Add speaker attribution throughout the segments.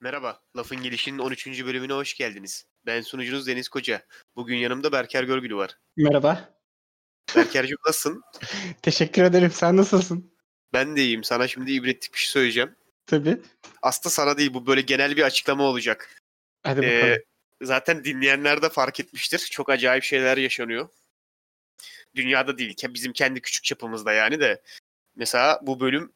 Speaker 1: Merhaba, Lafın Gelişi'nin 13. bölümüne hoş geldiniz. Ben sunucunuz Deniz Koca. Bugün yanımda Berker Görgülü var.
Speaker 2: Merhaba.
Speaker 1: Berker'cim nasılsın?
Speaker 2: Teşekkür ederim. Sen nasılsın?
Speaker 1: Ben de iyiyim. Sana şimdi ibretlik bir şey söyleyeceğim.
Speaker 2: Tabii.
Speaker 1: Aslında sana değil, bu böyle genel bir açıklama olacak.
Speaker 2: Hadi
Speaker 1: Ee,
Speaker 2: bakalım.
Speaker 1: zaten dinleyenler de fark etmiştir. Çok acayip şeyler yaşanıyor. Dünyada değil, ke- bizim kendi küçük çapımızda yani de. Mesela bu bölüm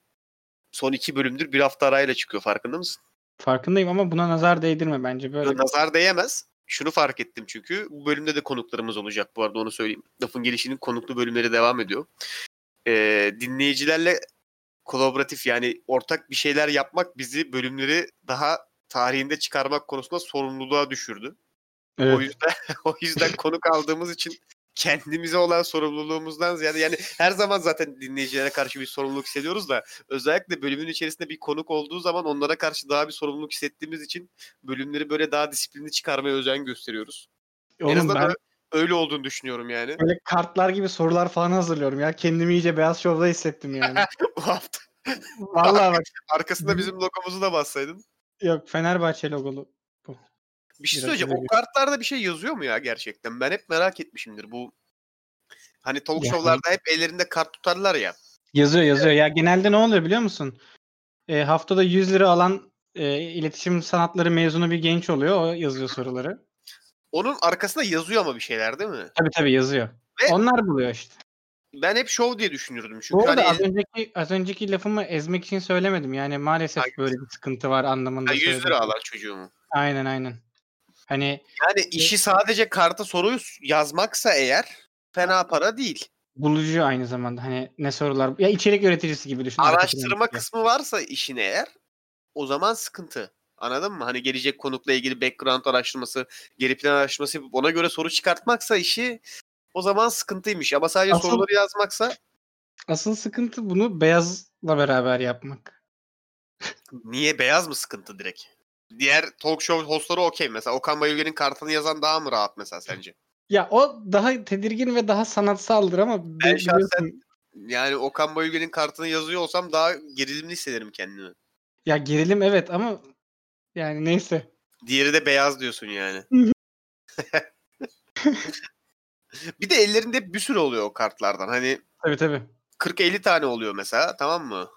Speaker 1: son iki bölümdür bir hafta arayla çıkıyor farkında mısın?
Speaker 2: Farkındayım ama buna nazar değdirme bence böyle.
Speaker 1: Nazar değemez. Şunu fark ettim çünkü bu bölümde de konuklarımız olacak bu arada onu söyleyeyim. Lafın gelişinin konuklu bölümleri devam ediyor. Ee, dinleyicilerle kolaboratif yani ortak bir şeyler yapmak bizi bölümleri daha tarihinde çıkarmak konusunda sorumluluğa düşürdü. O
Speaker 2: Evet.
Speaker 1: yüzden o yüzden konuk aldığımız için kendimize olan sorumluluğumuzdan ziyade yani her zaman zaten dinleyicilere karşı bir sorumluluk hissediyoruz da özellikle bölümün içerisinde bir konuk olduğu zaman onlara karşı daha bir sorumluluk hissettiğimiz için bölümleri böyle daha disiplinli çıkarmaya özen gösteriyoruz. en
Speaker 2: Oğlum
Speaker 1: azından
Speaker 2: ben
Speaker 1: ö- öyle olduğunu düşünüyorum yani.
Speaker 2: böyle kartlar gibi sorular falan hazırlıyorum ya. Kendimi iyice Beyaz Şov'da hissettim yani.
Speaker 1: Bu hafta
Speaker 2: Vallahi bak
Speaker 1: arkasında bizim logomuzu da bassaydın.
Speaker 2: yok Fenerbahçe logolu.
Speaker 1: Bir şey
Speaker 2: Biraz
Speaker 1: söyleyeceğim. O
Speaker 2: öyle.
Speaker 1: kartlarda bir şey yazıyor mu ya gerçekten? Ben hep merak etmişimdir bu. Hani talk
Speaker 2: Yani-
Speaker 1: show'larda hep ellerinde kart tutarlar ya.
Speaker 2: Yazıyor yazıyor. Ya genelde ne oluyor biliyor musun? E, haftada 100 lira alan e, iletişim sanatları mezunu bir genç oluyor. O yazıyor soruları.
Speaker 1: Onun arkasında yazıyor ama bir şeyler değil mi?
Speaker 2: Tabii tabii yazıyor.
Speaker 1: Ve-
Speaker 2: Onlar buluyor işte.
Speaker 1: Ben hep şov diye düşünürdüm çünkü.
Speaker 2: Bu arada
Speaker 1: hani
Speaker 2: az önceki, az önceki lafımı ezmek için söylemedim. Yani maalesef
Speaker 1: Hayır.
Speaker 2: böyle bir sıkıntı var anlamında.
Speaker 1: Ha, 100
Speaker 2: söyledim.
Speaker 1: lira alan çocuğumu.
Speaker 2: Aynen aynen. Hani
Speaker 1: Yani işi sadece karta soruyu yazmaksa eğer fena para değil.
Speaker 2: bulucu aynı zamanda. Hani ne sorular. Ya içerik üreticisi gibi düşün. arka
Speaker 1: Araştırma
Speaker 2: plan.
Speaker 1: kısmı varsa işin eğer o zaman sıkıntı. Anladın mı? Hani gelecek konukla ilgili background araştırması, geri plan araştırması yapıp ona göre soru çıkartmaksa işi o zaman sıkıntıymış. Ama sadece
Speaker 2: Asıl-
Speaker 1: soruları yazmaksa
Speaker 2: Asıl sıkıntı bunu beyazla beraber yapmak.
Speaker 1: niye beyaz mı sıkıntı direkt? Diğer talk show hostları okey mesela. Okan Bayülgen'in kartını yazan daha mı rahat mesela sence?
Speaker 2: Ya o daha tedirgin ve daha sanatsaldır ama bi-
Speaker 1: Ben şahsen-
Speaker 2: biliyorsun-
Speaker 1: Yani Okan Bayülgen'in kartını yazıyor olsam daha gerilimli hissederim kendimi.
Speaker 2: ya gerilim evet ama yani neyse.
Speaker 1: Diğeri de beyaz diyorsun yani. bir de ellerinde hep bir sürü oluyor o kartlardan. Hani
Speaker 2: Tabii tabii.
Speaker 1: 40-50 tane oluyor mesela tamam mı?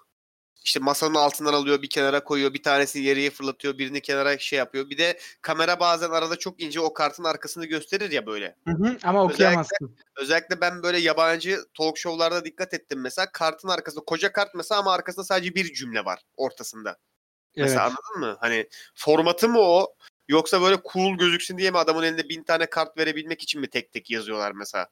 Speaker 1: İşte masanın altından alıyor bir kenara koyuyor bir tanesini yeriye fırlatıyor birini kenara şey yapıyor. Bir de kamera bazen arada çok ince o kartın arkasını gösterir ya böyle.
Speaker 2: Hı hı, ama okuyamazsın.
Speaker 1: Özellikle ben böyle yabancı talk show'larda dikkat ettim mesela kartın arkasında koca kart mesela ama arkasında sadece bir cümle var ortasında.
Speaker 2: Evet.
Speaker 1: Mesela anladın mı? Hani formatı mı o? Yoksa böyle cool gözüksün diye mi adamın elinde bin tane kart verebilmek için mi tek tek yazıyorlar mesela?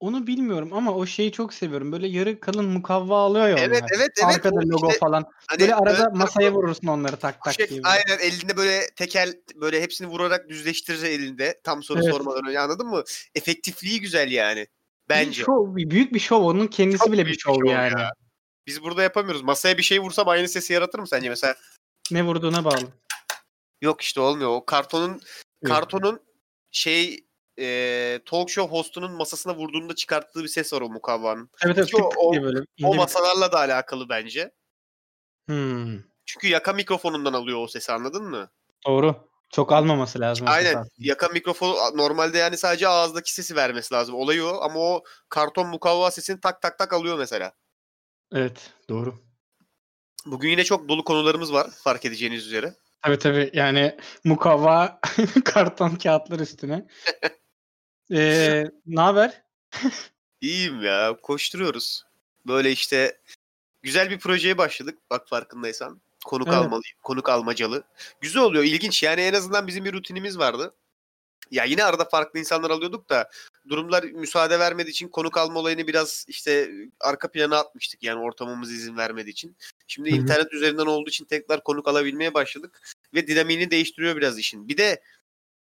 Speaker 2: Onu bilmiyorum ama o şeyi çok seviyorum. Böyle yarı kalın mukavva alıyor ya
Speaker 1: Evet,
Speaker 2: onlar.
Speaker 1: evet, evet.
Speaker 2: Arkada
Speaker 1: O
Speaker 2: logo
Speaker 1: işte-
Speaker 2: falan.
Speaker 1: Hani
Speaker 2: Böyle arada
Speaker 1: böyle
Speaker 2: masaya vurursun onları tak tak
Speaker 1: köşek-
Speaker 2: diye.
Speaker 1: şey,
Speaker 2: böyle.
Speaker 1: aynen elinde böyle tekel böyle hepsini vurarak düzleştirir elinde tam soru
Speaker 2: Evet.
Speaker 1: sormadan önce anladın mı? Efektifliği güzel yani.
Speaker 2: Bir
Speaker 1: Bence.
Speaker 2: şov, bir büyük bir şov. Onun kendisi
Speaker 1: Çok
Speaker 2: bile bir
Speaker 1: büyük bir
Speaker 2: şov,
Speaker 1: şov
Speaker 2: yani.
Speaker 1: ya. Biz burada yapamıyoruz. Masaya bir şey vursam aynı sesi yaratır mı sence mesela?
Speaker 2: Ne vurduğuna bağlı.
Speaker 1: Yok işte olmuyor. O kartonun kartonun şey e, talk show hostunun masasına vurduğunda çıkarttığı bir ses var o mukavvanın.
Speaker 2: Evet evet.
Speaker 1: Ki o-
Speaker 2: tık tık diye böyle. ince
Speaker 1: O
Speaker 2: bir-
Speaker 1: masalarla da alakalı bence.
Speaker 2: Hmm,
Speaker 1: Çünkü yaka mikrofonundan alıyor o sesi anladın mı?
Speaker 2: doğru. Çok almaması lazım. o
Speaker 1: Aynen.
Speaker 2: sefer.
Speaker 1: Yaka mikrofonu a- normalde yani sadece ağızdaki sesi vermesi lazım. Olayı o ama o karton mukavva sesini tak tak tak alıyor mesela.
Speaker 2: Evet doğru.
Speaker 1: Bugün yine çok dolu konularımız var fark edeceğiniz üzere.
Speaker 2: Tabii tabii yani mukavva karton kağıtlar üstüne. Ee, ne haber?
Speaker 1: İyiyim ya koşturuyoruz. Böyle işte güzel bir projeye başladık bak farkındaysan. Konuk
Speaker 2: Evet.
Speaker 1: almalı, konuk almacalı. Güzel oluyor, ilginç. Yani en azından bizim bir rutinimiz vardı. Ya yine arada farklı insanlar alıyorduk da durumlar müsaade vermediği için konuk alma olayını biraz işte arka plana atmıştık. Yani ortamımız izin vermediği için. Şimdi
Speaker 2: Hı hı.
Speaker 1: internet üzerinden olduğu için tekrar konuk alabilmeye başladık ve dinamiğini değiştiriyor biraz işin. Bir de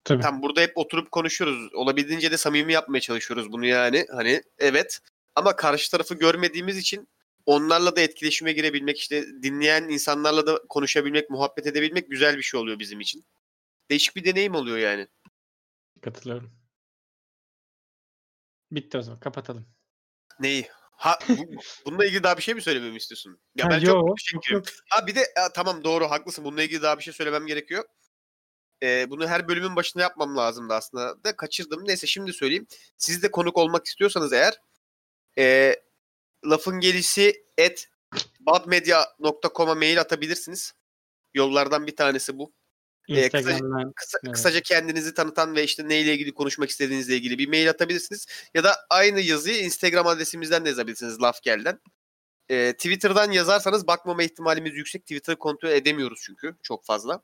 Speaker 2: Tabii.
Speaker 1: Tam burada hep oturup konuşuyoruz. Olabildiğince de samimi yapmaya çalışıyoruz bunu yani. Hani evet ama karşı tarafı görmediğimiz için onlarla da etkileşime girebilmek işte dinleyen insanlarla da konuşabilmek, muhabbet edebilmek güzel bir şey oluyor bizim için. Değişik bir deneyim oluyor yani.
Speaker 2: Katılıyorum. Bitti o zaman kapatalım.
Speaker 1: Neyi? Ha, bu- bununla ilgili daha bir şey mi söylememi istiyorsun? Ya
Speaker 2: Ha,
Speaker 1: ben
Speaker 2: yo,
Speaker 1: çok teşekkür
Speaker 2: yok,
Speaker 1: ederim. Ha bir de ha, tamam doğru haklısın. Bununla ilgili daha bir şey söylemem gerekiyor. Ee, bunu her bölümün başında yapmam lazımdı aslında. Da kaçırdım. Neyse şimdi söyleyeyim. Siz de konuk olmak istiyorsanız eğer ee, lafın gelişi et badmedia.com'a mail atabilirsiniz. Yollardan bir tanesi bu. Ee, kısaca-
Speaker 2: Instagram'dan.
Speaker 1: Kısa-
Speaker 2: Evet.
Speaker 1: Kısaca kendinizi tanıtan ve işte neyle ilgili konuşmak istediğinizle ilgili bir mail atabilirsiniz. Ya da aynı yazıyı Instagram adresimizden de yazabilirsiniz Lafgel'den. Ee, Twitter'dan yazarsanız bakmama ihtimalimiz yüksek. Twitter'ı kontrol edemiyoruz çünkü çok fazla.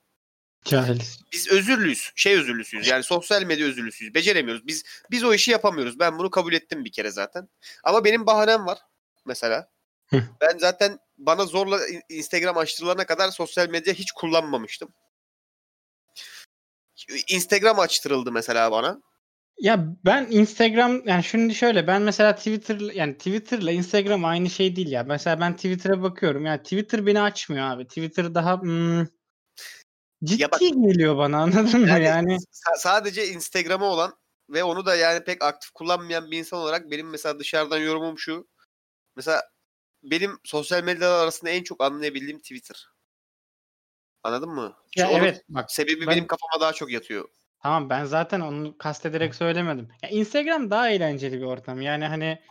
Speaker 2: Cahiliz.
Speaker 1: Biz özürlüyüz. Şey özürlüsüyüz. Yani sosyal medya özürlüsüyüz. Beceremiyoruz. Biz biz o işi yapamıyoruz. Ben bunu kabul ettim bir kere zaten. Ama benim bahanem var mesela.
Speaker 2: Hı.
Speaker 1: ben zaten bana zorla in- Instagram açtırılana kadar sosyal medya hiç kullanmamıştım. Instagram açtırıldı mesela bana.
Speaker 2: Ya ben Instagram yani şimdi şöyle ben mesela Twitter yani Twitter'la Instagram aynı şey değil ya. Mesela ben Twitter'a bakıyorum. Yani Twitter beni açmıyor abi. Twitter daha hmm, ciddi
Speaker 1: bak-
Speaker 2: geliyor bana anladın mı?
Speaker 1: Yani-
Speaker 2: Yani
Speaker 1: Sa- sadece Instagram'a olan ve onu da yani pek aktif kullanmayan bir insan olarak benim mesela dışarıdan yorumum şu. Mesela benim sosyal medyalar arasında en çok anlayabildiğim Twitter. Anladın mı?
Speaker 2: ya
Speaker 1: Onun
Speaker 2: evet bak
Speaker 1: Sebebi
Speaker 2: Ben-
Speaker 1: benim kafama daha çok yatıyor.
Speaker 2: Tamam ben zaten onu kastederek söylemedim. Ya Instagram daha eğlenceli bir ortam. Yani hani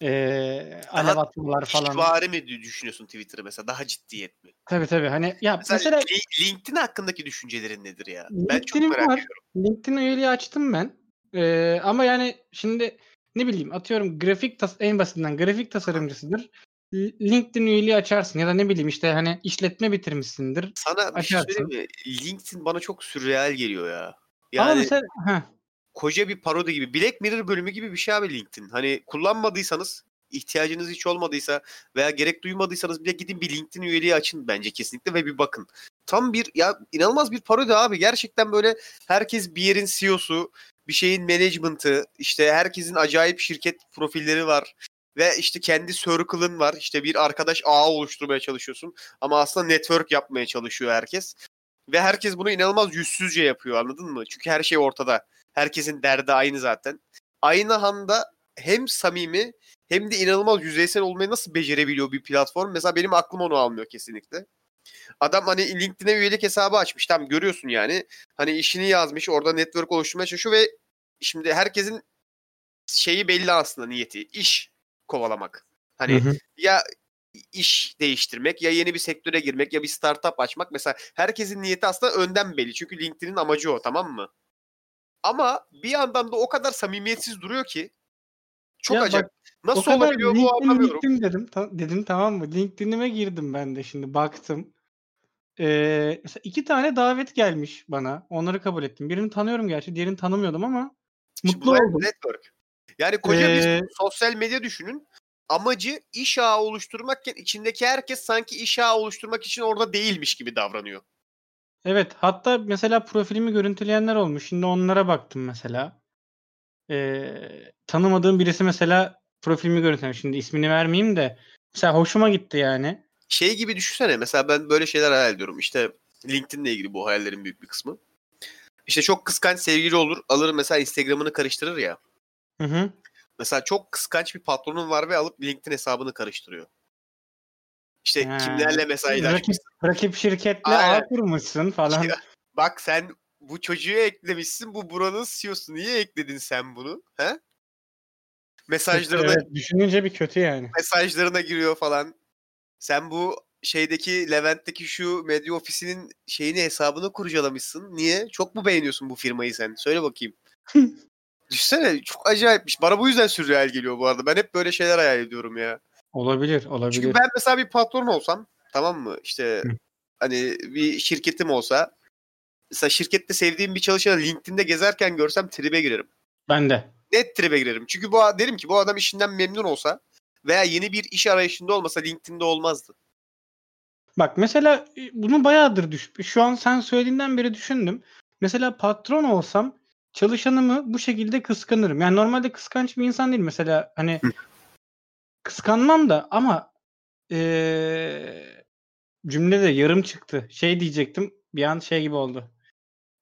Speaker 2: eee
Speaker 1: Daha
Speaker 2: alev atmalar falan.
Speaker 1: İşvari mi dü- düşünüyorsun Twitter'ı mesela? Daha ciddiyet mi?
Speaker 2: Tabii tabii. Hani ya
Speaker 1: Mesela,
Speaker 2: mesela
Speaker 1: Li- LinkedIn hakkındaki düşüncelerin nedir ya? Ben çok
Speaker 2: LinkedIn'im
Speaker 1: merak
Speaker 2: var.
Speaker 1: ediyorum.
Speaker 2: LinkedIn üyeliği açtım ben. Eee, ama yani şimdi ne bileyim atıyorum grafik tas en basitinden grafik tasarımcısıdır. L- LinkedIn üyeliği açarsın ya da ne bileyim işte hani işletme bitirmişsindir.
Speaker 1: Sana bir şey
Speaker 2: Açarsın.
Speaker 1: söyleyeyim mi? LinkedIn bana çok sürreal geliyor ya.
Speaker 2: Ama
Speaker 1: Yani
Speaker 2: mesela heh,
Speaker 1: koca bir parodi gibi. Black Mirror bölümü gibi bir şey abi LinkedIn. Hani kullanmadıysanız, ihtiyacınız hiç olmadıysa veya gerek duymadıysanız bile gidin bir LinkedIn üyeliği açın bence kesinlikle ve bir bakın. Tam bir ya inanılmaz bir parodi abi. Gerçekten böyle herkes bir yerin CEO'su, bir şeyin management'ı, işte herkesin acayip şirket profilleri var. Ve işte kendi circle'ın var. İşte bir arkadaş ağı oluşturmaya çalışıyorsun. Ama aslında network yapmaya çalışıyor herkes. Ve herkes bunu inanılmaz yüzsüzce yapıyor anladın mı? Çünkü her şey ortada. Herkesin derdi aynı zaten. Aynı anda hem samimi hem de inanılmaz yüzeysel olmayı nasıl becerebiliyor bir platform? Mesela benim aklım onu almıyor kesinlikle. Adam hani LinkedIn'e üyelik hesabı açmış. Tam görüyorsun yani. Hani işini yazmış. Orada network oluşturmaya çalışıyor ve şimdi herkesin şeyi belli aslında niyeti. İş kovalamak. Hani
Speaker 2: hı hı.
Speaker 1: ya iş değiştirmek ya yeni bir sektöre girmek ya bir startup açmak. Mesela herkesin niyeti aslında önden belli. Çünkü LinkedIn'in amacı o tamam mı? Ama bir yandan da o kadar samimiyetsiz duruyor ki çok
Speaker 2: Ya bak,
Speaker 1: acayip.
Speaker 2: O
Speaker 1: Nasıl
Speaker 2: kadar
Speaker 1: olabiliyor bu
Speaker 2: LinkedIn,
Speaker 1: anlamıyorum.
Speaker 2: LinkedIn dedim, ta- dedim tamam mı? LinkedIn'ime girdim ben de şimdi baktım. Ee, mesela iki tane davet gelmiş bana. Onları kabul ettim. Birini tanıyorum gerçi, diğerini tanımıyordum ama
Speaker 1: Şimdi
Speaker 2: mutlu
Speaker 1: bunlar
Speaker 2: oldum.
Speaker 1: Network. Yani koca
Speaker 2: Ee,
Speaker 1: bir sosyal medya düşünün. Amacı iş ağı oluşturmakken içindeki herkes sanki iş ağı oluşturmak için orada değilmiş gibi davranıyor.
Speaker 2: Evet, hatta mesela profilimi görüntüleyenler olmuş. Şimdi onlara baktım mesela. Ee, tanımadığım birisi mesela profilimi görüntülemiş. Şimdi ismini vermeyeyim de. Mesela hoşuma gitti yani.
Speaker 1: şey gibi düşünsene mesela ben böyle şeyler hayal ediyorum. İşte LinkedIn'le ilgili bu hayallerin büyük bir kısmı. İşte çok kıskanç sevgili olur. Alır mesela Instagram'ını karıştırır ya.
Speaker 2: Hı hı.
Speaker 1: Mesela çok kıskanç bir patronun var ve alıp LinkedIn hesabını karıştırıyor. İşte
Speaker 2: Ha.
Speaker 1: kimlerle mesailaşmış.
Speaker 2: Rakip, rakip şirketle
Speaker 1: Aynen.
Speaker 2: ağ kurmuşsun falan.
Speaker 1: Bak sen bu çocuğu eklemişsin. Bu buranın CEO'su. Niye ekledin sen bunu? He? Mesajlarına
Speaker 2: Evet, düşününce bir kötü yani.
Speaker 1: mesajlarına giriyor falan. Sen bu şeydeki Levent'teki şu medya ofisinin şeyini hesabını kurcalamışsın. Niye? Çok mu beğeniyorsun bu firmayı sen? Söyle bakayım. Düşünsene çok acayipmiş. Bana bu yüzden sürreal geliyor bu arada. Ben hep böyle şeyler hayal ediyorum ya.
Speaker 2: Olabilir,
Speaker 1: Çünkü
Speaker 2: olabilir.
Speaker 1: ben mesela bir patron olsam tamam mı? İşte
Speaker 2: Hı.
Speaker 1: hani bir şirketim olsa mesela şirkette sevdiğim bir çalışanı LinkedIn'de gezerken görsem tribe girerim.
Speaker 2: Ben de.
Speaker 1: net tribe girerim. Çünkü bu a- derim ki bu adam işinden memnun olsa veya yeni bir iş arayışında olmasa LinkedIn'de olmazdı.
Speaker 2: Bak mesela e, bunu bayağıdır düş. Şu an sen söylediğinden beri düşündüm. Mesela patron olsam çalışanımı bu şekilde kıskanırım. Yani normalde kıskanç bir insan değil mesela hani
Speaker 1: Hı.
Speaker 2: kıskanmam da ama e, eee cümle de yarım çıktı. Şey diyecektim bir an şey gibi oldu.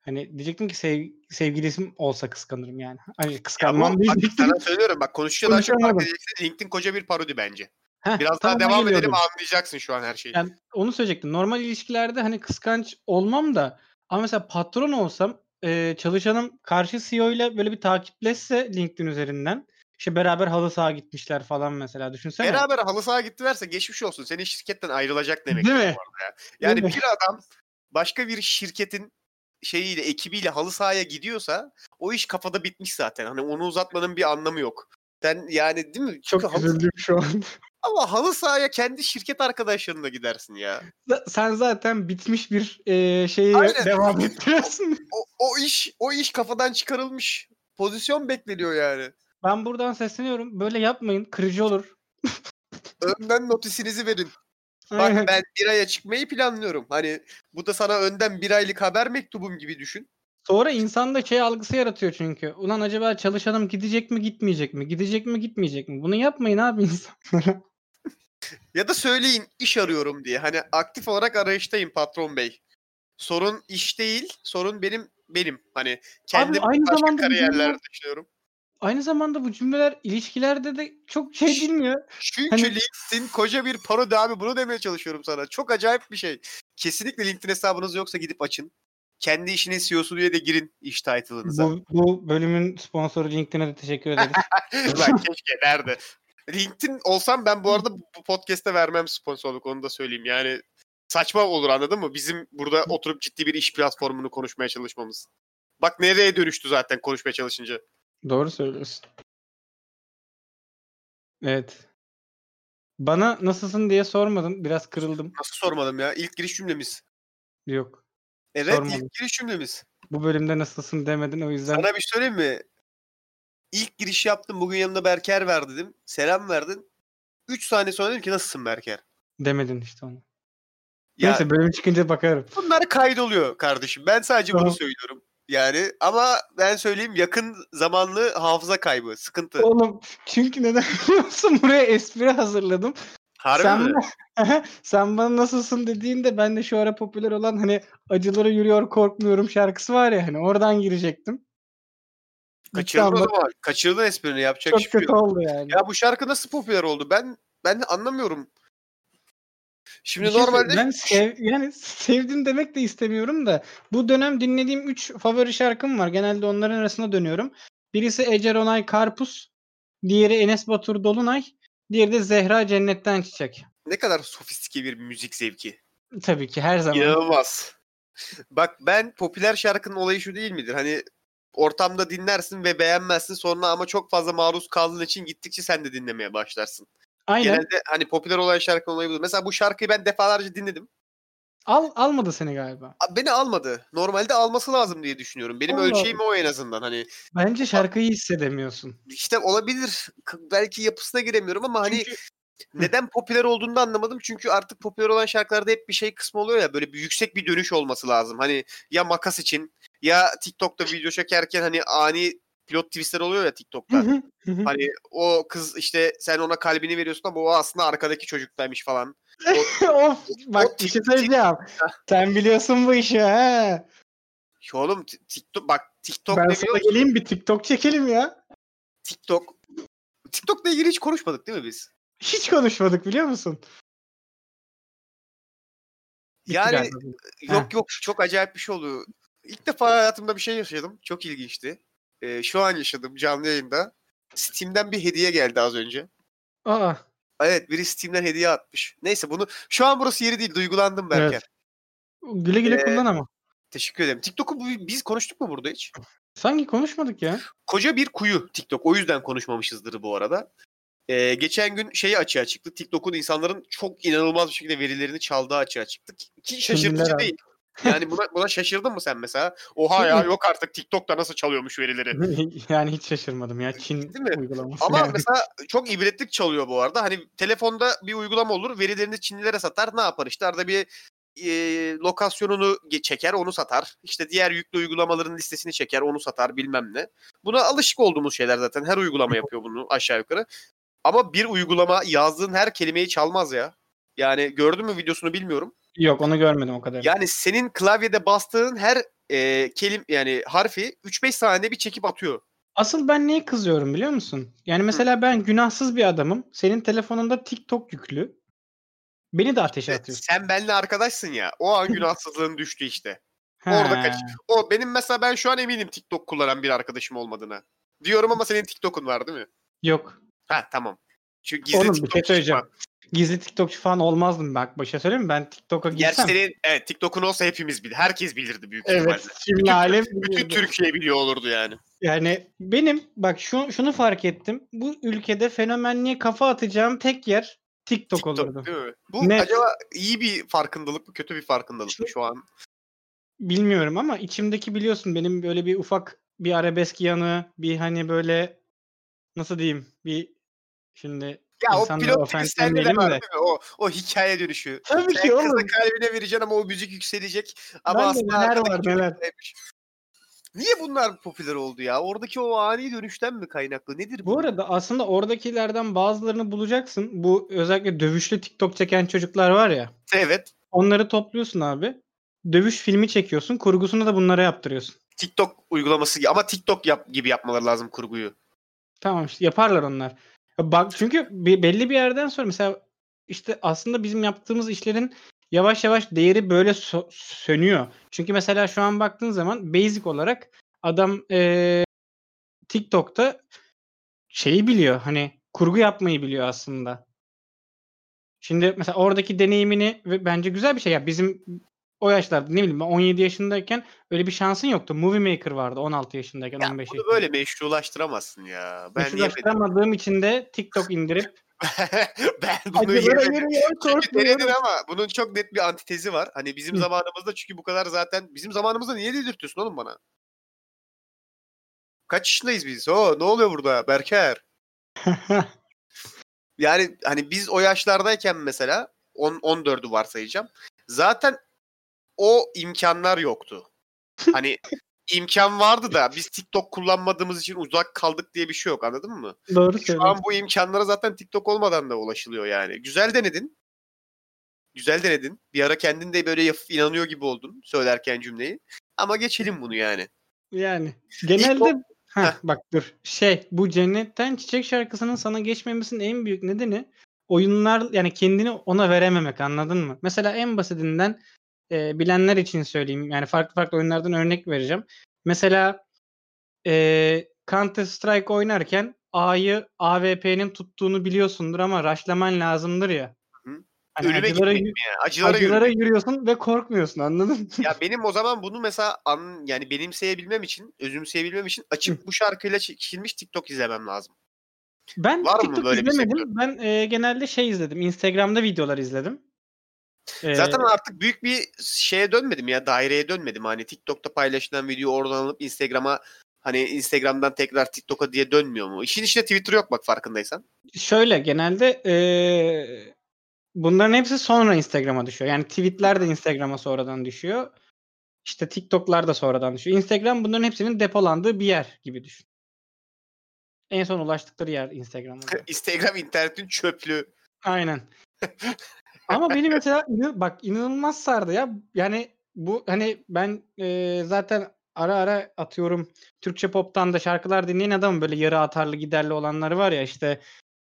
Speaker 2: Hani diyecektim ki sev, sevgilisim olsa kıskanırım yani. Hani
Speaker 1: Ya bu-
Speaker 2: kıskanmam
Speaker 1: bak
Speaker 2: diyecektim.
Speaker 1: sana söylüyorum bak konuşuyor daha çok fark
Speaker 2: Konuşamadım.
Speaker 1: edeceksin. LinkedIn koca bir parodi bence.
Speaker 2: Heh,
Speaker 1: Biraz
Speaker 2: tam ona
Speaker 1: daha devam
Speaker 2: geliyordum.
Speaker 1: edelim anlayacaksın şu an her şeyi.
Speaker 2: Yani onu söyleyecektim. Normal ilişkilerde hani kıskanç olmam da ama mesela patron olsam e, çalışanım karşı CEO ile böyle bir takipleşse LinkedIn üzerinden işte beraber halı sahaya gitmişler falan mesela düşünsene.
Speaker 1: Beraber halı sahaya gittilerse geçmiş olsun. Senin şirketten ayrılacak demek.
Speaker 2: Değil
Speaker 1: bu
Speaker 2: mi?
Speaker 1: arada ya. Yani
Speaker 2: Değil
Speaker 1: bir adam başka bir şirketin şeyiyle ekibiyle halı sahaya gidiyorsa o iş kafada bitmiş zaten. Hani onu uzatmanın bir anlamı yok. Sen yani değil mi? Çünkü
Speaker 2: Çok
Speaker 1: halı-
Speaker 2: üzüldüm şu an.
Speaker 1: ama halı sahaya kendi şirket arkadaşlarınla gidersin ya.
Speaker 2: Z- Sen zaten bitmiş bir e, şeyi
Speaker 1: Aynen.
Speaker 2: devam ettiriyorsun.
Speaker 1: O, o iş o iş kafadan çıkarılmış. Pozisyon bekleniyor yani.
Speaker 2: Ben buradan sesleniyorum. Böyle yapmayın. Kırıcı olur.
Speaker 1: Önden notisinizi verin.
Speaker 2: Aynen.
Speaker 1: Bak ben bir aya çıkmayı planlıyorum. Hani bu da sana önden bir aylık haber mektubum gibi düşün.
Speaker 2: Sonra insanda şey algısı yaratıyor çünkü. Ulan acaba çalışanım gidecek mi gitmeyecek mi? Gidecek mi gitmeyecek mi? Bunu yapmayın abi insanlara.
Speaker 1: Ya da söyleyin iş arıyorum diye. Hani aktif olarak arayıştayım patron bey. Sorun iş değil, sorun benim benim. Hani kendim
Speaker 2: aynı
Speaker 1: başka
Speaker 2: zamanda bizim
Speaker 1: kariyerler
Speaker 2: bu-
Speaker 1: düşünüyorum.
Speaker 2: Aynı zamanda bu cümleler ilişkilerde de çok şey bilmiyor.
Speaker 1: Çünkü
Speaker 2: Hani-
Speaker 1: LinkedIn koca bir parodi abi bunu demeye çalışıyorum sana. Çok acayip bir şey. Kesinlikle LinkedIn hesabınız yoksa gidip açın. Kendi işinin CEO'su diye de girin iş title'ınıza.
Speaker 2: Bu, bu bölümün sponsoru LinkedIn'e de teşekkür ederiz.
Speaker 1: Lan keşke nerede? LinkedIn olsam ben bu arada bu podcast'te vermem sponsorluk onu da söyleyeyim. Yani saçma olur anladın mı? Bizim burada oturup ciddi bir iş platformunu konuşmaya çalışmamız. Bak nereye dönüştü zaten konuşmaya çalışınca.
Speaker 2: Doğru söylüyorsun. Evet. Bana nasılsın diye sormadın. Biraz kırıldım.
Speaker 1: Nasıl sormadım ya? İlk giriş cümlemiz.
Speaker 2: Yok.
Speaker 1: Evet
Speaker 2: Sormadım.
Speaker 1: ilk giriş cümlemiz.
Speaker 2: Bu bölümde nasılsın demedin o yüzden.
Speaker 1: Sana bir şey söyleyeyim mi? İlk giriş yaptım. Bugün yanımda Berker var dedim. Selam verdin. 3 saniye sonra dedim ki nasılsın Berker?
Speaker 2: Demedin işte onu.
Speaker 1: Ya
Speaker 2: Neyse bölüm çıkınca bakarım.
Speaker 1: Bunlar kaydoluyor kardeşim. Ben sadece bunu
Speaker 2: Tamam.
Speaker 1: söylüyorum. Yani ama ben söyleyeyim yakın zamanlı hafıza kaybı, sıkıntı.
Speaker 2: Oğlum çünkü neden biliyorsun buraya espri hazırladım.
Speaker 1: Harbi
Speaker 2: sen,
Speaker 1: mi?
Speaker 2: bana- sen bana nasılsın dediğinde ben de şu ara popüler olan hani acılara yürüyor korkmuyorum şarkısı var ya hani oradan girecektim. Gitti
Speaker 1: Kaçırdın
Speaker 2: ama
Speaker 1: o zaman. Kaçırdın esprini yapacak
Speaker 2: Çok
Speaker 1: hiçbir şey
Speaker 2: kötü
Speaker 1: yok.
Speaker 2: oldu yani.
Speaker 1: Ya bu şarkı nasıl popüler oldu? Ben ben anlamıyorum.
Speaker 2: Bir
Speaker 1: Şimdi
Speaker 2: şey söyleyeyim,
Speaker 1: normalde
Speaker 2: ben sev, yani sevdim demek de istemiyorum da bu dönem dinlediğim 3 favori şarkım var. Genelde onların arasında dönüyorum. Birisi Ece Onay Karpuz, diğeri Enes Batur Dolunay, diğeri de Zehra Cennetten Çiçek.
Speaker 1: ne kadar sofistike bir müzik zevki.
Speaker 2: Tabii ki her zaman.
Speaker 1: İnanılmaz. Bak ben popüler şarkının olayı şu değil midir? Hani ortamda dinlersin ve beğenmezsin sonra ama çok fazla maruz kaldığın için gittikçe sen de dinlemeye başlarsın.
Speaker 2: Aynen.
Speaker 1: Genelde hani popüler olan şarkı olayı budur. Mesela bu şarkıyı ben defalarca dinledim.
Speaker 2: Al almadı seni galiba.
Speaker 1: A- Beni almadı. Normalde alması lazım diye düşünüyorum. Benim
Speaker 2: Allah
Speaker 1: ölçeğim o en azından. Hani
Speaker 2: Bence şarkıyı hissedemiyorsun.
Speaker 1: işte olabilir. K- Belki yapısına giremiyorum ama hani
Speaker 2: Çünkü-
Speaker 1: neden popüler olduğunu da anlamadım. Çünkü artık popüler olan şarkılarda hep bir şey kısmı oluyor ya. Böyle bir yüksek bir dönüş olması lazım. Hani ya makas için ya TikTok'ta video çekerken hani ani pilot twistler oluyor ya
Speaker 2: Hı
Speaker 1: TikTok'ta.
Speaker 2: hı, hı hı.
Speaker 1: Hani o kız işte sen ona kalbini veriyorsun ama o aslında arkadaki çocuktaymış falan.
Speaker 2: of
Speaker 1: o
Speaker 2: bak bir
Speaker 1: tip-
Speaker 2: şey söyleyeceğim. Sen biliyorsun bu işi ha.
Speaker 1: Ya oğlum Ti- TikTok bak TikTok
Speaker 2: ben
Speaker 1: ne
Speaker 2: sana
Speaker 1: biliyor musun?
Speaker 2: geleyim bir TikTok çekelim ya.
Speaker 1: TikTok. TikTok'la ilgili hiç konuşmadık değil mi biz?
Speaker 2: Hiç konuşmadık biliyor musun? Bitti
Speaker 1: Yani
Speaker 2: galiba bu.
Speaker 1: yok yok çok acayip bir şey oldu. İlk defa hayatımda bir şey yaşadım. Çok ilginçti. Ee, şu an yaşadım canlı yayında. Steam'den bir hediye geldi az önce.
Speaker 2: Aa,
Speaker 1: Evet biri Steam'den hediye atmış. Neyse bunu şu an burası yeri değil. Duygulandım Berker.
Speaker 2: Evet. güle güle
Speaker 1: Ee,
Speaker 2: kullan ama.
Speaker 1: Teşekkür ederim. TikTok'u bu- biz konuştuk mu burada hiç?
Speaker 2: Sanki konuşmadık ya.
Speaker 1: koca bir kuyu TikTok. O yüzden konuşmamışızdır bu arada. Ee, geçen gün şeyi açığa çıktı. TikTok'un insanların çok inanılmaz bir şekilde verilerini çaldığı açığa çıktı. Ki- Ki şaşırtıcı
Speaker 2: Çinliler
Speaker 1: değil. Yani buna, buna şaşırdın mı sen mesela? Oha ya yok artık TikTok'ta nasıl çalıyormuş verileri.
Speaker 2: yani hiç şaşırmadım ya. Çin
Speaker 1: Değil mi?
Speaker 2: uygulaması.
Speaker 1: Ama
Speaker 2: yani.
Speaker 1: mesela çok ibretlik çalıyor bu arada. Hani telefonda bir uygulama olur. Verilerini Çinlilere satar. Ne yapar? İşte arada bir e, lokasyonunu ge- çeker onu satar. İşte diğer yüklü uygulamaların listesini çeker onu satar bilmem ne. Buna alışık olduğumuz şeyler zaten. Her uygulama yapıyor bunu aşağı yukarı. Ama bir uygulama yazdığın her kelimeyi çalmaz ya. Yani gördün mü videosunu bilmiyorum.
Speaker 2: Yok onu görmedim o kadar.
Speaker 1: Yani senin klavyede bastığın her e, kelim yani harfi 3-5 saniyede bir çekip atıyor.
Speaker 2: Asıl ben neye kızıyorum biliyor musun? Yani mesela ben günahsız bir adamım. Senin telefonunda TikTok yüklü. Beni de ateşe atıyorsun.
Speaker 1: Sen benimle arkadaşsın ya. O an günahsızlığın düştü işte. orada
Speaker 2: He.
Speaker 1: kaç- O benim mesela ben şu an eminim TikTok kullanan bir arkadaşım olmadığına. Diyorum ama senin TikTok'un var değil mi?
Speaker 2: Yok.
Speaker 1: Ha tamam. Çünkü gizli
Speaker 2: Oğlum, bir şey
Speaker 1: TikTokçu
Speaker 2: söyleyeceğim.
Speaker 1: çıkma.
Speaker 2: Gizli TikTokçu falan olmazdım bak. Başa söyleyeyim mi? Ben TikTok'a
Speaker 1: Gerçi
Speaker 2: girsem.
Speaker 1: senin evet, TikTok'un olsa hepimiz bilir. Herkes bilirdi büyük ihtimalle.
Speaker 2: Evet. Şimdi alem
Speaker 1: Bütün
Speaker 2: biliyordu.
Speaker 1: Türkiye biliyor olurdu yani.
Speaker 2: Yani benim bak şu, şunu fark ettim. Bu ülkede fenomenliğe kafa atacağım tek yer TikTok,
Speaker 1: TikTok
Speaker 2: olurdu.
Speaker 1: değil mi? Bu
Speaker 2: Net.
Speaker 1: acaba iyi bir farkındalık mı kötü bir farkındalık mı şu an?
Speaker 2: Bilmiyorum ama içimdeki biliyorsun benim böyle bir ufak bir arabesk yanı, bir hani böyle nasıl diyeyim bir şimdi
Speaker 1: Ya o
Speaker 2: İnsanları
Speaker 1: pilot
Speaker 2: ofensif
Speaker 1: tekstelde de
Speaker 2: demeyelim
Speaker 1: var
Speaker 2: de.
Speaker 1: değil mi? O, o hikaye dönüşü.
Speaker 2: tabii
Speaker 1: Sen kızın kalbine vereceksin ama o müzik yükselecek. Ama
Speaker 2: Şey Ben de
Speaker 1: aslında
Speaker 2: neler
Speaker 1: arkadaki
Speaker 2: var,
Speaker 1: çocuk
Speaker 2: neler.
Speaker 1: neymiş? Niye bunlar popüler oldu ya? Oradaki o ani dönüşten mi kaynaklı? Nedir
Speaker 2: Bu arada aslında oradakilerden bazılarını bulacaksın. Bu özellikle dövüşlü TikTok çeken çocuklar var ya.
Speaker 1: Evet.
Speaker 2: Onları topluyorsun abi. Dövüş filmi çekiyorsun. Kurgusunu da bunlara yaptırıyorsun.
Speaker 1: TikTok uygulaması gibi ama TikTok yap, gibi yapmaları lazım kurguyu.
Speaker 2: Tamam işte yaparlar onlar. Ya Bak çünkü be- belli bir yerden sonra mesela işte aslında bizim yaptığımız işlerin yavaş yavaş değeri böyle sö- sönüyor. Çünkü mesela şu an baktığın zaman basic olarak adam eee, TikTok'ta şeyi biliyor hani kurgu yapmayı biliyor aslında. Şimdi mesela oradaki deneyimini ve bence güzel bir şey ya bizim o yaşlarda ne bileyim ben 17 yaşındayken öyle bir şansın yoktu. Movie Maker vardı 16 yaşındayken
Speaker 1: Ya
Speaker 2: 15
Speaker 1: bunu
Speaker 2: yaşındayken.
Speaker 1: böyle meşrulaştıramasın ya. Ben yemedim.
Speaker 2: Meşrulaştıramadığım için de TikTok indirip
Speaker 1: ben bunu
Speaker 2: Acaba
Speaker 1: yemedim.
Speaker 2: yürüyor,
Speaker 1: Çünkü
Speaker 2: korkmuyorum.
Speaker 1: denedin ama bunun çok net bir antitezi var. Hani bizim
Speaker 2: Hı.
Speaker 1: zamanımızda çünkü bu kadar zaten bizim zamanımızda niye dedirtiyorsun oğlum bana? Kaç yaşındayız biz? Oo, ne oluyor burada Berker? Yani hani biz o yaşlardayken mesela 10 14'ü varsayacağım. Zaten o imkanlar yoktu. Hani imkan vardı da biz TikTok kullanmadığımız için uzak kaldık diye bir şey yok anladın mı? Şu
Speaker 2: Doğru söylüyorsun.
Speaker 1: an bu imkanlara zaten TikTok olmadan da ulaşılıyor yani. Güzel denedin. Güzel denedin. Bir ara kendin de böyle yaf- inanıyor gibi oldun söylerken cümleyi. Ama geçelim bunu yani.
Speaker 2: Yani
Speaker 1: o-
Speaker 2: genelde
Speaker 1: Heh.
Speaker 2: ha bak dur. Şey bu Cennetten Çiçek şarkısının sana geçmemesinin en büyük nedeni oyunlar yani kendini ona verememek anladın mı? Mesela en basitinden e, bilenler için söyleyeyim. Yani farklı farklı oyunlardan örnek vereceğim. Mesela e, Counter Strike oynarken A'yı AWP'nin tuttuğunu biliyorsundur ama rushlaman lazımdır ya.
Speaker 1: Hı.
Speaker 2: Hani
Speaker 1: Ölüme
Speaker 2: acılara,
Speaker 1: gitmek Yani acılara, yürü.
Speaker 2: acılara yürüyorsun ve korkmuyorsun anladın mı?
Speaker 1: Ya benim o zaman bunu mesela an, yani benimseyebilmem için, özümseyebilmem için açıp bu şarkıyla çekilmiş TikTok izlemem lazım.
Speaker 2: Ben
Speaker 1: Var mı
Speaker 2: TikTok
Speaker 1: böyle bir şey
Speaker 2: izlemedim.
Speaker 1: sektör?
Speaker 2: Ben e, genelde şey izledim. Instagram'da videolar izledim. E,
Speaker 1: Zaten artık büyük bir şeye dönmedim ya daireye dönmedim. Hani TikTok'ta paylaşılan video oradan alıp Instagram'a hani Instagram'dan tekrar TikTok'a diye dönmüyor mu? İşin içinde Twitter yok bak farkındaysan.
Speaker 2: şöyle genelde e, bunların hepsi sonra Instagram'a düşüyor. Yani tweetler de Instagram'a sonradan düşüyor. İşte TikTok'lar da sonradan düşüyor. Instagram bunların hepsinin depolandığı bir yer gibi düşün. En son ulaştıkları yer Instagram. oluyor.
Speaker 1: Instagram internetin çöplüğü.
Speaker 2: Aynen. Ama beni mesela inan- bak inanılmaz sardı ya. Yani bu hani ben e, zaten ara ara atıyorum Türkçe pop'tan da şarkılar dinleyen adamım böyle yarı atarlı giderli olanları var ya işte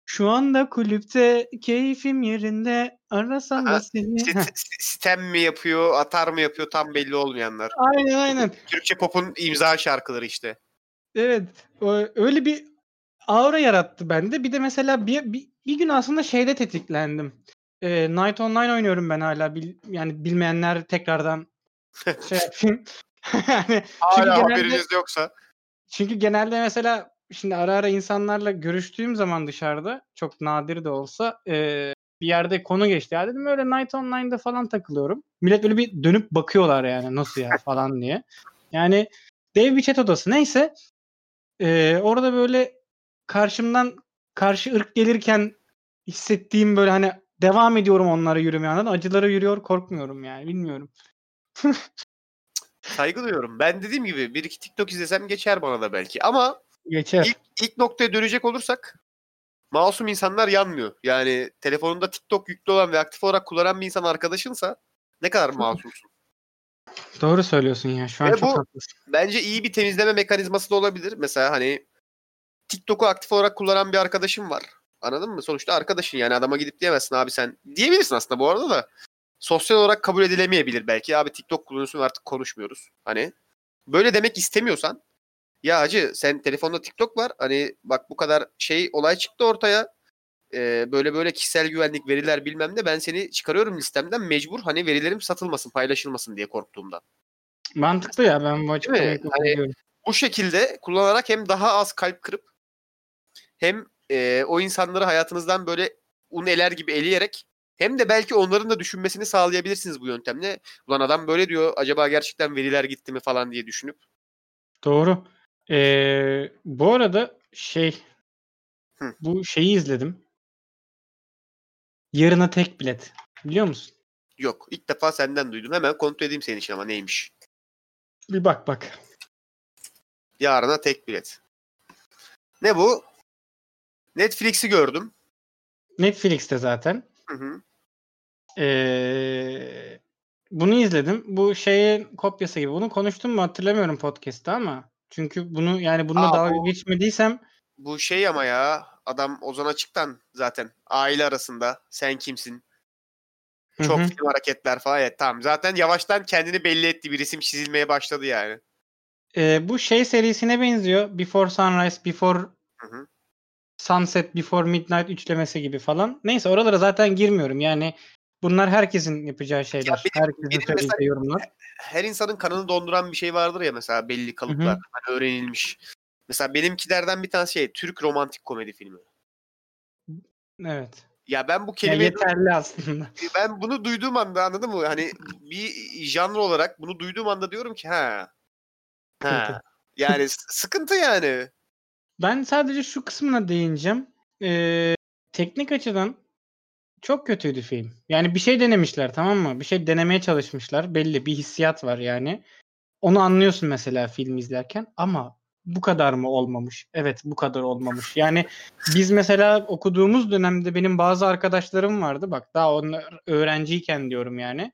Speaker 2: şu anda kulüpte keyfim yerinde arasam
Speaker 1: Aha,
Speaker 2: da seni.
Speaker 1: İşte
Speaker 2: Heh,
Speaker 1: s- s- sitem mi yapıyor, atar mı yapıyor tam belli olmayanlar.
Speaker 2: aynen aynen.
Speaker 1: Türkçe pop'un imza şarkıları işte.
Speaker 2: Evet. o- Öyle bir aura yarattı bende. Bir de mesela bir, bir, bir gün aslında şeyde tetiklendim. Ee, Night Online oynuyorum ben hala. Bil- yani bilmeyenler tekrardan şey yapayım. yani
Speaker 1: Hala
Speaker 2: genelde-
Speaker 1: haberiniz yoksa.
Speaker 2: çünkü genelde mesela şimdi ara ara insanlarla görüştüğüm zaman dışarıda çok nadir de olsa eee, bir yerde konu geçti. Ya dedim öyle Night Online'da falan takılıyorum. Millet böyle bir dönüp bakıyorlar yani nasıl ya falan diye. Yani dev bir chat odası. Neyse eee, orada böyle karşımdan karşı ırk gelirken hissettiğim böyle hani devam ediyorum onlara yürümeye anladın? mı? Acılara yürüyor korkmuyorum yani bilmiyorum.
Speaker 1: Saygı duyuyorum. Ben dediğim gibi bir iki TikTok izlesem geçer bana da belki. Ama
Speaker 2: Geçer.
Speaker 1: ilk, ilk noktaya dönecek olursak masum insanlar yanmıyor. Yani telefonunda TikTok yüklü olan ve aktif olarak kullanan bir insan arkadaşınsa Ne kadar masumsun.
Speaker 2: Doğru söylüyorsun ya. Şu an
Speaker 1: Ve
Speaker 2: çok
Speaker 1: E, bu-
Speaker 2: haklısın.
Speaker 1: Bence iyi bir temizleme mekanizması da olabilir. Mesela hani TikTok'u aktif olarak kullanan bir arkadaşım var. Anladın mı? Sonuçta arkadaşın yani adama gidip diyemezsin abi sen. Diyebilirsin aslında bu arada da. Sosyal olarak kabul edilemeyebilir belki. Abi TikTok kullanıyorsun ve artık konuşmuyoruz. Hani böyle demek istemiyorsan ya hacı sen telefonda TikTok var. Hani bak bu kadar şey olay çıktı ortaya. Ee, böyle böyle kişisel güvenlik veriler bilmem ne ben seni çıkarıyorum listemden mecbur hani verilerim satılmasın paylaşılmasın diye korktuğumdan.
Speaker 2: Mantıklı ya ben bu açıklamayı kabul
Speaker 1: Hani-
Speaker 2: ediyorum.
Speaker 1: bu şekilde kullanarak hem daha az kalp kırıp hem e, o insanları hayatınızdan böyle un eler gibi eleyerek hem de belki onların da düşünmesini sağlayabilirsiniz bu yöntemle. Ulan adam böyle diyor acaba gerçekten veriler gitti mi falan diye düşünüp.
Speaker 2: Doğru. Ee, bu arada şey
Speaker 1: Hı.
Speaker 2: bu şeyi izledim. Yarına tek bilet. Biliyor musun?
Speaker 1: Yok ilk defa senden duydum hemen kontrol edeyim senin için ama neymiş.
Speaker 2: Bir bak bak.
Speaker 1: Yarına tek bilet. Ne bu? Netflix'i gördüm.
Speaker 2: Netflix'te zaten.
Speaker 1: Hı hı.
Speaker 2: Ee, bunu izledim. Bu şeyin kopyası gibi. Bunu konuştum mu hatırlamıyorum podcast'ta ama. Çünkü bunu yani bununla
Speaker 1: Aa,
Speaker 2: dalga
Speaker 1: bu-
Speaker 2: geçmediysem
Speaker 1: Bu şey ama ya adam Ozan Açık'tan zaten aile arasında sen kimsin
Speaker 2: Hı
Speaker 1: Çok
Speaker 2: hı.
Speaker 1: film hareketler falan. Evet tamam. Zaten yavaştan kendini belli etti. Bir resim çizilmeye başladı yani.
Speaker 2: Ee, bu şey serisine benziyor. Before Sunrise, Before
Speaker 1: Hı hı.
Speaker 2: Sunset, Before Midnight üçlemesi gibi falan. Neyse oralara zaten girmiyorum. Yani bunlar herkesin yapacağı şeyler.
Speaker 1: benim-
Speaker 2: herkesin
Speaker 1: benim
Speaker 2: söyleyeceği
Speaker 1: mesela-
Speaker 2: yorumlar.
Speaker 1: Her insanın kanını donduran bir şey vardır ya mesela belli kalıplar. Hani öğrenilmiş. Mesela benimkilerden bir tanesi şey Türk romantik komedi filmi.
Speaker 2: Evet.
Speaker 1: Ya ben bu
Speaker 2: Ya
Speaker 1: kelimeyi
Speaker 2: yeterli aslında.
Speaker 1: ben bunu duyduğum anda anladın mı? Hani bir janr olarak bunu duyduğum anda diyorum ki ha. Ha.
Speaker 2: Sıkıntı.
Speaker 1: Yani s- sıkıntı yani.
Speaker 2: Ben sadece şu kısmına değineceğim. Ee, teknik açıdan çok kötüydü film. Yani bir şey denemişler tamam mı? Bir şey denemeye çalışmışlar. Belli bir hissiyat var yani. Onu anlıyorsun mesela film izlerken ama bu kadar mı olmamış? Evet bu kadar olmamış. Yani biz mesela okuduğumuz dönemde benim bazı arkadaşlarım vardı. Bak daha onlar öğrenciyken diyorum yani.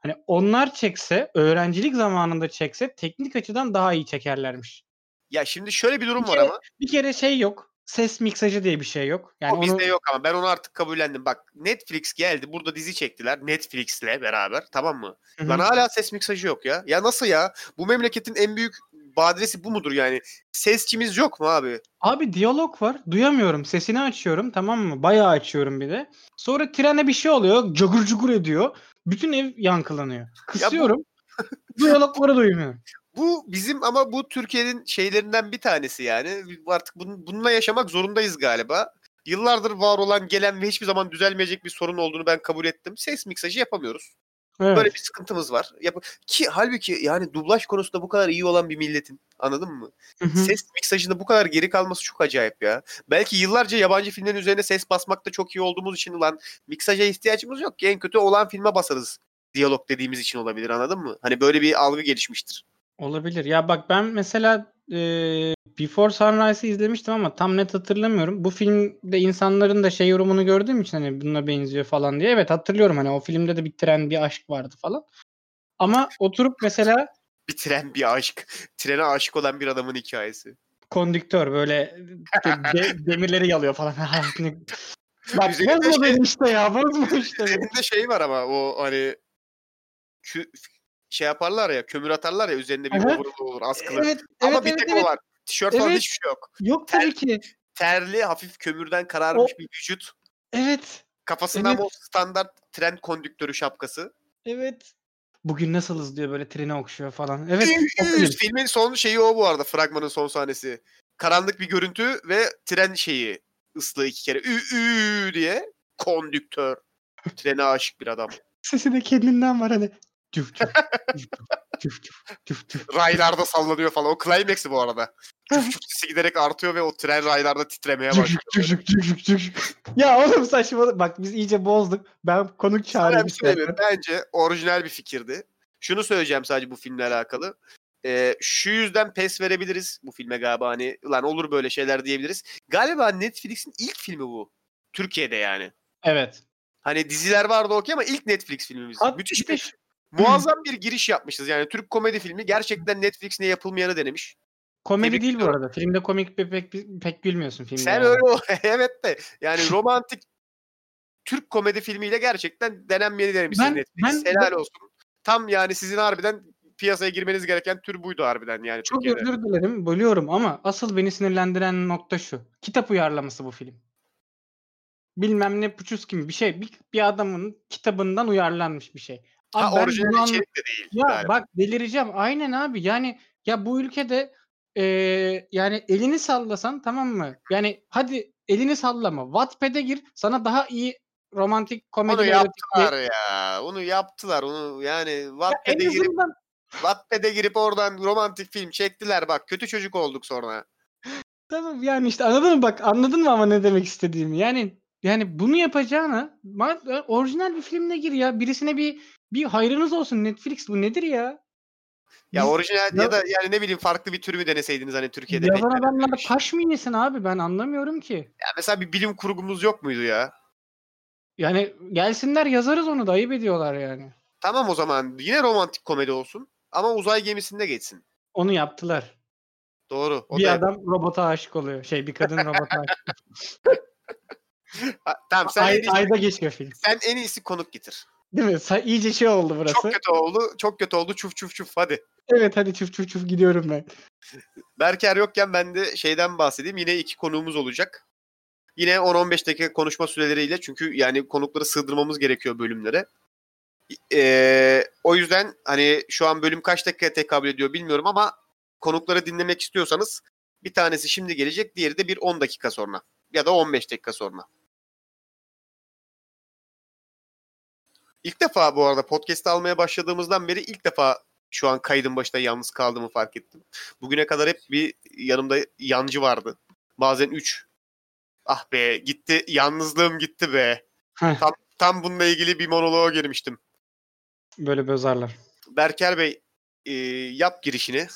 Speaker 2: Hani onlar çekse, öğrencilik zamanında çekse teknik açıdan daha iyi çekerlermiş.
Speaker 1: Ya şimdi şöyle bir durum
Speaker 2: Bir
Speaker 1: var
Speaker 2: kere-
Speaker 1: ama.
Speaker 2: Bir kere şey yok. Ses miksajı diye bir şey yok. Yani
Speaker 1: o
Speaker 2: onu
Speaker 1: bizde yok ama ben onu artık kabullendim. Bak Netflix geldi. Burada dizi çektiler Netflix'le beraber. Tamam mı?
Speaker 2: Hı hı.
Speaker 1: Lan hala ses miksajı yok ya. Ya nasıl ya? Bu memleketin en büyük badiresi bu mudur yani? Sesçimiz yok mu abi?
Speaker 2: Abi diyalog var. Duyamıyorum. Sesini açıyorum tamam mı? Bayağı açıyorum bir de. Sonra trene bir şey oluyor. Cugur cugur ediyor. Bütün ev yankılanıyor. Kısıyorum. Diyalogları duymuyor.
Speaker 1: Bu bizim ama bu Türkiye'nin şeylerinden bir tanesi yani. Artık bunun- bununla yaşamak zorundayız galiba. Yıllardır var olan gelen ve hiçbir zaman düzelmeyecek bir sorun olduğunu ben kabul ettim. Ses miksajı yapamıyoruz.
Speaker 2: Evet.
Speaker 1: Böyle bir sıkıntımız var. Yap- Ki halbuki yani dublaj konusunda bu kadar iyi olan bir milletin anladın mı?
Speaker 2: Hı hı.
Speaker 1: ses miksajında bu kadar geri kalması çok acayip ya. Belki yıllarca yabancı filmlerin üzerine ses basmakta çok iyi olduğumuz için ulan miksaja ihtiyacımız yok ki en kötü olan filme basarız. Diyalog dediğimiz için olabilir anladın mı? Hani böyle bir algı gelişmiştir.
Speaker 2: Olabilir. Ya bak ben mesela e, Before Sunrise'ı izlemiştim ama tam net hatırlamıyorum. Bu filmde insanların da şey yorumunu gördüğüm için hani bununla benziyor falan diye. Evet hatırlıyorum hani o filmde de bir tren bir aşk vardı falan. Ama oturup mesela
Speaker 1: Bir tren bir aşk. Trene aşık olan bir adamın hikayesi.
Speaker 2: kondüktör böyle de- de- demirleri yalıyor falan. Ne- Bak
Speaker 1: Üzerinde
Speaker 2: bozma
Speaker 1: şey-
Speaker 2: beni işte ya bozma işte. beni.
Speaker 1: Üzerinde şey var ama o hani kü- şey yaparlar ya kömür atarlar ya üzerinde bir
Speaker 2: Aha.
Speaker 1: overall olur askılı.
Speaker 2: Evet
Speaker 1: ama
Speaker 2: evet
Speaker 1: bir
Speaker 2: evet,
Speaker 1: tek
Speaker 2: evet.
Speaker 1: o var. Tişört falan
Speaker 2: Evet.
Speaker 1: hiçbir şey yok.
Speaker 2: Yok tabii ki.
Speaker 1: Terli hafif kömürden kararmış bir vücut.
Speaker 2: Evet.
Speaker 1: Kafasında
Speaker 2: Evet.
Speaker 1: ama o standart tren kondüktörü şapkası.
Speaker 2: Evet. Bugün nasılız diyor böyle treni okşuyor falan. Evet. o
Speaker 1: Üf,
Speaker 2: film.
Speaker 1: filmin son şeyi o bu arada. Fragmanın son sahnesi. Karanlık bir görüntü ve tren şeyi ıslığı iki kere. Ü ü diye kondüktör. Trene aşık bir adam.
Speaker 2: Sesi de kendinden var hani. Tüf tüf tüf tüf tüf tüf tüf.
Speaker 1: Raylarda sallanıyor falan. O climax'i bu arada. Çuf çuf sesi giderek artıyor ve o tren raylarda titremeye
Speaker 2: Cuk,
Speaker 1: başlıyor.
Speaker 2: cuk, cuk, cuk, cuk, cuk. ya oğlum saçmalık. Bak biz iyice bozduk. Ben konuk
Speaker 1: Sana
Speaker 2: çağırayım.
Speaker 1: bir şey söyleyeyim. Bence orijinal bir fikirdi. Şunu söyleyeceğim sadece bu filmle alakalı. Ee, şu yüzden pes verebiliriz bu filme galiba hani lan olur böyle şeyler diyebiliriz. Galiba Netflix'in ilk filmi bu. Türkiye'de yani.
Speaker 2: Evet.
Speaker 1: Hani diziler vardı okey ama ilk Netflix filmimiz.
Speaker 2: Hat-
Speaker 1: Müthiş
Speaker 2: de
Speaker 1: bir
Speaker 2: şu-
Speaker 1: muazzam bir giriş yapmışız. Yani Türk komedi filmi gerçekten Netflix'ine yapılmayanı denemiş.
Speaker 2: komedi
Speaker 1: Tebrik
Speaker 2: değil bu
Speaker 1: ediyorum.
Speaker 2: arada. Filmde komik bir- pek pek gülmüyorsun filmde.
Speaker 1: Sen
Speaker 2: yani.
Speaker 1: öyle o. evet de yani romantik Türk komedi filmiyle gerçekten denenmeyeni denemiş
Speaker 2: Ben-
Speaker 1: Netflix.
Speaker 2: ben-
Speaker 1: Helal olsun. Tam yani sizin harbiden piyasaya girmeniz gereken tür buydu harbiden yani
Speaker 2: Çok
Speaker 1: Türkiye'de.
Speaker 2: özür dilerim bölüyorum ama asıl beni sinirlendiren nokta şu. Kitap uyarlaması bu film. Bilmem ne Puçuski mi bir şey bir, bir adamın kitabından uyarlanmış bir şey. Abi
Speaker 1: Ha
Speaker 2: ben
Speaker 1: orijinal
Speaker 2: bunu anla-
Speaker 1: içerik de değil.
Speaker 2: Ya
Speaker 1: galiba.
Speaker 2: bak delireceğim. Aynen abi. Yani ya bu ülkede eee, yani elini sallasan tamam mı? Yani hadi elini sallama. Wattpad'e gir. Sana daha iyi romantik komedi
Speaker 1: Onu
Speaker 2: erotik diye-
Speaker 1: yaptılar ya. Onu yaptılar. Onu yani
Speaker 2: En
Speaker 1: Wattpad'e girip
Speaker 2: azından
Speaker 1: Wattpad'e girip oradan romantik film çektiler bak. Kötü çocuk olduk sonra.
Speaker 2: tamam yani işte anladın mı bak anladın mı ama ne demek istediğimi? Yani yani bunu yapacağına ma- e, orijinal bir filmle gir ya. Birisine bir bir hayrınız olsun Netflix bu nedir ya?
Speaker 1: Ya
Speaker 2: Biz-
Speaker 1: orijinal
Speaker 2: Ya-
Speaker 1: ya da yani ne bileyim farklı bir tür mü deneseydiniz hani Türkiye'de. pek
Speaker 2: Yazan adamlar
Speaker 1: denememiş.
Speaker 2: taş mı yesin abi ben anlamıyorum ki.
Speaker 1: Ya mesela bir bilim kurgumuz yok muydu ya?
Speaker 2: Yani gelsinler yazarız onu da ayıp ediyorlar yani.
Speaker 1: Tamam o zaman yine romantik komedi olsun ama uzay gemisinde geçsin.
Speaker 2: Onu yaptılar.
Speaker 1: Doğru. O
Speaker 2: bir
Speaker 1: da-
Speaker 2: adam robota aşık oluyor. Şey bir kadın robota aşık.
Speaker 1: Ha, tamam sen,
Speaker 2: Ay-
Speaker 1: en iyisi,
Speaker 2: ayda geçiyor film.
Speaker 1: sen en iyisi konuk getir.
Speaker 2: Değil mi? Sa- iyice şey oldu burası.
Speaker 1: Çok kötü oldu. Çok kötü oldu. Çuf çuf çuf hadi.
Speaker 2: Evet hadi çuf çuf çuf gidiyorum ben.
Speaker 1: Berker yokken ben de şeyden bahsedeyim. Yine iki konuğumuz olacak. Yine 10-15 dakika konuşma süreleriyle çünkü yani konukları sığdırmamız gerekiyor bölümlere. Ee, o yüzden hani şu an bölüm kaç dakikaya tekabül ediyor bilmiyorum ama konukları dinlemek istiyorsanız bir tanesi şimdi gelecek, diğeri de bir 10 dakika sonra ya da 15 dakika sonra. İlk defa bu arada podcast almaya başladığımızdan beri ilk defa şu an kaydın başında yalnız kaldığımı fark ettim. Bugüne kadar hep bir yanımda yancı vardı. Bazen 3. Ah be gitti yalnızlığım gitti be.
Speaker 2: Heh.
Speaker 1: tam, tam bununla ilgili bir monoloğa girmiştim.
Speaker 2: Böyle bozarlar.
Speaker 1: Berker Bey e, yap girişini.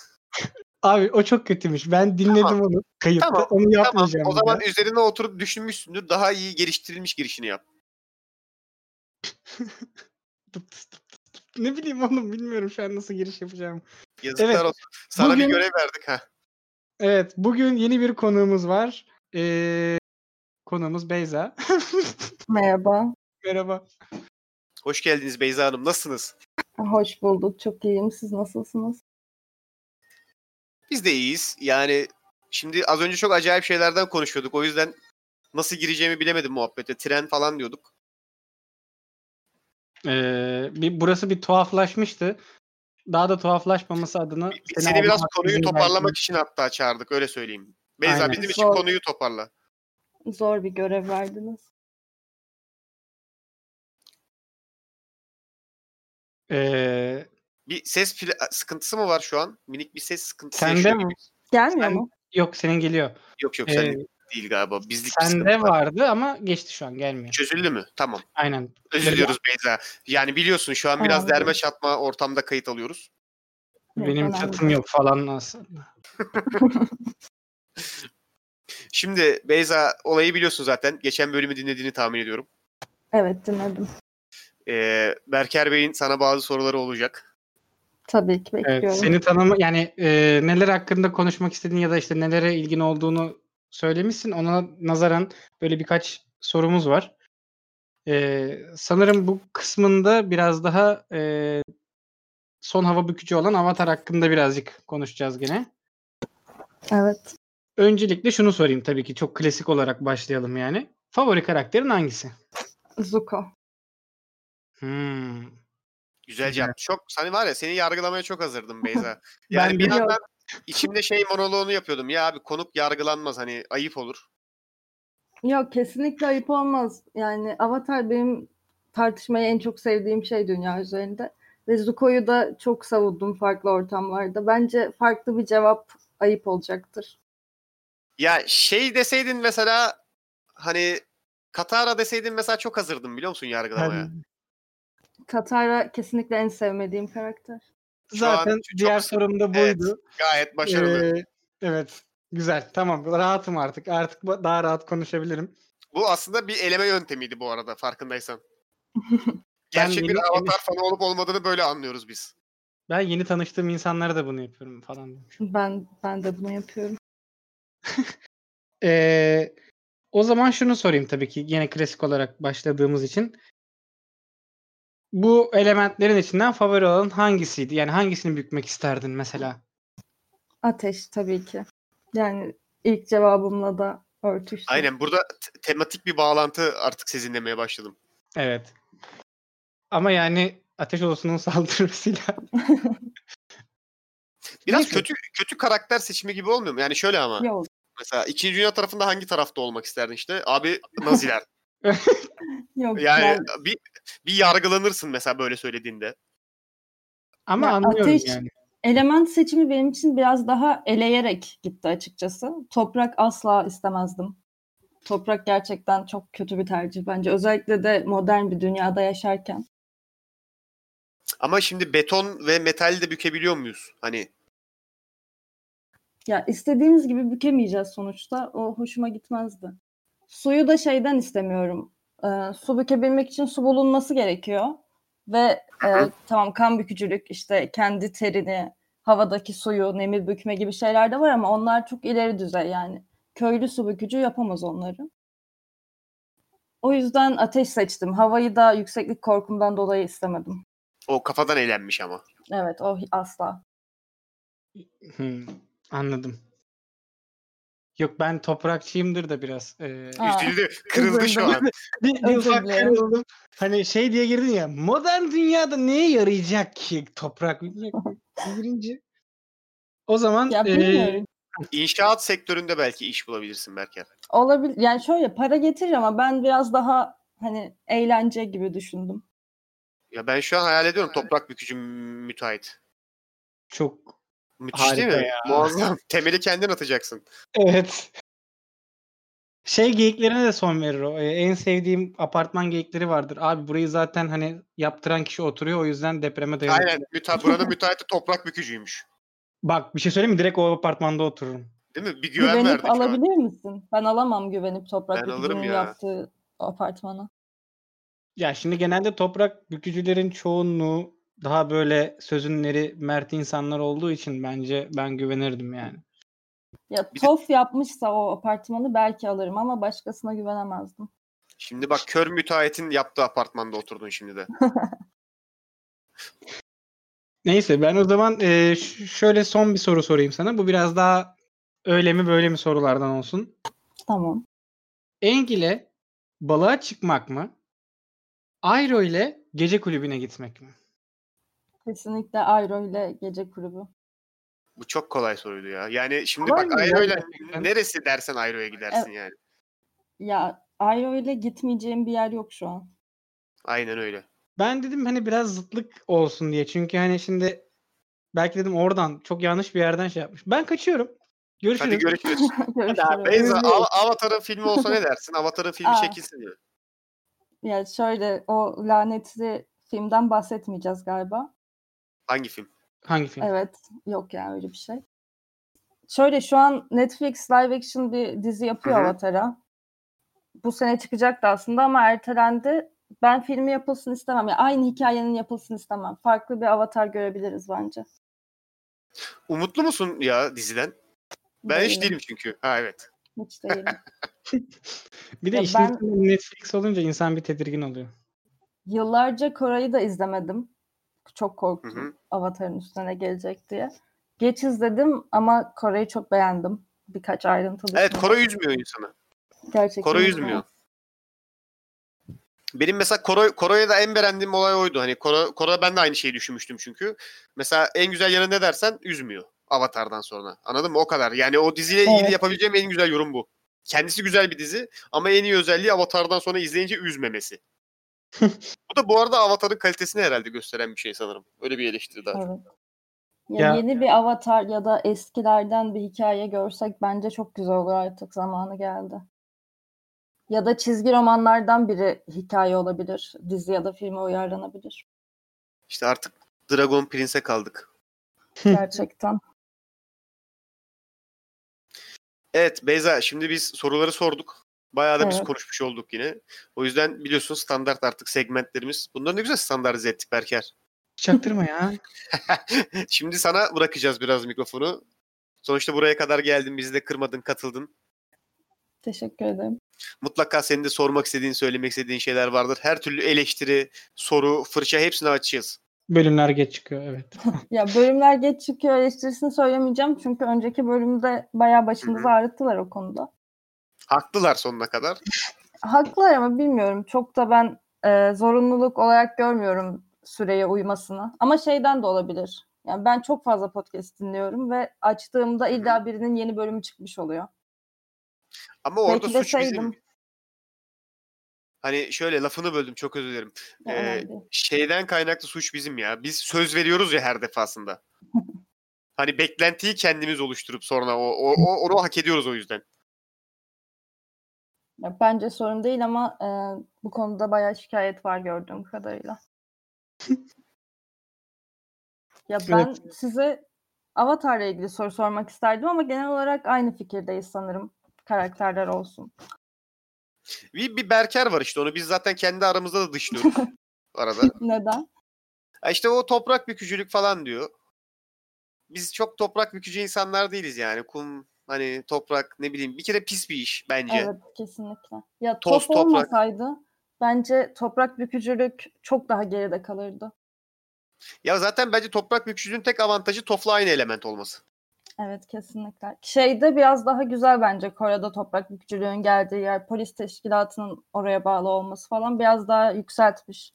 Speaker 2: Abi o çok kötüymüş. Ben dinledim
Speaker 1: Tamam.
Speaker 2: onu. Kayıtta.
Speaker 1: Tamam,
Speaker 2: Onu
Speaker 1: Tamam
Speaker 2: yapmayacağım.
Speaker 1: o
Speaker 2: bir
Speaker 1: zaman
Speaker 2: daha.
Speaker 1: üzerine oturup düşünmüşsündür. Daha iyi geliştirilmiş girişini yap.
Speaker 2: Tıp tıs tıp tıs tıp. Ne bileyim oğlum bilmiyorum şu an nasıl giriş yapacağım.
Speaker 1: Yazıklar
Speaker 2: Evet,
Speaker 1: olsun. Sana
Speaker 2: bugün-
Speaker 1: bir görev verdik ha.
Speaker 2: Evet bugün yeni bir konuğumuz var. Ee, konuğumuz Beyza.
Speaker 3: Merhaba.
Speaker 2: Merhaba.
Speaker 1: Hoş geldiniz Beyza Hanım. Nasılsınız?
Speaker 3: Hoş bulduk. Çok iyiyim. Siz nasılsınız?
Speaker 1: Biz de iyiyiz. Yani şimdi az önce çok acayip şeylerden konuşuyorduk. O yüzden nasıl gireceğimi bilemedim muhabbete. Tren falan diyorduk.
Speaker 2: Ee, bir, burası bir tuhaflaşmıştı. Daha da tuhaflaşmaması adına
Speaker 1: Biz
Speaker 2: seni
Speaker 1: Seni
Speaker 2: aldım
Speaker 1: biraz
Speaker 2: hakkını
Speaker 1: konuyu
Speaker 2: helal
Speaker 1: toparlamak için hatta çağırdık. Öyle söyleyeyim. Beyza
Speaker 2: Aynen.
Speaker 1: bizim için
Speaker 3: Zor.
Speaker 1: konuyu toparla.
Speaker 3: Zor bir görev verdiniz.
Speaker 2: Ee,
Speaker 1: Bir ses pla- sıkıntısı mı var şu an? Minik bir ses sıkıntısı
Speaker 2: Sende
Speaker 1: yaşıyor
Speaker 2: mi?
Speaker 1: gibiyiz.
Speaker 3: Gelmiyor
Speaker 2: Ben-
Speaker 3: mu?
Speaker 2: yok senin geliyor.
Speaker 1: Yok yok
Speaker 2: Ee,
Speaker 1: sen değil galiba. Bizlik bir
Speaker 2: sende
Speaker 1: sıkıntı var.
Speaker 2: vardı ama geçti şu an gelmiyor.
Speaker 1: Çözüldü mü? Tamam.
Speaker 2: Aynen.
Speaker 1: Özür diliyoruz Beyza. Yani biliyorsun şu an biraz
Speaker 3: Aa,
Speaker 1: derme çatma ortamda kayıt alıyoruz.
Speaker 3: Yok,
Speaker 2: Benim
Speaker 3: önemli
Speaker 2: çatım yok falan aslında.
Speaker 1: Şimdi Beyza olayı biliyorsun zaten. Geçen bölümü dinlediğini tahmin ediyorum.
Speaker 3: Evet dinledim.
Speaker 1: Ee, Berker Bey'in sana bazı soruları olacak.
Speaker 3: Tabii ki
Speaker 2: Evet,
Speaker 3: bekliyorum.
Speaker 2: seni tanıma yani e, neler hakkında konuşmak istediğin ya da işte nelere ilgin olduğunu söylemişsin. Ona nazaran böyle birkaç sorumuz var. Ee, sanırım bu kısmında biraz daha e, son hava bükücü olan Avatar hakkında birazcık konuşacağız gene.
Speaker 3: Evet.
Speaker 2: Öncelikle şunu sorayım tabii ki çok klasik olarak başlayalım yani. Favori karakterin hangisi?
Speaker 3: Zuko.
Speaker 2: Hmm.
Speaker 1: Güzel
Speaker 2: Güzel.
Speaker 1: cevap. Çok seni var ya seni yargılamaya çok hazırdım Beyza.
Speaker 2: Ben
Speaker 1: Yani bir
Speaker 3: biliyorum.
Speaker 1: yandan içimde şey monoloğunu yapıyordum. Ya abi konuk yargılanmaz hani ayıp olur.
Speaker 3: Yok kesinlikle ayıp olmaz. Yani Avatar benim tartışmayı en çok sevdiğim şey dünya üzerinde. Ve Zuko'yu da çok savundum farklı ortamlarda. Bence farklı bir cevap ayıp olacaktır.
Speaker 1: Ya şey deseydin mesela hani Katara deseydin mesela çok hazırdım biliyor musun yargılamaya.
Speaker 2: Yani
Speaker 3: Katara kesinlikle en sevmediğim karakter.
Speaker 1: Şu an
Speaker 2: zaten
Speaker 1: çok
Speaker 2: diğer
Speaker 1: sık-
Speaker 2: sorum da
Speaker 1: Evet,
Speaker 2: buydu.
Speaker 1: Gayet başarılı.
Speaker 2: Ee, evet. Güzel. Tamam. Rahatım artık. Artık ba- daha rahat konuşabilirim.
Speaker 1: Bu aslında bir eleme yöntemiydi bu arada farkındaysan. Gerçek bir
Speaker 2: yeni-
Speaker 1: avatar fanı olup olmadığını böyle anlıyoruz biz.
Speaker 2: Ben yeni tanıştığım insanlara da bunu yapıyorum falan demiş.
Speaker 3: Ben ben de bunu yapıyorum.
Speaker 2: Ee, o zaman şunu sorayım tabii ki yine klasik olarak başladığımız için. Bu elementlerin içinden favori olan hangisiydi? Yani hangisini bükmek isterdin mesela?
Speaker 3: Ateş tabii ki. Yani ilk cevabımla da örtüştü.
Speaker 1: Aynen burada t- tematik bir bağlantı artık sezinlemeye başladım.
Speaker 2: Evet. Ama yani ateş odasının saldırısıyla
Speaker 1: Biraz
Speaker 2: Neyse.
Speaker 1: kötü kötü karakter seçimi gibi olmuyor mu? Yani şöyle ama.
Speaker 3: Yok.
Speaker 1: Mesela 2. Dünya tarafında hangi tarafta olmak isterdin işte? Abi Naziler.
Speaker 3: Yok.
Speaker 1: Yani e,
Speaker 3: ben-
Speaker 1: bir bir yargılanırsın mesela böyle söylediğinde.
Speaker 2: ama
Speaker 3: Ya
Speaker 2: anlıyorum
Speaker 3: ateş-
Speaker 2: yani.
Speaker 3: element seçimi benim için biraz daha eleyerek gitti açıkçası. Toprak asla istemezdim. Toprak gerçekten çok kötü bir tercih bence. Özellikle de modern bir dünyada yaşarken.
Speaker 1: Ama şimdi beton ve metali de bükebiliyor muyuz? Hani
Speaker 3: Ya istediğimiz gibi bükemeyeceğiz sonuçta. O hoşuma gitmezdi. Suyu da şeyden istemiyorum. Ee, su bükebilmek için su bulunması gerekiyor. Ve e, tamam kan bükücülük işte kendi terini, havadaki suyu, nemir bükme gibi şeyler de var ama onlar çok ileri düzey yani. Köylü su bükücü yapamaz onları. O yüzden ateş seçtim. Havayı da yükseklik korkumdan dolayı istemedim.
Speaker 1: o kafadan eğlenmiş ama.
Speaker 3: Evet o hi- asla.
Speaker 2: Hı, Hmm, anladım. Yok ben toprakçıyımdır da biraz. Ee,
Speaker 3: Aa,
Speaker 1: Üzüldü, kırıldı şu an.
Speaker 2: bir, bir
Speaker 3: özür
Speaker 2: ufak
Speaker 3: dilerim.
Speaker 2: kırıldım. Hani şey diye girdin ya modern dünyada neye yarayacak ki toprak? Birinci. O zaman
Speaker 3: Ya
Speaker 2: ee,
Speaker 3: bilmiyorum.
Speaker 1: İnşaat sektöründe belki iş bulabilirsin Berker.
Speaker 3: Olabilir. Yani şöyle para getirir ama ben biraz daha hani eğlence gibi düşündüm.
Speaker 1: Ya ben şu an hayal ediyorum toprak bükücü müteahhit.
Speaker 2: çok
Speaker 1: Müthiş değil
Speaker 2: Harika
Speaker 1: mi?
Speaker 2: ya.
Speaker 1: Muazzam. Temeli kendin atacaksın.
Speaker 2: evet. Şey geyiklerine de son verir o. Ee, en sevdiğim apartman geyikleri vardır. Abi burayı zaten hani yaptıran kişi oturuyor o yüzden depreme dayanıyor.
Speaker 1: Aynen. Müte buranın müteahhiti toprak bükücüymüş.
Speaker 2: Bak bir şey söyleyeyim mi? Direkt o apartmanda otururum.
Speaker 1: Değil mi? Bir güven verdi
Speaker 3: güvenip
Speaker 1: şu an.
Speaker 3: alabilir misin? Ben alamam güvenip toprak
Speaker 1: Ben alırım
Speaker 3: Bükücü'nün
Speaker 1: ya.
Speaker 3: yaptığı apartmana.
Speaker 2: Ya şimdi genelde toprak bükücülerin çoğunluğu daha böyle sözünleri mert insanlar olduğu için bence ben güvenirdim yani.
Speaker 3: Ya
Speaker 1: Bir de-
Speaker 3: TOF yapmışsa o apartmanı belki alırım ama başkasına güvenemezdim.
Speaker 1: Şimdi bak kör müteahhitin yaptığı apartmanda oturdun şimdi de.
Speaker 2: Neyse ben o zaman eee, ş- şöyle son bir soru sorayım sana. Bu biraz daha öyle mi böyle mi sorulardan olsun.
Speaker 3: Tamam.
Speaker 2: Engile balığa çıkmak mı? Ayro ile gece kulübüne gitmek mi?
Speaker 3: Kesinlikle Ayro ile gece kulübü.
Speaker 1: Bu çok kolay soruydu ya. Yani şimdi
Speaker 2: Kolay
Speaker 1: bak
Speaker 2: mı ya
Speaker 1: Ayro'yla
Speaker 2: gerçekten?
Speaker 1: neresi dersen Ayro'ya gidersin yani.
Speaker 3: Ya Ayro ile gitmeyeceğim bir yer yok şu an.
Speaker 1: Aynen öyle.
Speaker 2: Ben dedim hani biraz zıtlık olsun diye. Çünkü hani şimdi belki dedim oradan çok yanlış bir yerden şey yapmış. Ben kaçıyorum. Görüşürüz.
Speaker 1: Hadi görüşürüz.
Speaker 3: Görüşürüz.
Speaker 1: Beyza
Speaker 2: Bilmiyorum.
Speaker 1: Av- Avatar'ın filmi olsa ne dersin? Avatar'ın filmi
Speaker 3: Aa.
Speaker 1: çekilsin diyor.
Speaker 3: Ya şöyle o lanetli filmden bahsetmeyeceğiz galiba.
Speaker 1: Hangi film?
Speaker 2: Hangi film?
Speaker 3: Evet. Yok ya öyle bir şey. Şöyle şu an Netflix live action bir dizi yapıyor
Speaker 1: Hı hı.
Speaker 3: Avatar'a. Bu sene çıkacaktı aslında ama ertelendi. Ben filmi yapılsın istemem. ya aynı hikayenin yapılsın istemem. Farklı bir Avatar görebiliriz bence.
Speaker 1: Umutlu musun ya diziden? Ben hiç değilim çünkü. Ha evet.
Speaker 3: Hiç değilim.
Speaker 2: Bir de
Speaker 3: Ya
Speaker 2: işin
Speaker 3: ben-
Speaker 2: içinde Netflix olunca insan bir tedirgin oluyor.
Speaker 3: Yıllarca Koray'ı da izlemedim. Çok
Speaker 1: Hı
Speaker 3: korktum
Speaker 1: hı.
Speaker 3: Avatar'ın üstüne gelecek diye. Geç izledim ama Koray'ı çok beğendim. Birkaç ayrıntı
Speaker 1: Evet
Speaker 3: dışında.
Speaker 1: Koro üzmüyor insanı.
Speaker 3: Gerçekten
Speaker 1: Koro üzmüyor. Benim mesela Koro, Koro'ya da en beğendiğim olay oydu. Hani Koro, Koro ben de aynı şeyi düşünmüştüm çünkü. Mesela en güzel yanı ne dersen üzmüyor. Avatar'dan sonra. Anladın mı? O kadar. Yani o diziyle ilgili
Speaker 3: Evet.
Speaker 1: yapabileceğim en güzel yorum bu. Kendisi güzel bir dizi ama en iyi özelliği Avatar'dan sonra izleyince üzmemesi. bu da bu arada Avatar'ın kalitesini herhalde gösteren bir şey sanırım. Öyle bir eleştiri daha. çok.
Speaker 3: Evet. Ya
Speaker 2: Ya-
Speaker 3: yeni bir avatar ya da eskilerden bir hikaye görsek bence çok güzel olur artık zamanı geldi. Ya da çizgi romanlardan biri hikaye olabilir. Dizi ya da filme uyarlanabilir.
Speaker 1: İşte artık Dragon Prince'e kaldık.
Speaker 3: Gerçekten.
Speaker 1: Evet Beyza şimdi biz soruları sorduk. Bayağı da biz
Speaker 3: Evet.
Speaker 1: konuşmuş olduk yine. O yüzden biliyorsun standart artık segmentlerimiz. Bunları ne güzel standartize ettik Berker.
Speaker 2: Çaktırma ya.
Speaker 1: Şimdi sana bırakacağız biraz mikrofonu. Sonuçta buraya kadar geldin, bizi de kırmadın, katıldın.
Speaker 3: Teşekkür ederim.
Speaker 1: Mutlaka senin de sormak istediğin, söylemek istediğin şeyler vardır. Her türlü eleştiri, soru, fırça hepsini açacağız.
Speaker 2: Bölümler geç çıkıyor evet.
Speaker 3: Ya bölümler geç çıkıyor eleştirisini söylemeyeceğim çünkü önceki bölümde bayağı başımızı
Speaker 1: Hı hı.
Speaker 3: ağrıttılar o konuda.
Speaker 1: Haklılar sonuna kadar.
Speaker 3: Haklılar ama bilmiyorum. Çok da ben e, zorunluluk olarak görmüyorum süreye uymasını. Ama şeyden de olabilir. Yani ben çok fazla podcast dinliyorum ve açtığımda illa birinin yeni bölümü çıkmış oluyor.
Speaker 1: Ama orada
Speaker 3: Belki de
Speaker 1: suç bizim.
Speaker 3: saydım.
Speaker 1: Hani şöyle lafını böldüm çok özür dilerim.
Speaker 3: Ya
Speaker 1: Ee,
Speaker 3: önemli değil.
Speaker 1: şeyden kaynaklı suç bizim ya. Biz söz veriyoruz ya her defasında. hani beklentiyi kendimiz oluşturup sonra o, o, o- onu hak ediyoruz o yüzden.
Speaker 3: Ya bence sorun değil ama e, bu konuda bayağı şikayet var gördüğüm kadarıyla. ya ben size Avatar'la ilgili soru sormak isterdim ama genel olarak aynı fikirdeyiz sanırım. Karakterler olsun.
Speaker 1: Bir, bir Berker var işte onu biz zaten kendi aramızda da dışlıyoruz arada.
Speaker 3: Neden?
Speaker 1: Ha İşte o toprak bükücülük falan diyor. Biz çok toprak bükücü insanlar değiliz yani. Kum hani toprak ne bileyim bir kere pis bir iş bence.
Speaker 3: Evet kesinlikle. Ya
Speaker 1: Toz,
Speaker 3: top
Speaker 1: toprak.
Speaker 3: olmasaydı bence toprak bükücülük çok daha geride kalırdı.
Speaker 1: Ya zaten bence toprak bükücünün tek avantajı tofla aynı element olması.
Speaker 3: Evet kesinlikle. Şeyde biraz daha güzel bence Kore'de toprak bükücülüğün geldiği yer polis teşkilatının oraya bağlı olması falan biraz daha yükseltmiş.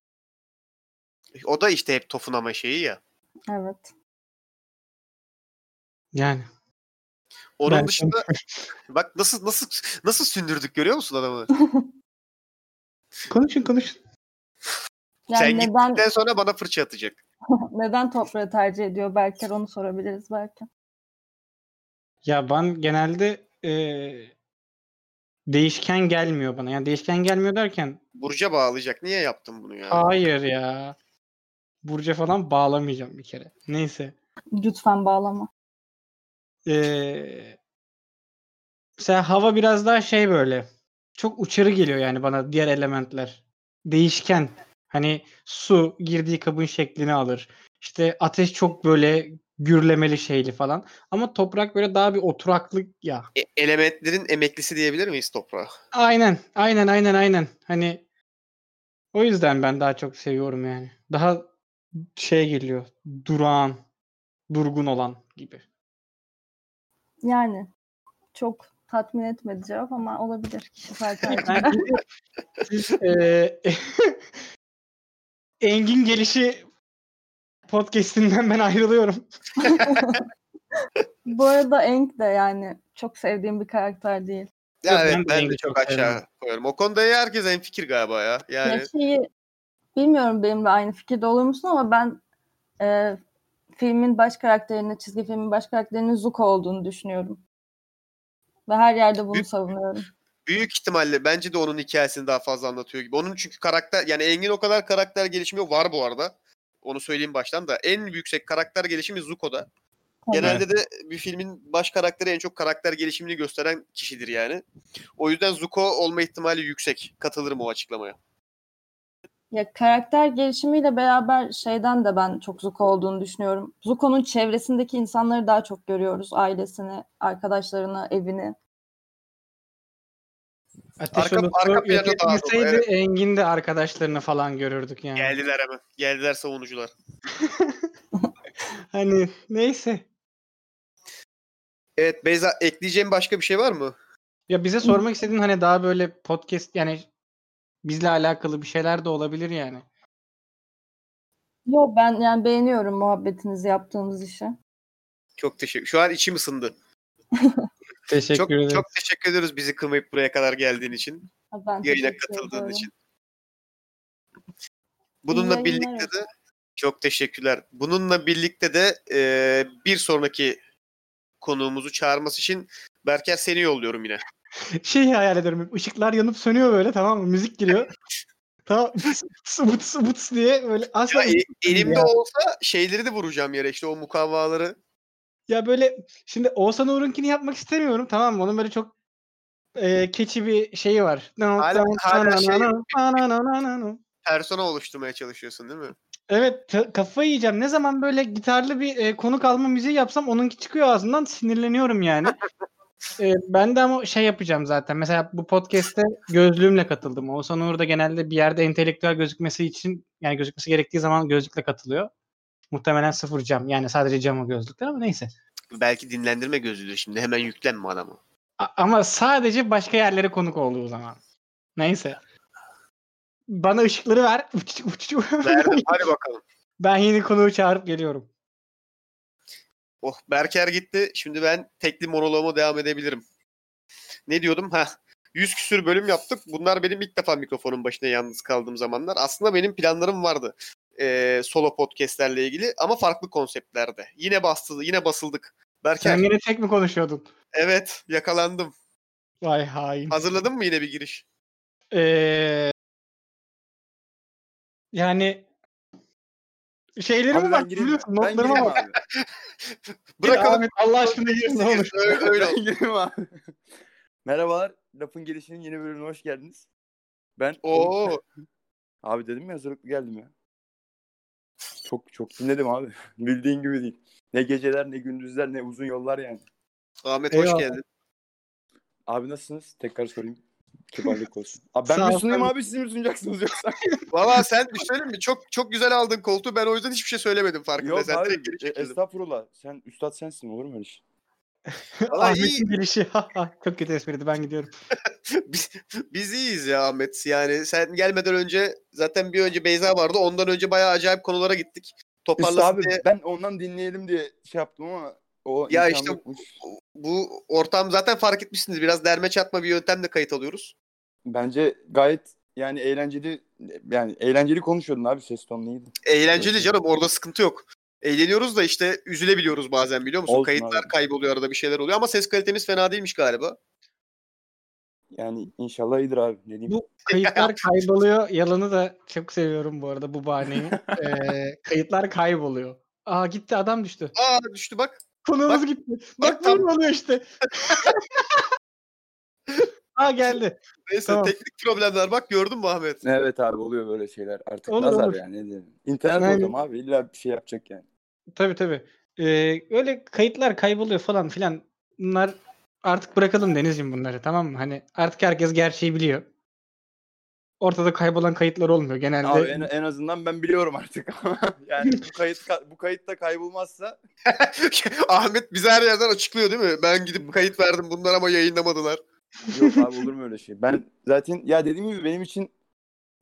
Speaker 1: O da işte hep tofun ama şeyi ya.
Speaker 3: Evet.
Speaker 2: Yani.
Speaker 1: Onun
Speaker 2: Ben-
Speaker 1: dışında bak nasıl nasıl nasıl sündürdük görüyor musun adamı?
Speaker 2: Konuşun konuşun.
Speaker 3: Yani
Speaker 1: Sen
Speaker 3: neden
Speaker 1: gittikten sonra bana fırça atacak.
Speaker 3: neden toprağı tercih ediyor Berker onu sorabiliriz belki.
Speaker 2: Ya ben genelde eee, değişken gelmiyor bana. Yani değişken gelmiyor derken
Speaker 1: Burca bağlayacak. Niye yaptın bunu ya?
Speaker 2: hayır ya. Burca falan bağlamayacağım bir kere. Neyse.
Speaker 3: Lütfen bağlama.
Speaker 2: Eee mesela hava biraz daha şey böyle. Çok uçarı geliyor yani bana diğer elementler. Değişken. Hani su girdiği kabın şeklini alır. İşte ateş çok böyle gürlemeli şeyli falan. Ama toprak böyle daha bir oturaklık ya.
Speaker 1: E- elementlerin emeklisi diyebilir miyiz toprağa?
Speaker 2: Aynen, aynen, aynen, aynen. Hani o yüzden ben daha çok seviyorum yani. Daha şey geliyor. Durağan, durgun olan gibi.
Speaker 3: Yani çok tatmin etmedi cevap ama olabilir kişisel tercih.
Speaker 2: Yani siz, eee, Engin Gelişi podcast'inden ben ayrılıyorum.
Speaker 3: Bu arada Enk de yani çok sevdiğim bir karakter değil.
Speaker 1: Ya
Speaker 2: Yok,
Speaker 1: evet
Speaker 2: ben de
Speaker 1: ben de
Speaker 2: rengi
Speaker 1: çok
Speaker 2: çok
Speaker 1: aşağı
Speaker 2: sevmem.
Speaker 1: koyarım. O konuda herkes en fikir galiba ya.
Speaker 3: Ya
Speaker 1: Yani
Speaker 3: şeyi bilmiyorum benimle aynı fikirde olur musun ama ben e, filmin baş karakterinin, çizgi filmin baş karakterinin Zuko olduğunu düşünüyorum. Ve her yerde bunu
Speaker 1: Büyük-
Speaker 3: savunuyorum.
Speaker 1: büyük ihtimalle bence de onun hikayesini daha fazla anlatıyor gibi. Onun çünkü karakter yani Engin o kadar karakter gelişimi var bu arada. Onu söyleyeyim baştan da en yüksek karakter gelişimi Zuko'da.
Speaker 3: Hani,
Speaker 1: Genelde de bir filmin baş karakteri en çok karakter gelişimini gösteren kişidir yani. O yüzden Zuko olma ihtimali yüksek. Katılırım o açıklamaya.
Speaker 3: Ya karakter gelişimiyle beraber şeyden de ben çok Zuko olduğunu düşünüyorum. Zuko'nun çevresindeki insanları daha çok görüyoruz. Ailesini, arkadaşlarını, evini.
Speaker 2: Ateş
Speaker 1: Arka-
Speaker 2: olursa
Speaker 1: arka planda
Speaker 2: yok
Speaker 1: daha
Speaker 2: etmeseydi
Speaker 1: dolu, evet.
Speaker 2: Engin de arkadaşlarını falan görürdük yani.
Speaker 1: Geldiler hemen. Geldiler savunucular.
Speaker 2: Hani neyse.
Speaker 1: Evet Beyza ekleyeceğim başka bir şey var mı?
Speaker 2: Ya bize sormak istediğin hani daha böyle podcast yani bizle alakalı bir şeyler de olabilir yani.
Speaker 3: Yo ben yani beğeniyorum muhabbetinizi yaptığımız işi.
Speaker 1: Çok teşekkür. Şu an içim ısındı.
Speaker 2: Teşekkür
Speaker 1: Çok çok teşekkür ediyoruz bizi kırmayıp buraya kadar geldiğin için.
Speaker 3: Ha, Ben
Speaker 1: Yayına
Speaker 3: teşekkür
Speaker 1: katıldığın
Speaker 3: ediyorum.
Speaker 1: için. Bununla
Speaker 3: yayınlar
Speaker 1: birlikte de çok teşekkürler. Bununla birlikte de e, bir sonraki konuğumuzu çağırması için Berker seni yolluyorum yine.
Speaker 2: Şeyi hayal ediyorum. Işıklar yanıp sönüyor böyle tamam mı? Müzik giriyor. tamam. Sıbıt sıbıt diye böyle
Speaker 1: Ya,
Speaker 2: aslında
Speaker 1: e- elimde
Speaker 2: ya.
Speaker 1: olsa şeyleri de vuracağım yere işte o mukavvaları.
Speaker 2: Ya böyle şimdi Oğuzhan Uğur'unkini yapmak istemiyorum tamam mı? Onun böyle çok e, keçi bir şeyi var.
Speaker 1: Hala- hala şey- Persona oluşturmaya çalışıyorsun değil mi?
Speaker 2: Evet t- kafayı yiyeceğim. Ne zaman böyle gitarlı bir e, konuk alma müziği yapsam onunki çıkıyor ağzımdan sinirleniyorum yani. E, ben de ama şey yapacağım zaten. Mesela bu podcast'te gözlüğümle katıldım. Oğuzhan Uğur da genelde bir yerde entelektüel gözükmesi için yani gözükmesi gerektiği zaman gözlükle katılıyor. Muhtemelen sıfır cam. Yani sadece cam o gözlükler ama neyse.
Speaker 1: Belki dinlendirme gözüdür şimdi. Hemen yüklenme adamı.
Speaker 2: A- ama sadece başka yerlere konuk olduğu zaman. Neyse. Bana ışıkları ver. Uç, uç, uç.
Speaker 1: Verdim. Hadi bakalım.
Speaker 2: ben yeni konuğu çağırıp geliyorum.
Speaker 1: Oh Berker gitti. Şimdi ben tekli monoloğuma devam edebilirim. Ne diyordum? Ha. 100 küsür bölüm yaptık. Bunlar benim ilk defa mikrofonun başına yalnız kaldığım zamanlar. Aslında benim planlarım vardı. Ee, solo podcastlerle ilgili ama farklı konseptlerde. Yine bastı, yine basıldık. Berker,
Speaker 2: Sen yine tek mi konuşuyordun?
Speaker 1: evet yakalandım.
Speaker 2: Vay hain.
Speaker 1: Hazırladın mı yine bir giriş?
Speaker 2: Ee, yani şeylerime
Speaker 4: Abi ben
Speaker 2: bak
Speaker 4: gireyim mi?
Speaker 2: biliyorsun
Speaker 4: Ben
Speaker 2: notlarıma
Speaker 4: gireyim
Speaker 2: bak.
Speaker 4: abi.
Speaker 1: Bırakalım.
Speaker 2: Ahmet, Allah aşkına gir ne olur.
Speaker 1: Öyle, öyle
Speaker 4: Ben
Speaker 1: oldu.
Speaker 4: gireyim abi. Merhabalar. Lafın Gelişi'nin yeni bölümüne hoş geldiniz. Ben
Speaker 1: Oo.
Speaker 4: Abi dedim ya hazırlıklı geldim ya. Çok çok dinledim abi. Bildiğin gibi değil. Ne geceler ne gündüzler ne uzun yollar yani.
Speaker 1: Ahmet hoş
Speaker 2: Eyvallah.
Speaker 1: geldin.
Speaker 4: Abi nasılsınız? Tekrar sorayım. Kibarlık olsun. Abi ben
Speaker 2: Sağ
Speaker 4: mi
Speaker 2: ol,
Speaker 4: sunayım
Speaker 2: sen-
Speaker 4: abi siz mi sunacaksınız yoksa?
Speaker 1: Valla sen bir şey söyleyeyim mi? Çok çok güzel aldın koltuğu. Ben o yüzden hiçbir şey söylemedim farkında.
Speaker 4: Yok
Speaker 1: Sen
Speaker 4: abi.
Speaker 1: direkt geri
Speaker 4: e,
Speaker 1: çekildin.
Speaker 4: Estağfurullah. Sen üstad sensin olur mu öyle şey?
Speaker 1: Valla iyi.
Speaker 2: Ahmet'in gelişi. ha, ha. Çok kötü espriydi ben gidiyorum.
Speaker 1: Biz, biz iyiyiz ya Ahmet. Yani sen gelmeden önce zaten bir önce Beyza vardı. Ondan önce bayağı acayip konulara gittik.
Speaker 4: İşte
Speaker 1: Toparlasın
Speaker 4: abi
Speaker 1: diye.
Speaker 4: ben ondan dinleyelim diye şey yaptım ama o
Speaker 1: Ya
Speaker 4: imkan
Speaker 1: işte-
Speaker 4: yokmuş.
Speaker 1: Bu ortam zaten fark etmişsiniz. Biraz derme çatma bir yöntemle kayıt alıyoruz.
Speaker 4: Bence gayet yani eğlenceli yani eğlenceli konuşuyordun abi ses tonu iyiydi.
Speaker 1: Eğlenceli
Speaker 4: Evet.
Speaker 1: canım. Orada sıkıntı yok. Eğleniyoruz da işte üzülebiliyoruz bazen biliyor musun?
Speaker 4: Olsun
Speaker 1: Kayıtlar
Speaker 4: abi.
Speaker 1: kayboluyor arada bir şeyler oluyor ama ses kalitemiz fena değilmiş galiba.
Speaker 4: Yani inşallah iyidir abi ne diyeyim.
Speaker 2: Bu kayıtlar kayboluyor. Yalanı da çok seviyorum bu arada bu bahaneyi. Ee, kayıtlar kayboluyor. Aa gitti adam düştü.
Speaker 1: Aa düştü bak.
Speaker 2: Konuğumuz gitti. Bak
Speaker 1: bak
Speaker 2: böyle
Speaker 1: tam-
Speaker 2: oluyor işte. Aa geldi.
Speaker 1: Neyse
Speaker 2: Tamam.
Speaker 1: teknik problemler bak gördün mü Ahmet?
Speaker 4: Evet abi oluyor böyle şeyler artık
Speaker 2: Olur,
Speaker 4: nazar
Speaker 2: olur.
Speaker 4: yani ne diyeyim. İnternet
Speaker 2: Yani-
Speaker 4: ortamı abi illa bir şey yapacak yani.
Speaker 2: Tabii tabii. Ee, öyle kayıtlar kayboluyor falan filan. Bunlar artık bırakalım Deniz'cim bunları tamam mı? Hani artık herkes gerçeği biliyor. Ortada kaybolan kayıtlar olmuyor genelde.
Speaker 4: Abi en, en azından ben biliyorum artık yani bu kayıt bu kayıt da kaybolmazsa
Speaker 1: Ahmet bize her yerden açıklıyor değil mi? Ben gidip kayıt verdim bunlar ama yayınlamadılar.
Speaker 4: yok abi olur mu öyle şey. Ben zaten ya dediğim gibi benim için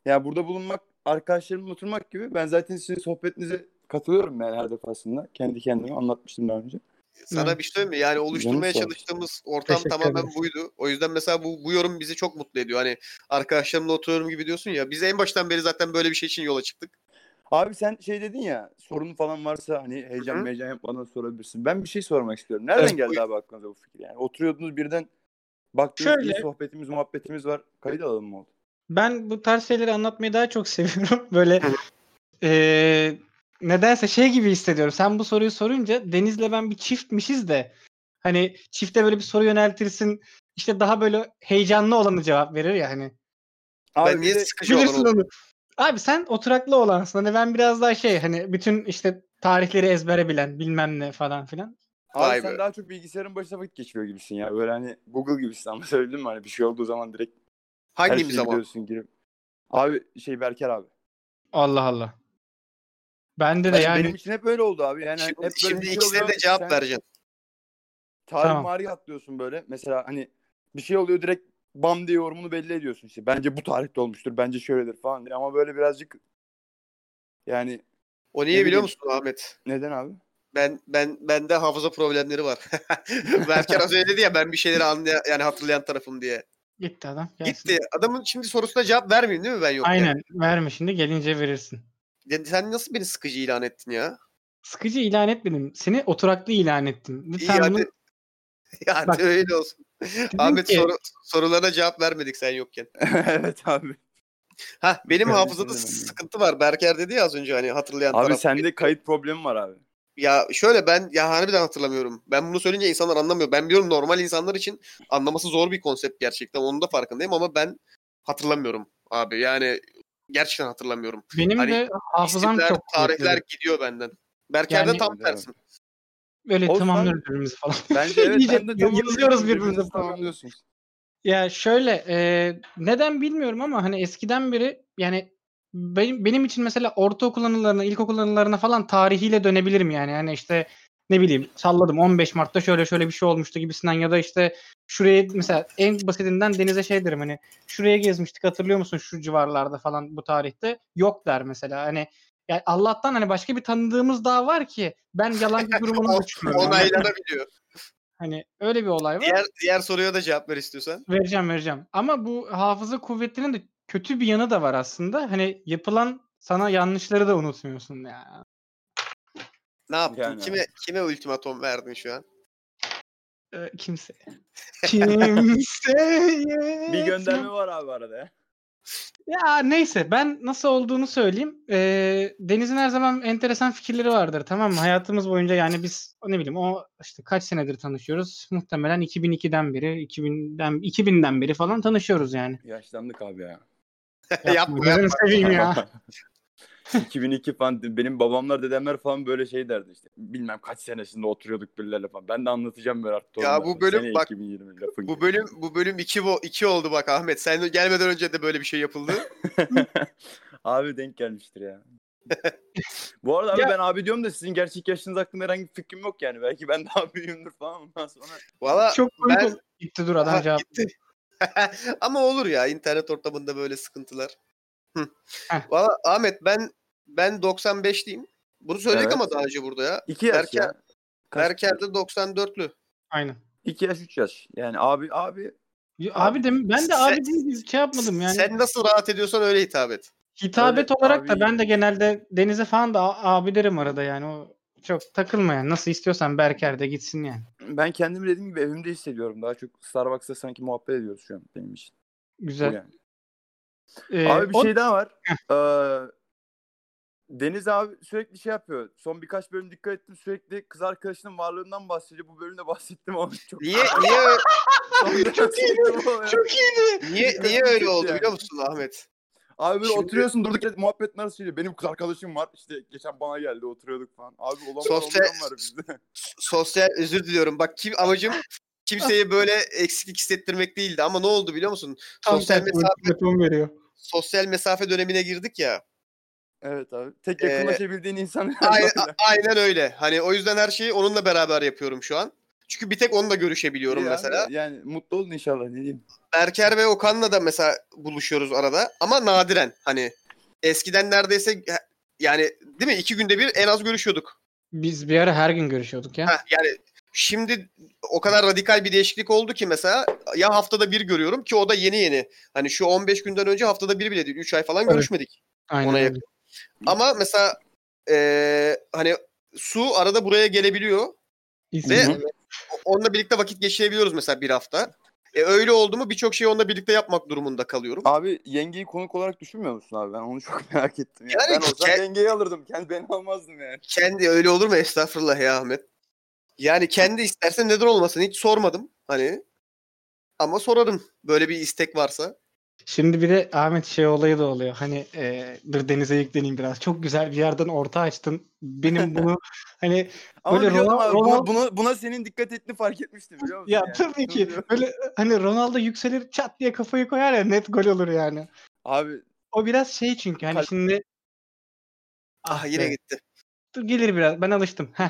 Speaker 4: ya burada bulunmak arkadaşlarımla oturmak gibi ben zaten sizin sohbetinize katılıyorum yani her defasında. Kendi kendime anlatmıştım daha önce.
Speaker 1: Sana
Speaker 2: Evet.
Speaker 1: bir şey söyleyeyim mi? Yani oluşturmaya
Speaker 4: sağ ol.
Speaker 1: çalıştığımız ortam
Speaker 2: Teşekkür
Speaker 1: tamamen
Speaker 2: ederim.
Speaker 1: buydu. O yüzden mesela bu, bu yorum bizi çok mutlu ediyor. Hani arkadaşlarımla oturuyorum gibi diyorsun ya. Biz en baştan beri zaten böyle bir şey için yola çıktık.
Speaker 4: Abi sen şey dedin ya sorun falan varsa hani heyecan
Speaker 1: Hı hı.
Speaker 4: meyecan yapmadan sorabilirsin. Ben bir şey sormak istiyorum. Nereden
Speaker 2: Evet,
Speaker 4: geldi abi aklınıza bu fikir? Yani oturuyordunuz birden baktınız
Speaker 2: Şöyle-
Speaker 4: iyi sohbetimiz muhabbetimiz var. Kayıt alalım mı oldu?
Speaker 2: Ben bu tarz şeyleri anlatmayı daha çok seviyorum. Böyle eee, nedense şey gibi hissediyorum. Sen bu soruyu sorunca Deniz'le ben bir çiftmişiz de hani çifte böyle bir soru yöneltirsin. İşte daha böyle heyecanlı olanı cevap verir ya hani.
Speaker 4: Abi
Speaker 1: ben niye
Speaker 4: bir de-
Speaker 1: sıkıcı olan
Speaker 2: Bilirsin
Speaker 1: oldum?
Speaker 2: onu. Abi sen oturaklı olansın. Hani ben biraz daha şey hani bütün işte tarihleri ezbere bilen bilmem ne falan filan.
Speaker 4: abi
Speaker 1: Vay
Speaker 4: sen
Speaker 1: be.
Speaker 4: daha çok bilgisayarın başına vakit geçiriyor gibisin ya. Böyle hani Google gibisin ama söyledim mi? Hani bir şey olduğu zaman direkt her
Speaker 1: Hangi
Speaker 4: şeyi
Speaker 1: zaman?
Speaker 4: biliyorsun girip. Abi şey Berker abi.
Speaker 2: Allah Allah. Bende de
Speaker 4: Benim-
Speaker 2: yani
Speaker 4: Benim için hep öyle oldu abi. Yani hep
Speaker 1: Şimdi,
Speaker 4: böyle bir
Speaker 1: şimdi
Speaker 4: şey
Speaker 1: ikisine
Speaker 4: oluyor,
Speaker 1: de cevap
Speaker 4: sen-
Speaker 1: vereceksin.
Speaker 4: Tarih
Speaker 2: Tamam.
Speaker 4: marih atlıyorsun böyle. Mesela hani bir şey oluyor direkt bam diye yorumunu belli ediyorsun işte. Bence bu tarihte olmuştur. Bence şöyledir falan diye. Ama böyle birazcık yani
Speaker 1: O
Speaker 4: Ne
Speaker 1: niye biliyor
Speaker 4: bileyim.
Speaker 1: musun Ahmet?
Speaker 4: neden abi?
Speaker 1: Ben ben bende hafıza problemleri var. Berker az önce dedi ya ben bir şeyleri anlayan yani hatırlayan tarafım diye.
Speaker 2: gitti adam. gelsin.
Speaker 1: Gitti. Adamın şimdi sorusuna cevap vermeyeyim değil mi ben yok
Speaker 2: Aynen. Verme şimdi gelince verirsin.
Speaker 1: Ya sen nasıl beni sıkıcı ilan ettin ya?
Speaker 2: Sıkıcı ilan etmedim. Seni oturaklı ilan ettim.
Speaker 1: İyi
Speaker 2: Lütfen bunu
Speaker 1: hadi. Yani
Speaker 2: Bak.
Speaker 1: öyle olsun. Ahmet
Speaker 2: ki-
Speaker 1: soru, sorularına cevap vermedik sen yokken.
Speaker 4: evet abi.
Speaker 1: Ha benim
Speaker 4: Ben de
Speaker 1: hafızada
Speaker 4: söylemedim.
Speaker 1: sıkıntı var. Berker dedi ya az önce hani hatırlayan
Speaker 4: Abi
Speaker 1: taraf.
Speaker 4: sende kayıt problemi var abi.
Speaker 1: Ya şöyle ben ya harbiden hatırlamıyorum. Ben bunu söyleyince insanlar anlamıyor. Ben biliyorum normal insanlar için anlaması zor bir konsept gerçekten. Onun da farkındayım ama ben hatırlamıyorum abi. Yani gerçekten hatırlamıyorum.
Speaker 2: Benim
Speaker 1: Hani
Speaker 2: de hafızam
Speaker 1: İsimler,
Speaker 2: çok
Speaker 1: tarihler
Speaker 2: kuvvetli.
Speaker 1: gidiyor benden. Berker'de
Speaker 2: Yani-
Speaker 1: tam tersin.
Speaker 2: Böyle
Speaker 4: Olsun
Speaker 2: tamamlar
Speaker 4: abi.
Speaker 2: birbirimizi falan.
Speaker 4: Bence evet.
Speaker 2: İyice
Speaker 4: ben de tam
Speaker 2: yazıyoruz
Speaker 4: olarak
Speaker 2: birbirimize
Speaker 4: birbirinizi
Speaker 2: falan.
Speaker 4: tamamlıyorsunuz.
Speaker 2: Ya şöyle e, neden bilmiyorum ama hani eskiden beri yani benim, benim için mesela ortaokul anılarına, ilkokul anılarına falan tarihiyle dönebilirim yani. Yani işte ne bileyim salladım 15 Mart'ta şöyle şöyle bir şey olmuştu gibisinden ya da işte şuraya mesela en basitinden Deniz'e şey derim hani şuraya gezmiştik hatırlıyor musun şu civarlarda falan bu tarihte yok der mesela hani yani Allah'tan hani başka bir tanıdığımız daha var ki ben yalancı durumunu düşünmüyorum.
Speaker 1: Onaylanabiliyor.
Speaker 2: Hani öyle bir olay var.
Speaker 1: Diğer, diğer soruya da cevap ver istiyorsan.
Speaker 2: Vereceğim vereceğim. Ama bu hafıza kuvvetinin de kötü bir yanı da var aslında. Hani yapılan sana yanlışları da unutmuyorsun ya.
Speaker 1: Ne yaptın?
Speaker 4: Yani.
Speaker 1: Kime kime ultimatom verdin şu an?
Speaker 2: Ee, Kimse. Kimse.
Speaker 4: Bir gönderme var abi arada ya.
Speaker 2: Ya neyse ben nasıl olduğunu söyleyeyim. Ee, Deniz'in her zaman enteresan fikirleri vardır tamam mı? Hayatımız boyunca yani biz ne bileyim o işte kaç senedir tanışıyoruz. Muhtemelen 2002'den beri 2000'den 2000'den beri falan tanışıyoruz yani.
Speaker 4: Yaşlandık abi ya.
Speaker 1: Yapma,
Speaker 2: gözünü seveyim ya.
Speaker 4: 2002 falan benim babamlar dedemler falan böyle şey derdi işte. Bilmem kaç senesinde oturuyorduk birilerle falan. Ben de anlatacağım böyle artık.
Speaker 1: Ya bu
Speaker 4: torunlarıma.
Speaker 1: bölüm
Speaker 4: Sene
Speaker 1: bak-
Speaker 4: 2020 lafın
Speaker 1: Bu
Speaker 4: gibi.
Speaker 1: bölüm bu bölüm 2 2 oldu bak Ahmet. Sen gelmeden önce de böyle bir şey yapıldı.
Speaker 4: abi denk gelmiştir ya. Bu arada abi
Speaker 2: Ya-
Speaker 4: ben abi diyorum da sizin gerçek yaşınız hakkında herhangi bir fikrim yok yani. Belki ben daha büyüğümdür falan ondan sonra.
Speaker 1: Valla
Speaker 2: Çok komik
Speaker 1: ben-
Speaker 2: oldu. Gitti dur adam
Speaker 1: Aha,
Speaker 2: cevap.
Speaker 1: gitti. Ama olur ya internet ortamında böyle sıkıntılar. Hı.
Speaker 2: Heh.
Speaker 1: Valla Ahmet ben ben 95'liyim. Bunu söyledik
Speaker 4: Evet.
Speaker 1: ama daha önce burada ya.
Speaker 4: İki yaş
Speaker 1: Berker-
Speaker 4: ya. Kaç-
Speaker 1: Berker de 94'lü.
Speaker 2: Aynen.
Speaker 4: İki yaş üç yaş. Yani abi abi
Speaker 2: Ya
Speaker 4: Abi,
Speaker 2: Abi de ben de
Speaker 1: sen-
Speaker 2: abi değil şey yapmadım yani.
Speaker 1: Sen nasıl rahat ediyorsan öyle hitap et.
Speaker 2: Hitabet
Speaker 4: öyle
Speaker 2: olarak da
Speaker 4: abi-
Speaker 2: ben de genelde Deniz'e falan da a- abi derim arada yani. O çok takılma yani. Nasıl istiyorsan Berker de gitsin yani.
Speaker 4: ben kendimi dediğim gibi evimde hissediyorum. Daha çok Starbucks'ta sanki muhabbet ediyoruz şu an benim için. Bu
Speaker 2: Güzel.
Speaker 4: yani.
Speaker 2: Ee,
Speaker 4: Abi bir
Speaker 2: o-
Speaker 4: şey daha var. Ee, Deniz abi sürekli şey yapıyor. Son birkaç bölüm dikkat ettim sürekli kız arkadaşının varlığından bahsediyor. Bu bölümde bahsettim ama çok
Speaker 1: Niye niye ö-
Speaker 4: çok iyi.
Speaker 1: niye niye öyle oldu biliyor musun Ahmet?
Speaker 4: Abi böyle
Speaker 1: Şimdi-
Speaker 4: oturuyorsun durduk yere muhabbet nasıl söylüyor. Benim kız arkadaşım var. İşte geçen bana geldi oturuyorduk falan. Abi olan var,
Speaker 1: Sosyal-
Speaker 4: olmayan var bizde.
Speaker 1: S- Sosyal özür diliyorum. Bak kim amacım kimseye böyle eksiklik hissettirmek değildi ama ne oldu biliyor musun?
Speaker 2: tam
Speaker 1: sosyal
Speaker 2: tersi
Speaker 1: mesafe-
Speaker 2: ultimatum veriyor.
Speaker 1: Sosyal mesafe dönemine girdik ya.
Speaker 4: Evet abi. Tek
Speaker 1: Ee,
Speaker 4: yakınlaşabildiğin insan.
Speaker 1: Aynen, aynen öyle. Hani o yüzden her şeyi onunla beraber yapıyorum şu an. Çünkü bir tek onunla görüşebiliyorum
Speaker 4: İyi abi,
Speaker 1: mesela.
Speaker 4: Yani mutlu olun inşallah ne diyeyim.
Speaker 1: Berker ve Okan'la da mesela buluşuyoruz arada ama nadiren hani eskiden neredeyse yani değil mi iki günde bir en az görüşüyorduk.
Speaker 2: Biz bir ara her gün görüşüyorduk ya.
Speaker 1: Heh, yani şimdi o kadar radikal bir değişiklik oldu ki mesela ya haftada bir görüyorum ki o da yeni yeni. Hani şu 15 günden önce haftada bir bile değil. 3 ay falan
Speaker 2: Evet.
Speaker 1: görüşmedik.
Speaker 2: Aynen
Speaker 1: ona
Speaker 2: öyle.
Speaker 1: yakın. Ama mesela eee, hani su arada buraya gelebiliyor. Ve
Speaker 2: İzmir.
Speaker 4: Hı
Speaker 1: o- onunla birlikte vakit geçirebiliyoruz mesela bir hafta. E öyle oldu mu birçok şeyi onunla birlikte yapmak durumunda kalıyorum.
Speaker 4: Abi yengeyi konuk olarak düşünmüyor musun abi? Ben onu çok merak ettim. Yani.
Speaker 1: Yani
Speaker 4: ben olsam
Speaker 1: ke-
Speaker 4: yengeyi alırdım. Kendi beni almazdım yani.
Speaker 1: Kendi öyle olur mu estağfurullah ya Ahmet. Yani kendi istersen neden olmasın hiç sormadım hani. Ama sorarım böyle bir istek varsa.
Speaker 2: Şimdi bir de Ahmet şey olayı da oluyor. Hani e, dur denize yükleneyim biraz. Çok güzel bir yerden orta açtın. Benim bunu hani
Speaker 4: Ama
Speaker 2: Böyle
Speaker 4: biliyordum
Speaker 2: Ronald-
Speaker 4: abi, buna,
Speaker 2: Ronald-
Speaker 4: buna, buna senin dikkat ettiğini fark etmiştim biliyor musun?
Speaker 2: ya
Speaker 4: yani?
Speaker 2: tabii
Speaker 4: Bunu
Speaker 2: ki
Speaker 4: biliyorum.
Speaker 2: böyle hani Ronaldo yükselir çat diye kafayı koyar ya net gol olur yani.
Speaker 4: Abi
Speaker 2: O biraz şey çünkü hani
Speaker 4: Kal-
Speaker 2: şimdi
Speaker 1: Ah yine
Speaker 2: be.
Speaker 1: gitti.
Speaker 2: Dur gelir biraz. Ben alıştım. Heh.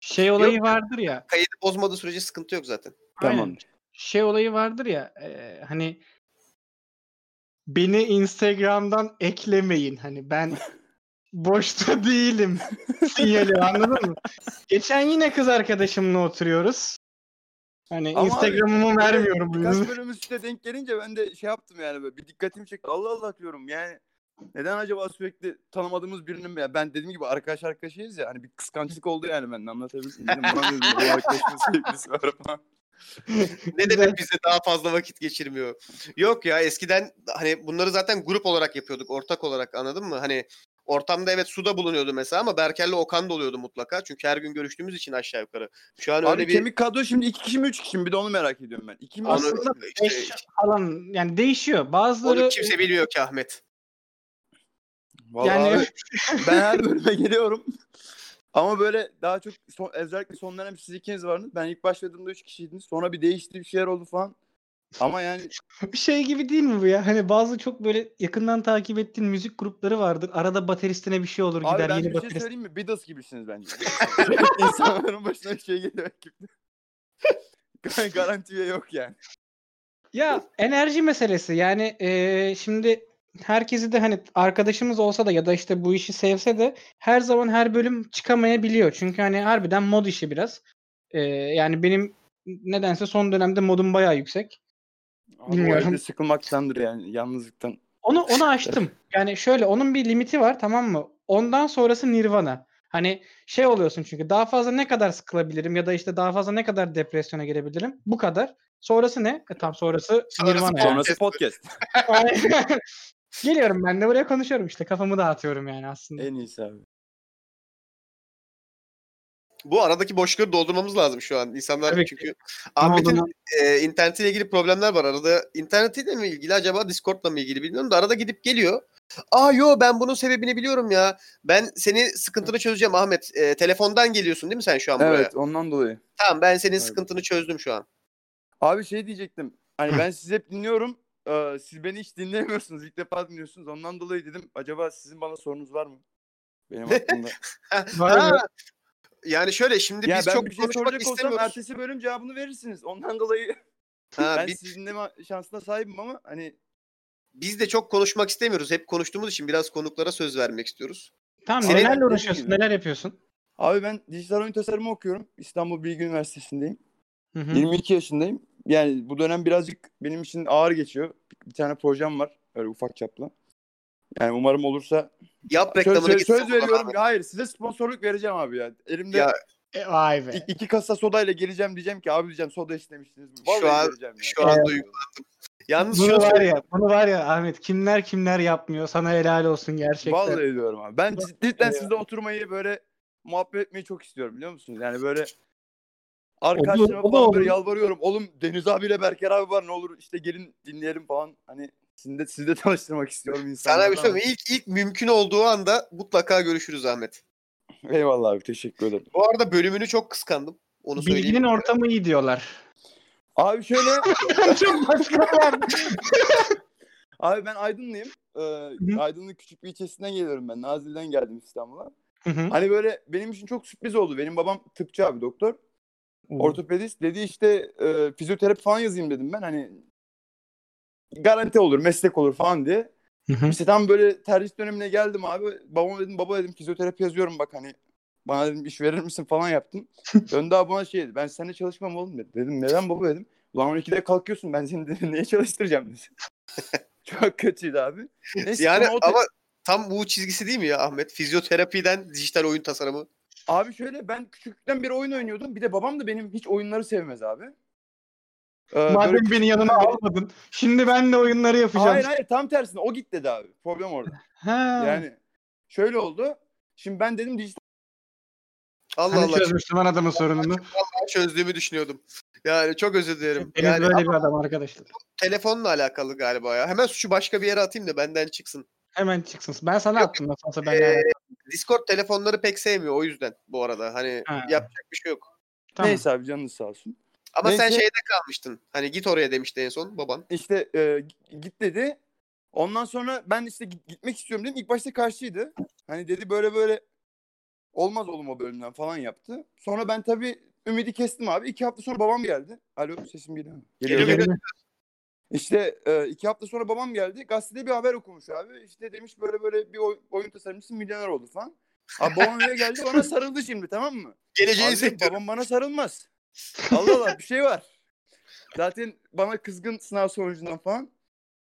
Speaker 2: Şey olayı vardır ya.
Speaker 1: Kaydı bozmadığı sürece sıkıntı yok zaten.
Speaker 2: aynen.
Speaker 4: tamam.
Speaker 2: Şey olayı vardır ya. e, hani beni Instagram'dan eklemeyin. Hani ben boşta değilim. Sinyali anladın mı? Geçen yine kız arkadaşımla oturuyoruz. Hani
Speaker 4: Ama abi,
Speaker 2: Instagram'ımı
Speaker 4: böyle
Speaker 2: vermiyorum. bu
Speaker 4: Birkaç
Speaker 2: yüzden.
Speaker 4: bölüm üstüne denk gelince ben de şey yaptım yani böyle bir dikkatimi çekti. Allah Allah diyorum yani neden acaba sürekli tanımadığımız birinin mi? ya ben dediğim gibi arkadaş arkadaşıyız ya hani bir kıskançlık oldu yani benden anlatabildim. Dedim, "Ulan," dedim, "bu arkadaşımın sevgilisi var falan.
Speaker 1: Ne demek bize daha fazla vakit geçirmiyor. Yok ya eskiden hani bunları zaten grup olarak yapıyorduk. Ortak olarak anladın mı? Hani Ortamda evet su da bulunuyordu mesela ama Berker'le Okan da oluyordu mutlaka. Çünkü her gün görüştüğümüz için aşağı yukarı. Şu an
Speaker 4: Abi
Speaker 1: öyle bir...
Speaker 4: kemik kadro şimdi iki kişi mi üç kişi mi? Bir de onu merak ediyorum ben. İki mi?
Speaker 1: Onu,
Speaker 4: üç mü?
Speaker 1: işte-
Speaker 2: Beş falan yani değişiyor. Bazıları
Speaker 1: onu kimse bilmiyor ki Ahmet.
Speaker 4: Vallahi
Speaker 2: Yani-
Speaker 4: abi, ben her bölüme geliyorum. Ama böyle daha çok son, özellikle son dönem siz ikiniz varınız. Ben ilk başladığımda üç kişiydiniz. Sonra bir değişti bir şeyler oldu falan. Ama yani
Speaker 2: bir şey gibi değil mi bu ya? Hani bazı çok böyle yakından takip ettiğin müzik grupları vardır. Arada bateristine bir şey olur
Speaker 4: abi
Speaker 2: gider
Speaker 4: ben
Speaker 2: yeni
Speaker 4: bir şey
Speaker 2: baterist.
Speaker 4: söyleyeyim mi? Beatles gibisiniz bence. İnsanların başına bir şey geliyor ekipte. Garantiye yok yani.
Speaker 2: Ya enerji meselesi yani eee, şimdi herkesi de hani arkadaşımız olsa da ya da işte bu işi sevse de her zaman her bölüm çıkamayabiliyor. Çünkü hani harbiden mod işi biraz. Eee, yani benim nedense son dönemde modum bayağı yüksek.
Speaker 4: Abi o
Speaker 2: Bilmiyorum.
Speaker 4: evde sıkılmaktandır yani yalnızlıktan.
Speaker 2: Onu onu açtım. Yani şöyle onun bir limiti var tamam mı? Ondan sonrası Nirvana. Hani şey oluyorsun çünkü daha fazla ne kadar sıkılabilirim ya da işte daha fazla ne kadar depresyona girebilirim? Bu kadar. Sonrası ne? E, tam sonrası,
Speaker 1: Sonrası
Speaker 2: Nirvana. yani.
Speaker 4: Sonrası podcast.
Speaker 2: Aynen. Geliyorum ben de buraya konuşuyorum işte kafamı dağıtıyorum yani aslında.
Speaker 1: E,
Speaker 4: en iyisi abi.
Speaker 1: Bu aradaki boşlukları doldurmamız lazım şu an. İnsanlar
Speaker 2: Tabii ki.
Speaker 1: çünkü
Speaker 2: Ama o
Speaker 1: Ahmet'in
Speaker 2: zaman-
Speaker 1: e, internetiyle ilgili problemler var arada. İnternetiyle mi ilgili acaba Discord'la mı ilgili bilmiyorum da arada gidip geliyor. Aa yo ben bunun sebebini biliyorum ya. Ben seni sıkıntını çözeceğim Ahmet. E, telefondan geliyorsun değil mi sen şu an buraya?
Speaker 4: Evet ondan dolayı.
Speaker 1: Tamam ben senin
Speaker 4: Evet.
Speaker 1: sıkıntını çözdüm şu an.
Speaker 4: Abi şey diyecektim. Hani ben sizi hep dinliyorum. Ee, siz beni hiç dinlemiyorsunuz. İlk defa dinliyorsunuz. Ondan dolayı dedim. Acaba sizin bana sorunuz var mı? Benim aklımda.
Speaker 2: Var
Speaker 1: Ha,
Speaker 2: mı?
Speaker 1: yani şöyle şimdi
Speaker 4: ya
Speaker 1: biz
Speaker 4: ben
Speaker 1: çok
Speaker 4: bir şey
Speaker 1: konuşmak
Speaker 4: soracak olsam
Speaker 1: istemiyoruz.
Speaker 4: ertesi bölüm cevabını verirsiniz. Ondan dolayı
Speaker 1: Ha,
Speaker 4: ben
Speaker 1: biz,
Speaker 4: sizi dinleme şansına sahibim ama hani
Speaker 1: biz de çok konuşmak istemiyoruz. Hep konuştuğumuz için biraz konuklara söz vermek istiyoruz.
Speaker 2: Tamam
Speaker 1: Senin-
Speaker 2: nelerle uğraşıyorsun neler yapıyorsun?
Speaker 4: abi ben dijital oyun tasarımı okuyorum. İstanbul Bilgi Üniversitesi'ndeyim.
Speaker 2: Hı hı.
Speaker 4: 22 yaşındayım. Yani bu dönem birazcık benim için ağır geçiyor. Bir tane projem var. Öyle ufak çaplı. Yani umarım olursa
Speaker 1: Yap
Speaker 4: Söz,
Speaker 1: reklamını
Speaker 4: söz-
Speaker 1: gitsin
Speaker 4: söz
Speaker 1: buradan
Speaker 4: veriyorum.
Speaker 1: Ahmet.
Speaker 4: Hayır size sponsorluk vereceğim abi ya. Elimde
Speaker 1: Ya,
Speaker 2: E, vay be.
Speaker 4: i- iki kasa sodayla geleceğim diyeceğim ki abi diyeceğim soda istemiştiniz. mi?
Speaker 1: Şu
Speaker 4: Vallahi
Speaker 1: an-
Speaker 4: vereceğim ya.
Speaker 1: Şu an duygulandım. Yalnız
Speaker 2: Bunu
Speaker 1: şunu
Speaker 2: var
Speaker 1: söyleyeyim.
Speaker 2: ya, bunu var ya Ahmet kimler kimler yapmıyor sana helal olsun gerçekten. e,
Speaker 4: Vallahi diyorum abi. Ben cidden
Speaker 2: Ya.
Speaker 4: sizle oturmayı böyle muhabbet etmeyi çok istiyorum biliyor musunuz? Yani böyle arkadaşlarıma
Speaker 2: o da
Speaker 4: falan böyle
Speaker 2: olur.
Speaker 4: yalvarıyorum. Oğlum Deniz abiyle Berker abi var ne olur işte gelin dinleyelim falan. Hani sizi de, sizi de tanıştırmak istiyorum insanlara.
Speaker 1: Sana bir şey söyleyeyim. mi? İlk, ilk mümkün olduğu anda mutlaka görüşürüz Ahmet.
Speaker 4: Eyvallah abi teşekkür ederim.
Speaker 1: Bu arada bölümünü çok kıskandım. Onu söyleyeyim.
Speaker 2: Bilginin ortamı iyi diyorlar.
Speaker 4: Abi şöyle
Speaker 2: Çok başkalar.
Speaker 4: Abi ben Aydınlıyım. Ee, Aydın'ın küçük bir ilçesinden geliyorum ben. Nazilli'den geldim İstanbul'a.
Speaker 2: Hı hı.
Speaker 4: Hani böyle benim için çok sürpriz oldu. Benim babam tıpçı abi doktor. Ortopedist. Dedi işte e, fizyoterapi falan yazayım dedim ben. Hani garanti olur, meslek olur falan diye.
Speaker 2: Hı hı.
Speaker 4: İşte tam böyle tercih dönemine geldim abi. Babama dedim baba dedim fizyoterapi yazıyorum bak hani bana dedim iş verir misin falan yaptım. Döndü abi bana şey dedi ben seninle çalışmam oğlum dedi. Dedim neden baba dedim. Ulan 12'de kalkıyorsun ben seni dedi, neye çalıştıracağım dedi. Çok kötüydü abi. Neyse,
Speaker 1: Yani
Speaker 4: sonra o-
Speaker 1: ama tam bu çizgisi değil mi ya Ahmet? Fizyoterapiden dijital oyun tasarımı.
Speaker 4: Abi şöyle ben küçüklükten beri oyun oynuyordum. Bir de babam da benim hiç oyunları sevmez abi. Ee, böyle-
Speaker 2: Madem beni yanına almadın. Şimdi ben de oyunları yapacağım. şey.
Speaker 4: Hayır hayır tam tersine o git dedi abi. Problem orada.
Speaker 2: Ha.
Speaker 4: Yani şöyle oldu. Şimdi ben dedim dijital
Speaker 1: Allah
Speaker 2: Hani
Speaker 1: Allah
Speaker 2: çözmüştüm ben adamın sorununu.
Speaker 1: çok çözdüğümü düşünüyordum. Yani çok özür dilerim.
Speaker 2: Deniz
Speaker 1: yani
Speaker 2: böyle bir adam arkadaşlar.
Speaker 1: telefonla alakalı galiba ya. Hemen suçu başka bir yere atayım da benden çıksın.
Speaker 2: Hemen çıksın. Ben sana
Speaker 1: Yok.
Speaker 2: attım nasıl olsa ben.
Speaker 1: Ee,
Speaker 2: yani.
Speaker 1: Discord telefonları pek sevmiyor o yüzden bu arada. Hani
Speaker 2: Ha.
Speaker 1: yapacak bir şey yok.
Speaker 2: Tamam.
Speaker 4: neyse abi canınız sağ olsun.
Speaker 1: Ama sen
Speaker 4: Neyse.
Speaker 1: şeyde kalmıştın. Hani git oraya demişti en son baban.
Speaker 4: İşte e, gi- git dedi. Ondan sonra ben işte git- gitmek istiyorum dedim. İlk başta karşıydı. Hani dedi böyle böyle olmaz oğlum o bölümden falan yaptı. Sonra ben tabii ümidi kestim abi. İki hafta sonra babam geldi. Alo sesim geliyor mu?
Speaker 1: Geliyor,
Speaker 4: mu?
Speaker 1: geliyor.
Speaker 4: İşte e, iki hafta sonra babam geldi. Gazetede bir haber okumuş abi. İşte demiş böyle böyle bir oy- oyun tasarımcısı milyoner oldu falan. Abi babam eve geldi bana sarıldı şimdi tamam mı?
Speaker 1: Geleceği
Speaker 4: Abi dedim,
Speaker 1: sektör.
Speaker 4: babam bana sarılmaz. Allah Allah bir şey var. Zaten bana kızgın sınav sonucundan falan.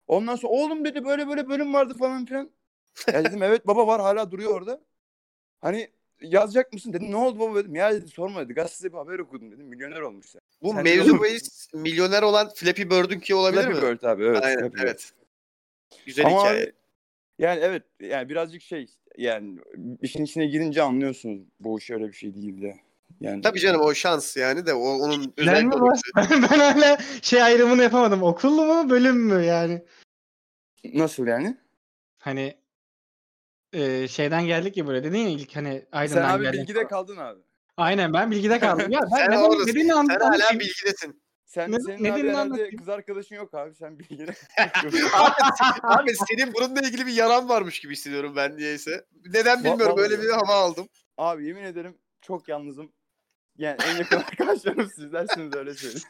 Speaker 4: Ondan sonra oğlum dedi böyle böyle bölüm vardı falan filan. Ya dedim evet baba var hala duruyor orada. Hani yazacak mısın dedim. Ne oldu baba dedim. Ya dedi sorma dedi. Gazetede bir haber okudum dedim. Milyoner olmuş. ya.
Speaker 1: Bu
Speaker 4: Sen
Speaker 1: mevzu
Speaker 4: de-
Speaker 1: bahis milyoner olan Flappy Bird'ün ki olabilir mi?
Speaker 4: Flappy Bird abi evet.
Speaker 1: Aynen
Speaker 4: Flappy Bird.
Speaker 1: evet. Güzel
Speaker 4: Ama
Speaker 1: hikaye.
Speaker 4: abi, yani evet yani birazcık şey yani işin içine girince anlıyorsunuz bu iş öyle bir şey değildi. Yani
Speaker 1: Tabii canım o şans yani de o onun özel
Speaker 2: Ben mi
Speaker 1: konusu.
Speaker 2: ben hala şey ayrımını yapamadım. Okul mu bölüm mü yani?
Speaker 4: nasıl yani?
Speaker 2: Hani e, şeyden geldik ya böyle dedin ya ilk hani
Speaker 4: Sen
Speaker 2: Aydın'dan
Speaker 4: abi
Speaker 2: geldik.
Speaker 4: bilgide kaldın abi.
Speaker 2: Aynen ben bilgide kaldım. Ya ben,
Speaker 1: Sen
Speaker 2: ben
Speaker 1: oradasın.
Speaker 2: dediğini
Speaker 1: Sen
Speaker 2: anladım.
Speaker 1: hala bilgidesin.
Speaker 4: Sen
Speaker 2: Ne-
Speaker 4: senin
Speaker 2: ne
Speaker 4: abi
Speaker 2: dediğini
Speaker 4: herhalde
Speaker 2: anlatayım.
Speaker 4: kız arkadaşın yok abi. Sen bilgide.
Speaker 1: abi, abi senin bununla ilgili bir yaran varmış gibi hissediyorum ben niyeyse. Neden bilmiyorum
Speaker 4: Vallahi
Speaker 1: öyle bir
Speaker 4: ya.
Speaker 1: hava aldım.
Speaker 4: abi yemin ederim çok yalnızım. Yani en yakın arkadaşlarım sizlersiniz öyle söyleyeyim.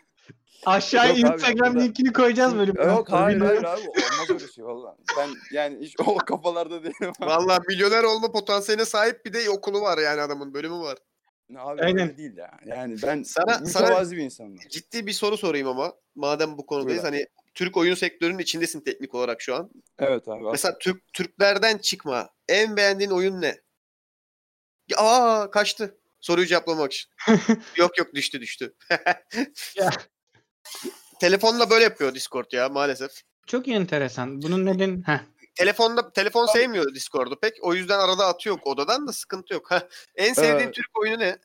Speaker 2: Aşağıya
Speaker 4: Yok abi,
Speaker 2: Instagram
Speaker 4: burada-
Speaker 2: linkini koyacağız böyle.
Speaker 4: Yok hayır
Speaker 2: Videoda-
Speaker 4: hayır abi olmaz öyle şey valla. Ben yani hiç o kafalarda değilim.
Speaker 1: Vallahi milyoner olma potansiyeline sahip bir de okulu var yani adamın bölümü var.
Speaker 4: Abi
Speaker 2: Aynen.
Speaker 4: öyle değil ya. Yani ben
Speaker 1: Sana-
Speaker 4: mütevazi bir insanım.
Speaker 1: Ciddi bir soru sorayım ama madem bu konudayız
Speaker 4: Buyur abi.
Speaker 1: hani Türk oyun sektörünün içindesin teknik olarak şu an.
Speaker 4: Evet abi.
Speaker 1: Mesela Türk Türklerden çıkma. En beğendiğin oyun ne? Ya, Aa kaçtı. Soruyu cevaplamak için. yok yok düştü düştü.
Speaker 2: Ya.
Speaker 1: Telefonla böyle yapıyor Discord ya maalesef.
Speaker 2: Çok enteresan. Bunun neden? Heh.
Speaker 1: Telefonda telefon
Speaker 4: Abi-
Speaker 1: sevmiyor Discord'u pek. O yüzden arada atıyor odadan da sıkıntı yok. Heh. en sevdiğin
Speaker 4: Ee,
Speaker 1: Türk oyunu ne?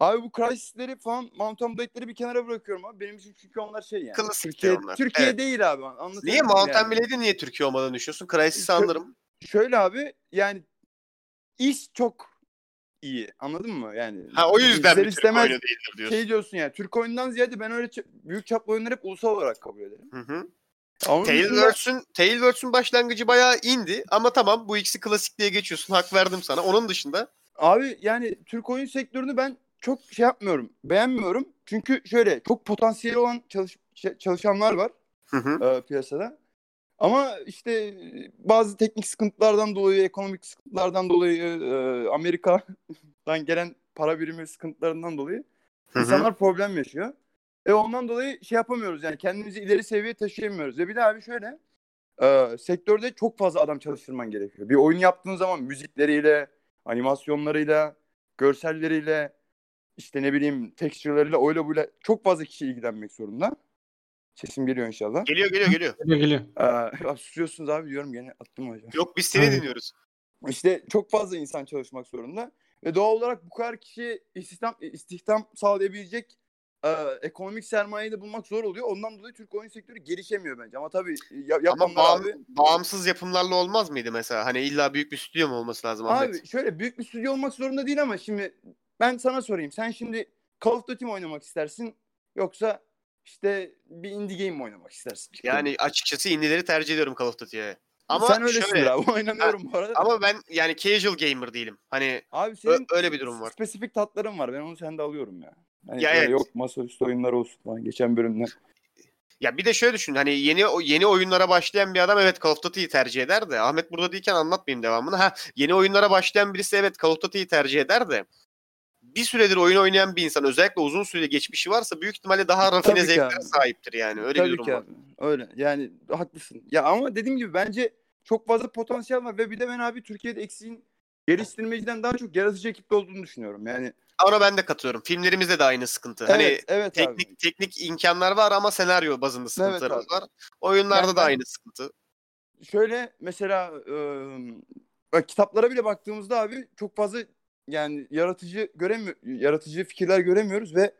Speaker 4: Abi bu Crysis'leri falan Mountain Blade'leri bir kenara bırakıyorum abi. Benim için çünkü onlar şey yani.
Speaker 1: Klasik
Speaker 4: Türkiye,
Speaker 1: ya onlar.
Speaker 4: Türkiye
Speaker 1: Evet.
Speaker 4: değil abi. Anlatabiliyor
Speaker 1: Niye
Speaker 4: muyum
Speaker 1: Mountain
Speaker 4: yani?
Speaker 1: Blade'i niye Türkiye olmadan düşünüyorsun? Crysis
Speaker 4: Kö-
Speaker 1: anlarım.
Speaker 4: Şöyle abi yani iş çok iyi. Anladın mı? Yani
Speaker 1: Ha o yüzden
Speaker 4: ister
Speaker 1: bir Türk
Speaker 4: istemez
Speaker 1: oyunu değildir diyorsun.
Speaker 4: şey diyorsun yani. Türk oyundan ziyade ben öyle ç- büyük çaplı oyunları hep ulusal olarak kabul ederim.
Speaker 1: Hı hı.
Speaker 4: Ama onun dışında-
Speaker 1: Tailwords'ün Tailwords'ün başlangıcı bayağı indi ama tamam bu ikisi klasik diye geçiyorsun. Hak verdim sana. Onun dışında
Speaker 4: Abi yani Türk oyun sektörünü ben çok şey yapmıyorum. Beğenmiyorum. Çünkü şöyle çok potansiyeli olan çalış- ç- çalışanlar var
Speaker 1: hı hı.
Speaker 4: e, piyasada. Ama işte e, bazı teknik sıkıntılardan dolayı, ekonomik sıkıntılardan dolayı, e, Amerika'dan gelen para birimi sıkıntılarından dolayı
Speaker 1: Hı hı.
Speaker 4: insanlar problem yaşıyor. E ondan dolayı şey yapamıyoruz yani kendimizi ileri seviyeye taşıyamıyoruz. Ve bir de abi şöyle, e, sektörde çok fazla adam çalıştırman gerekiyor. Bir oyun yaptığın zaman müzikleriyle, animasyonlarıyla, görselleriyle, işte ne bileyim texture'larıyla, öyle böyle çok fazla kişi ilgilenmek zorunda. Sesim geliyor inşallah.
Speaker 1: geliyor geliyor geliyor.
Speaker 2: Geliyor geliyor.
Speaker 4: Ee, abi susuyorsunuz abi diyorum gene attım hocam.
Speaker 1: Yok biz seni
Speaker 2: Aynen.
Speaker 1: dinliyoruz.
Speaker 4: İşte çok fazla insan çalışmak zorunda ve doğal olarak bu kadar kişiye istihdam, istihdam sağlayabilecek e, ekonomik sermayeyi de bulmak zor oluyor. Ondan dolayı Türk oyun sektörü gelişemiyor bence. Ama tabii ya,
Speaker 1: Ama
Speaker 4: yapanlar
Speaker 1: bağım-
Speaker 4: abi.
Speaker 1: bağımsız yapımlarla olmaz mıydı mesela? Hani illa büyük bir stüdyo mu olması lazım Ahmet?
Speaker 4: Abi şöyle büyük bir stüdyo olmak zorunda değil ama şimdi ben sana sorayım. Sen şimdi Call of Duty mi oynamak istersin yoksa işte bir indie game mi oynamak istersin?
Speaker 1: Yani açıkçası indileri tercih ediyorum Call of Duty'ye. Ama
Speaker 4: ama sen öylesin
Speaker 1: şöyle,
Speaker 4: abi. Oynamıyorum bu arada.
Speaker 1: ama ben yani casual gamer değilim. Hani
Speaker 4: Abi
Speaker 1: Ö-
Speaker 4: senin
Speaker 1: öyle bir durum var.
Speaker 4: Spesifik tatların var. Ben onu sende alıyorum ya. Hani
Speaker 1: Ya
Speaker 4: böyle
Speaker 1: evet.
Speaker 4: Yok masaüstü oyunlar olsun falan geçen bölümde.
Speaker 1: ya bir de şöyle düşün. Hani yeni o- yeni oyunlara başlayan bir adam evet Call of Duty'yi tercih eder de Ahmet burada değilken anlatmayayım devamını. Ha yeni oyunlara başlayan birisi evet Call of Duty'yi tercih eder de bir süredir oyun oynayan bir insan özellikle uzun süre geçmişi varsa büyük ihtimalle daha rafine
Speaker 4: Tabii ki
Speaker 1: zevklere
Speaker 4: abi.
Speaker 1: sahiptir yani. Öyle bir
Speaker 4: Tabii
Speaker 1: durum
Speaker 4: ki
Speaker 1: var.
Speaker 4: abi. Öyle. Yani haklısın. Ya ama dediğim gibi bence çok fazla potansiyel var ve bir de ben abi Türkiye'de eksiğin geliştirmeciden daha çok yaratıcı ekipte olduğunu düşünüyorum. Yani
Speaker 1: Ona ben de katılıyorum. Filmlerimizde de aynı sıkıntı. hani
Speaker 4: evet, evet
Speaker 1: teknik
Speaker 4: abi.
Speaker 1: teknik imkanlar var ama senaryo bazında sıkıntılarımız
Speaker 4: abi.
Speaker 1: var. Oyunlarda
Speaker 4: Yani
Speaker 1: da
Speaker 4: ben-
Speaker 1: aynı sıkıntı.
Speaker 4: Şöyle mesela ıı, bak kitaplara bile baktığımızda abi çok fazla yani yaratıcı göremiyor yaratıcı fikirler göremiyoruz ve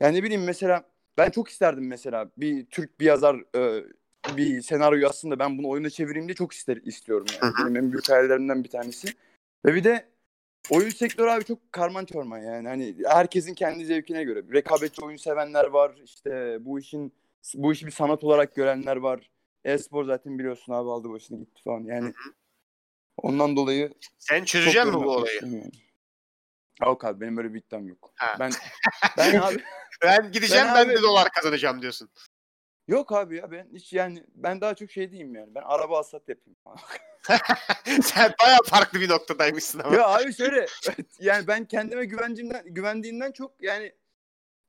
Speaker 4: yani ne bileyim mesela ben çok isterdim mesela bir Türk bir yazar ıı, bir senaryo yazsın da ben bunu oyuna çevireyim diye çok ister istiyorum yani.
Speaker 1: Hı
Speaker 4: Benim en büyük hayallerimden bir tanesi. Ve bir de oyun sektörü abi çok karman çorman yani. Hani herkesin kendi zevkine göre. Rekabetçi oyun sevenler var. İşte bu işin bu işi bir sanat olarak görenler var. E-spor zaten biliyorsun abi aldı başını gitti falan. Yani ondan dolayı çok
Speaker 1: Sen çözeceksin mi
Speaker 4: yorum
Speaker 1: bu
Speaker 4: yapmak
Speaker 1: olayı?
Speaker 4: istemiyorum. Yok abi benim böyle bir iddiam yok.
Speaker 1: Ha.
Speaker 4: Ben ben abi
Speaker 1: Ben gideceğim ben,
Speaker 4: Ben
Speaker 1: de
Speaker 4: abi-
Speaker 1: dolar kazanacağım diyorsun.
Speaker 4: yok abi ya ben hiç yani ben daha çok şey diyeyim yani. Ben araba alsat yapayım.
Speaker 1: Sen bayağı farklı bir noktadaymışsın ama.
Speaker 4: ya abi şöyle yani ben kendime güvencimden güvendiğimden çok yani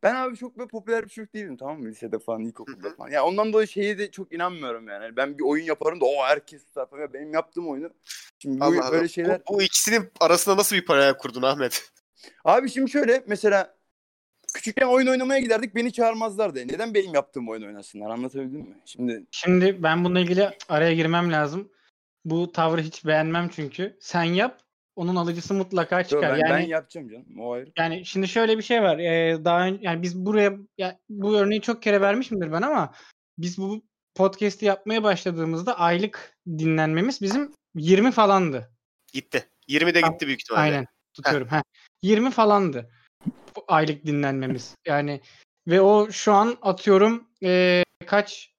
Speaker 4: ben abi çok böyle popüler bir çocuk değilim tamam mı lisede falan ilkokulda falan. Yani ondan dolayı şeye de çok inanmıyorum yani. Hani Ben bir oyun yaparım da o herkes tutar falan. Ya Benim yaptığım oyunu. Şimdi bu,
Speaker 1: Allah Allah.
Speaker 4: böyle şeyler.
Speaker 1: Bu, bu ikisinin arasında nasıl bir paralel kurdun Ahmet?
Speaker 4: Abi şimdi şöyle mesela küçükken oyun oynamaya giderdik beni çağırmazlardı. Neden benim yaptığım oyun oynasınlar anlatabildim mi? Şimdi
Speaker 2: Şimdi ben bununla ilgili araya girmem lazım. Bu tavrı hiç beğenmem çünkü. Sen yap, onun alıcısı mutlaka
Speaker 4: Yo,
Speaker 2: çıkar.
Speaker 4: ben,
Speaker 2: yani
Speaker 4: ben yapacağım canım. O ayrı.
Speaker 2: yani şimdi şöyle bir şey var. Ee, daha ön- yani biz buraya ya bu örneği çok kere vermişimdir ben ama biz bu podcast'i yapmaya başladığımızda aylık dinlenmemiz bizim 20 falandı.
Speaker 1: Gitti. 20'de
Speaker 2: Tamam.
Speaker 1: gitti büyük ihtimalle.
Speaker 2: Aynen. Tutuyorum. Heh. 20 falandı. Bu aylık dinlenmemiz. Yani ve o şu an atıyorum ee, kaç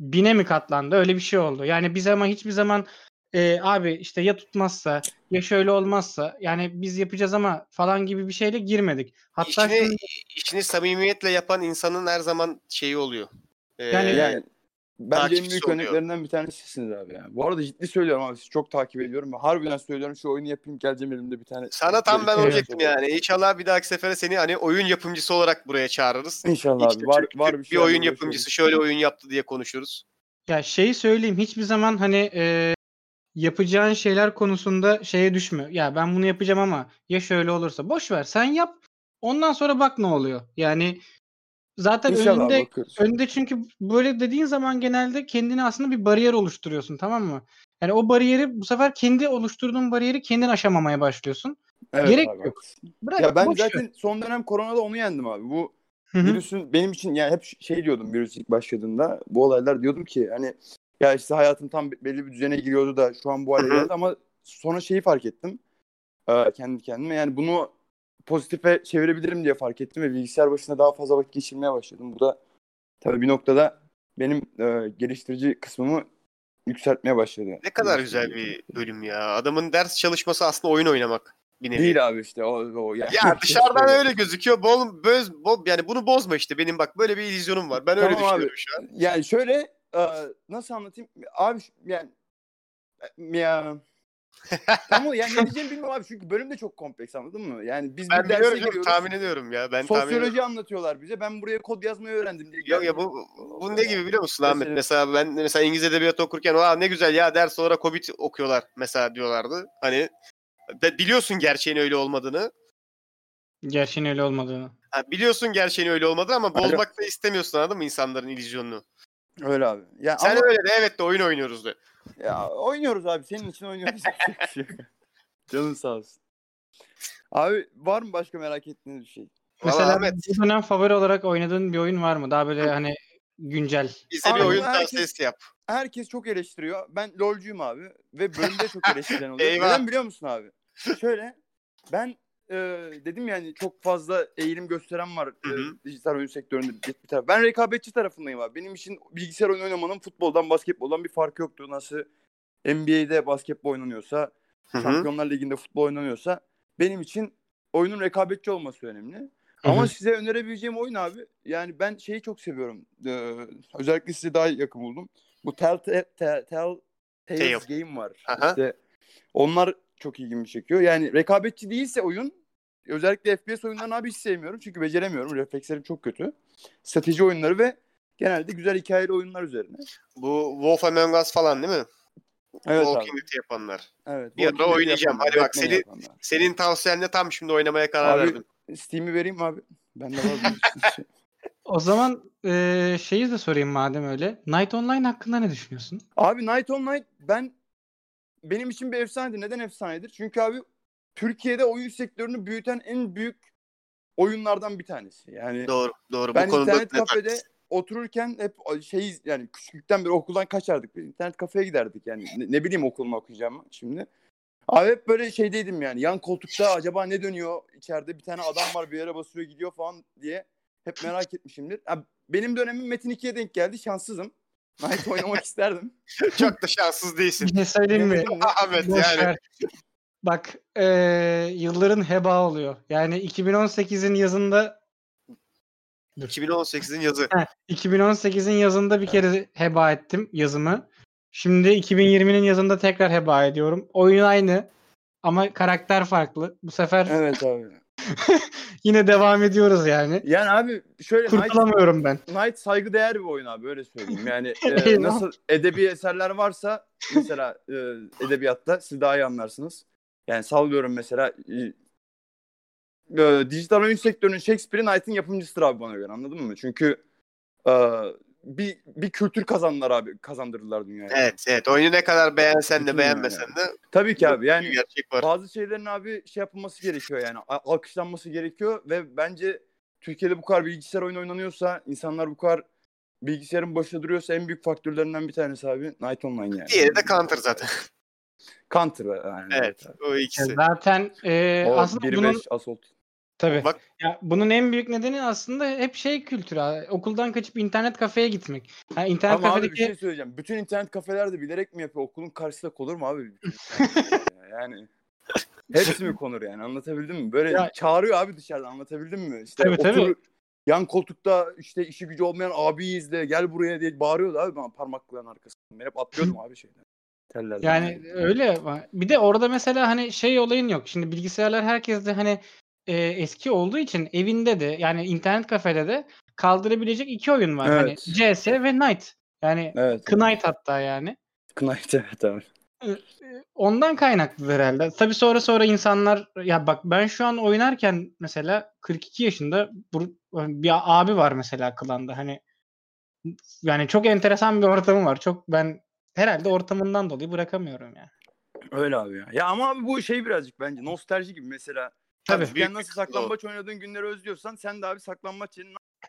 Speaker 2: bine mi katlandı? Öyle bir şey oldu. Yani biz ama hiçbir zaman ee, abi işte ya tutmazsa ya şöyle olmazsa yani biz yapacağız ama falan gibi bir şeyle girmedik. Hatta
Speaker 1: İşini-
Speaker 2: şimdi-
Speaker 1: İşini samimiyetle yapan insanın her zaman şeyi oluyor. Ee,
Speaker 2: Yani-
Speaker 4: Yani bence en
Speaker 1: takipçisi
Speaker 4: büyük
Speaker 1: oluyor.
Speaker 4: örneklerinden bir tanesisiniz abi ya. Bu arada ciddi söylüyorum abi. Sizi çok takip ediyorum. ve Harbiden söylüyorum şu oyunu yapayım geleceğim elimde bir tane.
Speaker 1: sana tam ben
Speaker 2: Evet.
Speaker 1: olacaktım yani. İnşallah bir dahaki sefere seni hani oyun yapımcısı olarak buraya çağırırız.
Speaker 4: İnşallah
Speaker 1: İşte
Speaker 4: abi. Var,
Speaker 1: Türk-
Speaker 4: var
Speaker 1: Türk
Speaker 4: bir
Speaker 1: bir,
Speaker 4: şey.
Speaker 1: oyun yapımcısı şöyle oyun yaptı diye konuşuruz.
Speaker 2: Ya şeyi söyleyeyim hiçbir zaman hani e, yapacağın şeyler konusunda şeye düşme. Ya ben bunu yapacağım ama ya şöyle olursa boş ver sen yap. Ondan sonra bak ne oluyor. Yani zaten
Speaker 4: İnşallah
Speaker 2: önünde
Speaker 4: bakıyoruz.
Speaker 2: önünde çünkü böyle dediğin zaman genelde kendine aslında bir bariyer oluşturuyorsun tamam mı? Yani o bariyeri bu sefer kendi oluşturduğun bariyeri kendin aşamamaya başlıyorsun.
Speaker 4: Evet
Speaker 2: gerek
Speaker 4: abi,
Speaker 2: yok.
Speaker 4: haklısın.
Speaker 2: Bırak
Speaker 4: Ya ben
Speaker 2: boş ver.
Speaker 4: zaten son dönem koronada onu yendim abi. Bu
Speaker 2: Hı hı.
Speaker 4: virüsün benim için yani hep şey diyordum virüs ilk başladığında bu olaylar diyordum ki hani ya işte hayatım tam belli bir düzene giriyordu da şu an bu hale
Speaker 1: Hı hı.
Speaker 4: geldi ama sonra şeyi fark ettim Ee, kendi kendime yani bunu pozitife çevirebilirim diye fark ettim ve bilgisayar başında daha fazla vakit geçirmeye başladım. Bu da tabii bir noktada benim e, geliştirici kısmımı yükseltmeye başladı.
Speaker 1: Ne kadar güzel bir bölüm ya. Adamın ders çalışması aslında oyun oynamak. Bir nevi.
Speaker 4: değil abi işte o, o yani.
Speaker 1: Ya dışarıdan öyle gözüküyor. Bol, böz, bol, yani bunu bozma işte. Benim bak böyle bir illüzyonum var. Ben öyle
Speaker 4: Tamam abi.
Speaker 1: düşünüyorum şu an.
Speaker 4: Yani şöyle e, nasıl anlatayım? Abi şu- yani ya Ama yani ne diyeceğimi bilmiyorum abi çünkü bölüm de çok kompleks anladın mı? Yani biz
Speaker 1: Ben
Speaker 4: bir derse
Speaker 1: biliyorum canım,
Speaker 4: giriyoruz.
Speaker 1: tahmin ediyorum ya. Ben tahmin ediyorum.
Speaker 4: sosyoloji anlatıyorlar bize. Ben buraya kod yazmayı öğrendim diye.
Speaker 1: Ya, ya
Speaker 4: geldim.
Speaker 1: bu, bu ne gibi biliyor musun
Speaker 4: Ya
Speaker 1: Ahmet?
Speaker 4: senin-
Speaker 1: Mesela ben mesela İngiliz edebiyatı okurken Aa, ne güzel ya ders olarak Hobbit okuyorlar mesela diyorlardı. Hani be- biliyorsun gerçeğin öyle olmadığını.
Speaker 2: Gerçeğin öyle olmadığını.
Speaker 1: Ha, biliyorsun gerçeğin öyle olmadığını ama
Speaker 4: Alo.
Speaker 1: bozmak da istemiyorsun anladın mı insanların illüzyonunu.
Speaker 4: Öyle abi. Ya
Speaker 1: Sen
Speaker 4: ama
Speaker 1: öyle de evet de oyun oynuyoruz de.
Speaker 4: ya, oynuyoruz abi. Senin için oynuyoruz. Yapacak bir şey yok. Canın sağ olsun. Abi var mı başka merak ettiğiniz bir şey?
Speaker 1: Valla
Speaker 2: Mesela
Speaker 1: Ahmet.
Speaker 2: bu dönem favori olarak oynadığın bir oyun var mı? Daha böyle hani güncel.
Speaker 1: Bize bir
Speaker 4: Abi,
Speaker 1: oyun
Speaker 4: herkes-
Speaker 1: tavsiyesi yap.
Speaker 4: Herkes çok eleştiriyor. Ben lolcuyum abi. Ve bölümde çok eleştiren oluyor.
Speaker 1: Eyvah.
Speaker 4: Neden biliyor musun abi? Şöyle ben e, dedim yani çok fazla eğilim gösteren var e,
Speaker 1: Hı hı.
Speaker 4: dijital oyun sektöründe bir, bir taraf. Ben rekabetçi tarafındayım abi. Benim için bilgisayar oyunu oynamanın futboldan basketboldan bir farkı yoktu. Nasıl NBA'de basketbol oynanıyorsa,
Speaker 1: Hı hı.
Speaker 4: Şampiyonlar Ligi'nde futbol oynanıyorsa benim için oyunun rekabetçi olması önemli. Ama
Speaker 2: Hı hı.
Speaker 4: size önerebileceğim oyun abi. Yani ben şeyi çok seviyorum. Ee, özellikle size daha yakın buldum. Bu Tell Tell Tell Tales Game var.
Speaker 1: Aha.
Speaker 4: İşte onlar çok ilgimi çekiyor. Yani rekabetçi değilse oyun özellikle FPS oyunlarını abi hiç sevmiyorum. Çünkü beceremiyorum. Reflekslerim çok kötü. Strateji oyunları ve genelde güzel hikayeli oyunlar üzerine.
Speaker 1: Bu Wolf Among Us falan değil mi?
Speaker 4: Evet abi.
Speaker 1: Walking Dead yapanlar.
Speaker 4: Evet.
Speaker 1: Bir ara
Speaker 4: Walking Dead'i
Speaker 1: oynayacağım.
Speaker 4: yapanlar,
Speaker 1: Hadi bak
Speaker 4: Batman'i
Speaker 1: seni-
Speaker 4: yapanlar.
Speaker 1: Senin tavsiyenle tam şimdi oynamaya karar
Speaker 4: Abi-
Speaker 1: verdim.
Speaker 4: Steam'i vereyim mi abi. Ben de var. bir şey.
Speaker 2: O zaman eee şeyi de sorayım madem öyle. Night Online hakkında ne düşünüyorsun?
Speaker 4: Abi Night on Night ben benim için bir efsanedir. Neden efsanedir? Çünkü abi Türkiye'de oyun sektörünü büyüten en büyük oyunlardan bir tanesi. Yani
Speaker 1: Doğru, doğru.
Speaker 4: ben
Speaker 1: Bu konuda
Speaker 4: internet
Speaker 1: ne
Speaker 4: kafede
Speaker 1: tartışsın?
Speaker 4: otururken hep şey yani küçüklükten beri okuldan kaçardık. Biz internet kafeye giderdik yani. Ne, ne bileyim okulunu okuyacağım şimdi. Abi hep böyle şeydeydim yani. Yan koltukta acaba ne dönüyor? İçeride bir tane adam var bir yere basıyor gidiyor falan diye. Hep merak etmişimdir. Ha, benim dönemim Metin 2'ye denk geldi. Şanssızım. Night oynamak isterdim.
Speaker 1: Çok da şanssız değilsin.
Speaker 2: Bir şey söyleyeyim mi?
Speaker 4: Bilemedim de.
Speaker 1: Ahmet
Speaker 2: Boş
Speaker 1: yani.
Speaker 2: ver. Bak eee, yılların heba oluyor. Yani 2018'in yazında
Speaker 1: 2018'in yazı.
Speaker 2: 2018'in yazında bir kere heba ettim yazımı. Şimdi 2020'nin yazında tekrar heba ediyorum. Oyun aynı ama karakter farklı. Bu sefer
Speaker 4: Evet abi.
Speaker 2: yine devam ediyoruz yani.
Speaker 4: Yani abi şöyle Knight,
Speaker 2: Kurtulamıyorum ben.
Speaker 4: Knight saygıdeğer bir oyun abi öyle söyleyeyim. Yani e,
Speaker 2: Eyvah.
Speaker 4: nasıl edebi eserler varsa mesela e, edebiyatta siz daha iyi anlarsınız. Yani sallıyorum mesela e, e, dijital oyun sektörünün Shakespeare'in Knight'ın yapımcısıdır abi bana göre anladın mı? Çünkü e, bir bir kültür kazandılar abi kazandırdılar dünyaya.
Speaker 1: Evet evet. Oyunu ne kadar beğensen de
Speaker 4: Bütün
Speaker 1: beğenmesen de
Speaker 4: Tabii ki abi yani
Speaker 1: bir gerçek var.
Speaker 4: bazı şeylerin abi şey yapılması gerekiyor yani a- alkışlanması gerekiyor ve bence Türkiye'de bu kadar bilgisayar oyunu oynanıyorsa insanlar bu kadar bilgisayarın başında duruyorsa en büyük faktörlerinden bir tanesi abi Night Online yani.
Speaker 1: Diğeri de Counter zaten.
Speaker 4: Counter yani.
Speaker 1: Evet. O
Speaker 2: Ya
Speaker 1: ikisi.
Speaker 2: Zaten e,
Speaker 4: O
Speaker 2: aslında
Speaker 4: 1-5
Speaker 2: bunun
Speaker 4: Assault.
Speaker 2: Tabii.
Speaker 1: Bak-
Speaker 2: Ya bunun en büyük nedeni aslında hep şey kültürü. abi. Okuldan kaçıp internet kafeye gitmek. Ha internet
Speaker 4: Ama abi bir
Speaker 2: kafedeki
Speaker 4: şey söyleyeceğim. Bütün internet kafeler de bilerek mi yapıyor? Okulun karşısında konur mu abi? yani hepsi mi konur yani? Anlatabildim mi? Böyle
Speaker 2: Ya-
Speaker 4: çağırıyor abi dışarıdan. Anlatabildim mi? İşte
Speaker 2: Tabii,
Speaker 4: otur
Speaker 2: tabii.
Speaker 4: yan koltukta işte işi gücü olmayan abiyi izle gel buraya diye bağırıyordu abi bana parmakların arkasından. Ben hep atlıyordum abi şeyden. Tellerden.
Speaker 2: yani öyle. Bir de orada mesela hani şey olayın yok. Şimdi bilgisayarlar herkeste hani e, eski olduğu için evinde de yani internet kafede de kaldırabilecek iki oyun var. Hani
Speaker 4: Evet.
Speaker 2: CS ve Knight. Yani
Speaker 4: Evet.
Speaker 2: Knight hatta yani.
Speaker 4: Knight evet abi.
Speaker 2: Ondan kaynaklı herhalde. Tabii sonra sonra insanlar ya bak ben şu an oynarken mesela 42 yaşında bur- bir abi var mesela klanda hani yani çok enteresan bir ortamı var. Çok ben herhalde ortamından dolayı bırakamıyorum yani.
Speaker 4: Öyle abi ya. Ya ama abi bu şey birazcık bence nostalji gibi mesela.
Speaker 2: Tabii.
Speaker 1: Büyük
Speaker 4: Ben
Speaker 1: bir
Speaker 4: nasıl
Speaker 1: kısmı
Speaker 4: saklambaç oynadığın günleri özlüyorsan sen de abi saklambaç yerine
Speaker 2: Night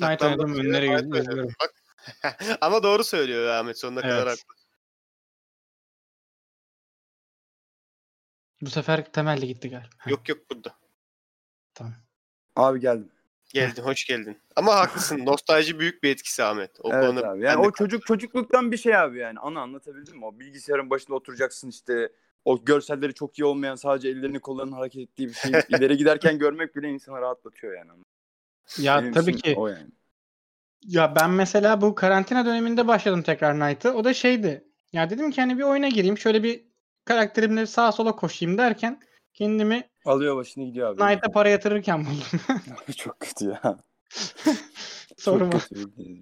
Speaker 1: Saklambaç
Speaker 2: oynadım
Speaker 1: yerine
Speaker 2: önleri
Speaker 1: Knight
Speaker 2: göz-
Speaker 1: oynadım.
Speaker 2: gözüyorum.
Speaker 1: Bak. Ama doğru söylüyor Ahmet sonuna kadar
Speaker 2: Evet.
Speaker 1: haklı.
Speaker 2: Bu sefer temelli gitti galiba.
Speaker 1: Yok yok burada.
Speaker 4: abi geldim.
Speaker 1: Geldin hoş geldin. Ama haklısın. Nostalji büyük bir etkisi Ahmet. O hani
Speaker 4: evet
Speaker 1: konuda
Speaker 4: abi.
Speaker 1: ben
Speaker 4: Yani
Speaker 1: de-
Speaker 4: o çocuk çocukluktan bir şey abi yani. Ana anlatabildim mi? O bilgisayarın başında oturacaksın işte. O görselleri çok iyi olmayan sadece ellerini kollarını hareket ettiği bir şey ileri giderken görmek bile insanı rahatlatıyor yani.
Speaker 2: Ya
Speaker 4: Benim
Speaker 2: tabii
Speaker 4: için
Speaker 2: ki.
Speaker 4: O yani.
Speaker 2: Ya ben mesela bu karantina döneminde başladım tekrar Knight'ı. O da şeydi. Ya dedim ki hani bir oyuna gireyim. Şöyle bir karakterimle sağa sola koşayım derken kendimi
Speaker 4: Alıyor başını gidiyor abi.
Speaker 2: Knight'a para yatırırken buldum.
Speaker 4: çok kötü ya.
Speaker 2: Sorma.
Speaker 4: Çok kötü. şey.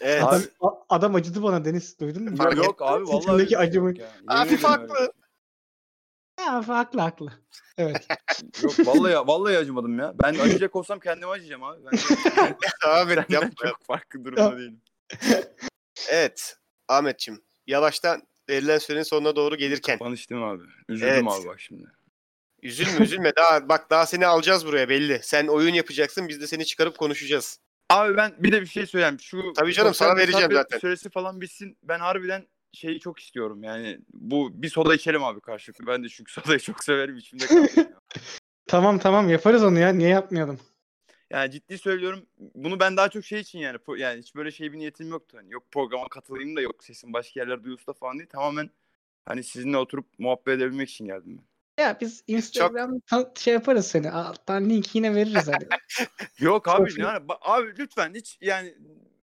Speaker 1: Evet.
Speaker 2: Adam,
Speaker 4: Abi-
Speaker 2: a- adam acıdı bana Deniz duydun mu?
Speaker 1: Fark
Speaker 4: yok abi vallahi. öyle bir şey
Speaker 2: acımı-
Speaker 4: yok ya. Yemin
Speaker 1: Hafif
Speaker 4: ederim öyle bir
Speaker 1: haklı.
Speaker 4: şey.
Speaker 2: Ya, haklı haklı. Evet.
Speaker 4: Yok vallahi vallahi acımadım ya. Ben acıyacak olsam kendime acıyacağım abi. Ben
Speaker 1: Ahmet
Speaker 4: senden
Speaker 1: yapma.
Speaker 4: çok farklı durumda
Speaker 2: Ya.
Speaker 4: değilim.
Speaker 1: Evet. Ahmetçim yavaştan verilen sürenin sonuna doğru gelirken.
Speaker 4: Konuştum abi. Üzüldüm
Speaker 1: Evet.
Speaker 4: abi bak şimdi.
Speaker 1: Üzülme üzülme. Daha bak daha seni alacağız buraya belli. Sen oyun yapacaksın. Biz de seni çıkarıp konuşacağız.
Speaker 4: Abi ben bir de bir şey söyleyeyim. Şu
Speaker 1: Tabii canım,
Speaker 4: sosyal
Speaker 1: sana vereceğim
Speaker 4: mesafe
Speaker 1: zaten.
Speaker 4: Süresi falan bitsin. Ben harbiden şeyi çok istiyorum yani. Bu bir soda içelim abi karşılıklı. Ben de çünkü sodayı çok severim içimde kalıyor. ya.
Speaker 2: Tamam tamam yaparız onu ya. Niye yapmayalım?
Speaker 4: Yani ciddi söylüyorum. Bunu ben daha çok şey için yani pro- yani hiç böyle şey bir niyetim yoktu. Hani yok programa katılayım da yok sesim başka yerlerde duyulsa da falan değil. Tamamen hani sizinle oturup muhabbet edebilmek için geldim ben.
Speaker 2: Ya biz Instagram'da ta- şey yaparız seni. Alttan link yine veririz hani.
Speaker 4: Yok
Speaker 2: Çok
Speaker 4: abi
Speaker 2: iyi.
Speaker 4: yani ba- abi lütfen hiç yani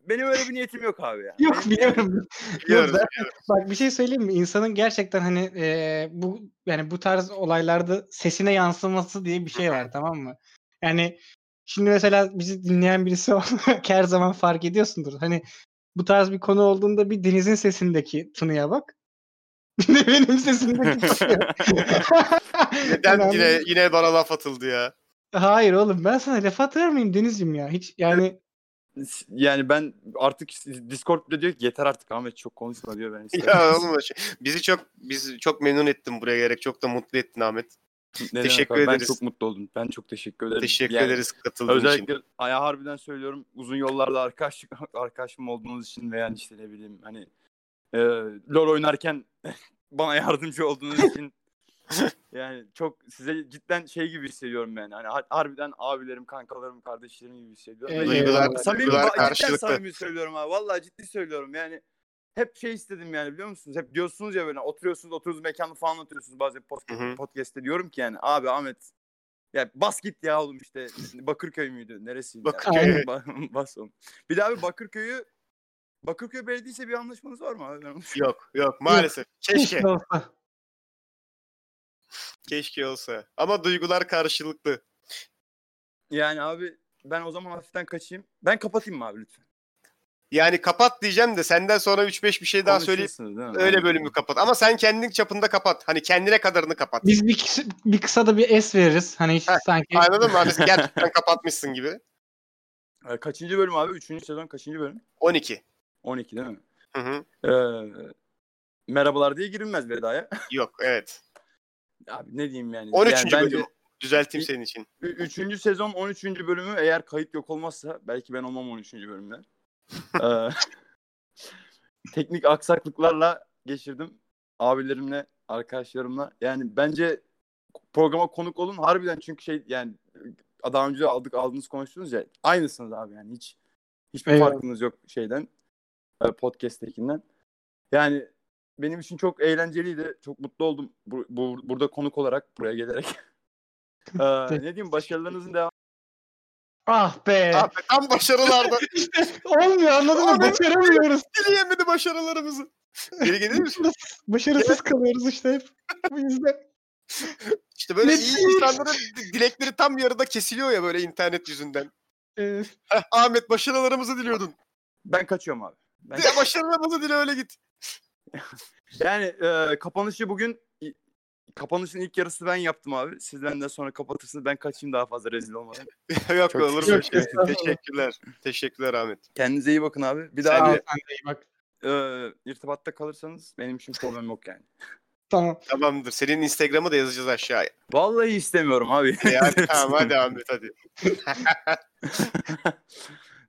Speaker 4: benim öyle bir niyetim yok abi yani.
Speaker 2: Yok
Speaker 4: Benim-
Speaker 2: biliyorum.
Speaker 1: Biliyoruz.
Speaker 2: ben- Bak bir şey söyleyeyim mi? İnsanın gerçekten hani e, bu yani bu tarz olaylarda sesine yansıması diye bir şey var tamam mı? Yani şimdi mesela bizi dinleyen birisi olarak her zaman fark ediyorsundur. Hani bu tarz bir konu olduğunda bir Deniz'in sesindeki tınıya bak. Bir de benim sesimdeki tınıya.
Speaker 1: Neden
Speaker 2: Yani
Speaker 1: yine, yine bana laf atıldı ya?
Speaker 2: Hayır oğlum ben sana laf atar mıyım Deniz'cim ya? Hiç yani
Speaker 4: Yani ben artık Discord'da diyor ki yeter artık Ahmet çok konuşma diyor ben istemiyorum.
Speaker 1: ya oğlum şey- bizi çok biz çok memnun ettin buraya gerek. Çok da mutlu ettin Ahmet.
Speaker 4: Ne demek
Speaker 1: teşekkür
Speaker 4: abi, Ben
Speaker 1: ederiz.
Speaker 4: çok mutlu oldum. Ben çok teşekkür ederim.
Speaker 1: Teşekkür
Speaker 4: Ee, Yani
Speaker 1: ederiz katıldığın için.
Speaker 4: Özellikle aya harbiden söylüyorum uzun yollarda arkadaş arkadaşım olduğunuz için veya işte ne bileyim hani e, LoL oynarken bana yardımcı olduğunuz için yani çok size cidden şey gibi hissediyorum yani. Hani har- harbiden abilerim, kankalarım, kardeşlerim gibi hissediyorum.
Speaker 2: Eyvallah.
Speaker 4: Yani
Speaker 1: Duygular,
Speaker 4: samimi,
Speaker 1: duygular
Speaker 4: ba- cidden
Speaker 1: karşılıklı.
Speaker 4: samimi söylüyorum abi. Vallahi ciddi söylüyorum yani. Hep şey istedim yani biliyor musunuz? Hep diyorsunuz ya böyle oturuyorsunuz oturuyorsunuz mekanı falan anlatıyorsunuz bazen podcast,
Speaker 1: Hı hı.
Speaker 4: podcast'te diyorum ki yani abi Ahmet ya bas git ya oğlum işte Bakırköy müydü? Neresiydi? ya?
Speaker 1: Bakırköy.
Speaker 2: Aynen.
Speaker 4: Ba- bas oğlum. Bir de abi Bakırköy'ü Bakırköy Belediyesi'yle bir anlaşmanız var mı abi? Ben onu-
Speaker 1: Yok yok maalesef. Keşke.
Speaker 2: keşke olsa.
Speaker 1: Keşke olsa. Ama duygular karşılıklı.
Speaker 4: Yani abi ben o zaman hafiften kaçayım. Ben kapatayım mı abi lütfen?
Speaker 1: Yani kapat diyeceğim de senden sonra 3-5 bir şey daha söyleyip
Speaker 4: Konuşuyorsunuz değil mi?
Speaker 1: öyle bölümü kapat. Ama sen kendin çapında kapat. Hani kendine kadarını kapat.
Speaker 2: Biz bir, kısa- bir kısa da bir es veririz. Hani hiç
Speaker 1: Heh,
Speaker 2: sanki
Speaker 1: Anladın mı? Hani gerçekten kapatmışsın gibi.
Speaker 4: E, kaçıncı bölüm abi? Üçüncü sezon kaçıncı bölüm?
Speaker 1: 12.
Speaker 4: 12 değil mi?
Speaker 1: Hı hı.
Speaker 4: E, merhabalar diye girilmez vedaya.
Speaker 1: Yok evet.
Speaker 4: abi ne diyeyim yani.
Speaker 1: 13.
Speaker 4: Yani bence
Speaker 1: bölüm. Düzelteyim senin için.
Speaker 4: ü- Üçüncü sezon 13. bölümü eğer kayıt yok olmazsa belki ben olmam 13. bölümde. E, teknik aksaklıklarla geçirdim. Abilerimle, arkadaşlarımla. Yani bence programa konuk olun harbiden çünkü şey yani daha önce aldık aldınız konuştunuz ya aynısınız abi yani hiç hiçbir
Speaker 2: Eyvallah.
Speaker 4: farkınız yok şeyden e, podcast'tekinden. Yani benim için çok eğlenceliydi. Çok mutlu oldum bu, bu- burada konuk olarak buraya gelerek. Ee, ne diyeyim başarılarınızın devamı.
Speaker 2: Ah be.
Speaker 1: Abi tam başarılarda.
Speaker 2: İşte olmuyor anladın mı?
Speaker 1: Abi.
Speaker 2: Başaramıyoruz.
Speaker 1: Dileyemedi başarılarımızı. Geri gelir misin?
Speaker 2: Başarısız kalıyoruz işte hep. Bu yüzden.
Speaker 1: İşte böyle
Speaker 2: Ne
Speaker 1: iyi
Speaker 2: diyor?
Speaker 1: insanların di- dilekleri tam yarıda kesiliyor ya böyle internet yüzünden.
Speaker 2: Ee,
Speaker 1: Heh, Ahmet başarılarımızı diliyordun.
Speaker 4: Ben kaçıyorum abi. Ben-
Speaker 1: Ya başarılarımızı dile öyle git.
Speaker 4: yani e, kapanışı bugün i- kapanışın ilk yarısı ben yaptım abi. Siz benden sonra kapatırsınız. Ben kaçayım daha fazla rezil olmadan.
Speaker 1: Yok
Speaker 4: Çok
Speaker 1: olur mu?
Speaker 2: teşekkür
Speaker 1: Şey?
Speaker 2: ederim.
Speaker 1: Teşekkürler. Teşekkürler Ahmet.
Speaker 4: Kendinize iyi bakın abi. Bir
Speaker 1: Sen
Speaker 4: daha
Speaker 2: Tamam,
Speaker 4: abi,
Speaker 1: de.
Speaker 2: sen de iyi bak.
Speaker 4: e, irtibatta kalırsanız benim için problem yok yani.
Speaker 2: Tamam.
Speaker 1: Tamamdır. Senin Instagram'ı da yazacağız aşağıya.
Speaker 4: Vallahi istemiyorum abi.
Speaker 1: Ya, tamam hadi Ahmet hadi.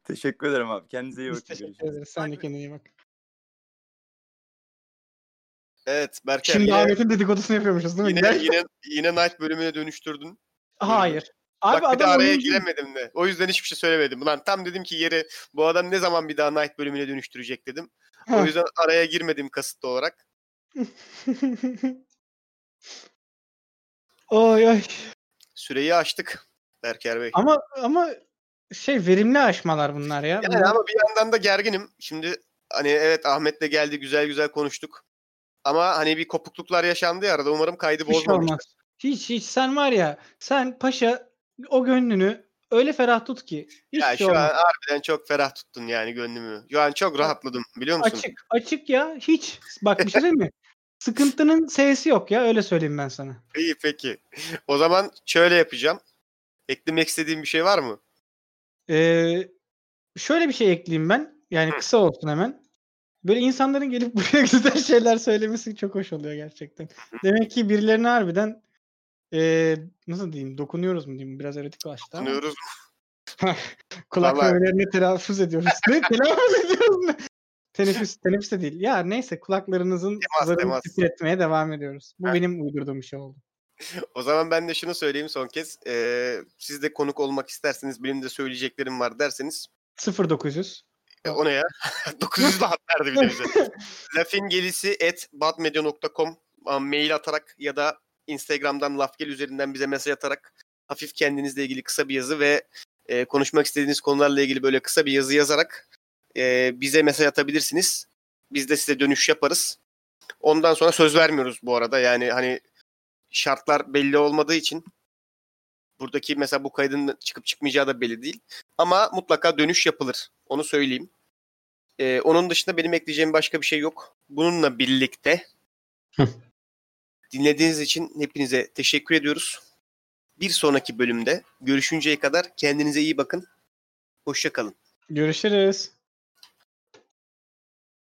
Speaker 4: Teşekkür ederim abi. Kendinize iyi
Speaker 2: Biz
Speaker 4: bakın.
Speaker 2: teşekkür
Speaker 4: Görüşürüz.
Speaker 2: ederiz. Sen de kendine iyi bak.
Speaker 1: Evet Berker
Speaker 2: Şimdi
Speaker 1: yine,
Speaker 2: Ahmet'in dedikodusunu yapıyormuşuz değil mi?
Speaker 1: yine, yine, yine Night bölümüne dönüştürdün.
Speaker 2: Hayır. Abi
Speaker 1: Bak bir de
Speaker 2: adam
Speaker 1: araya
Speaker 2: oyuncu-
Speaker 1: giremedim de. O yüzden hiçbir şey söylemedim. Ulan tam dedim ki yeri bu adam ne zaman bir daha Night bölümüne dönüştürecek dedim. O
Speaker 2: Ha.
Speaker 1: yüzden araya girmedim kasıtlı olarak.
Speaker 2: Oy oy.
Speaker 1: Süreyi açtık Berker Bey.
Speaker 2: Ama ama şey verimli aşmalar bunlar ya.
Speaker 1: Yani
Speaker 2: Bunlar-
Speaker 1: ama bir yandan da gerginim. Şimdi hani evet Ahmet'le geldi güzel güzel konuştuk. Ama hani bir kopukluklar yaşandı ya arada umarım kaydı
Speaker 2: Hiç
Speaker 1: bozmamıştır.
Speaker 2: şey olmaz. Hiç hiç sen var ya sen paşa o gönlünü öyle ferah tut ki hiç
Speaker 1: Ya
Speaker 2: şey
Speaker 1: şu an
Speaker 2: olmaz.
Speaker 1: harbiden çok ferah tuttun yani gönlümü. Şu an çok rahatladım biliyor musun?
Speaker 2: Açık açık ya hiç bak bir şey değil mi? Sıkıntının S'si yok ya öyle söyleyeyim ben sana.
Speaker 1: İyi peki. O zaman şöyle yapacağım. Eklemek istediğim bir şey var mı?
Speaker 2: Ee, şöyle bir şey ekleyeyim ben. Yani kısa olsun hemen. Böyle insanların gelip buraya güzel şeyler söylemesi çok hoş oluyor gerçekten. Demek ki birilerine harbiden ee, nasıl diyeyim dokunuyoruz mu diyeyim biraz erotik başta ama
Speaker 1: Sunuyoruz.
Speaker 2: kulak
Speaker 1: Vallahi-
Speaker 2: memelerini telaffuz ediyoruz. ne telaffuz ediyoruz ne? Teneffüs, teneffüs de değil. Ya neyse kulaklarınızın
Speaker 1: Temas,
Speaker 2: zarını
Speaker 1: temas.
Speaker 2: titretmeye devam ediyoruz. Bu
Speaker 1: Ha.
Speaker 2: benim uydurduğum bir şey oldu.
Speaker 1: O zaman ben de şunu söyleyeyim son kez. Ee, siz de konuk olmak isterseniz benim de söyleyeceklerim var derseniz
Speaker 2: 0900
Speaker 1: e, ona ya 900 da hat verdi bir de bize. Lafin gelisi at badmedia.com e, mail atarak ya da Instagram'dan lafgel üzerinden bize mesaj atarak hafif kendinizle ilgili kısa bir yazı ve e, konuşmak istediğiniz konularla ilgili böyle kısa bir yazı yazarak e, bize mesaj atabilirsiniz. Biz de size dönüş yaparız. Ondan sonra söz vermiyoruz bu arada. Yani hani şartlar belli olmadığı için buradaki mesela bu kaydın çıkıp çıkmayacağı da belli değil. Ama mutlaka dönüş yapılır. Onu söyleyeyim. Ee, onun dışında benim ekleyeceğim başka bir şey yok. Bununla birlikte
Speaker 2: Hı.
Speaker 1: dinlediğiniz için hepinize teşekkür ediyoruz. Bir sonraki bölümde görüşünceye kadar kendinize iyi bakın. Hoşça kalın.
Speaker 2: görüşürüz.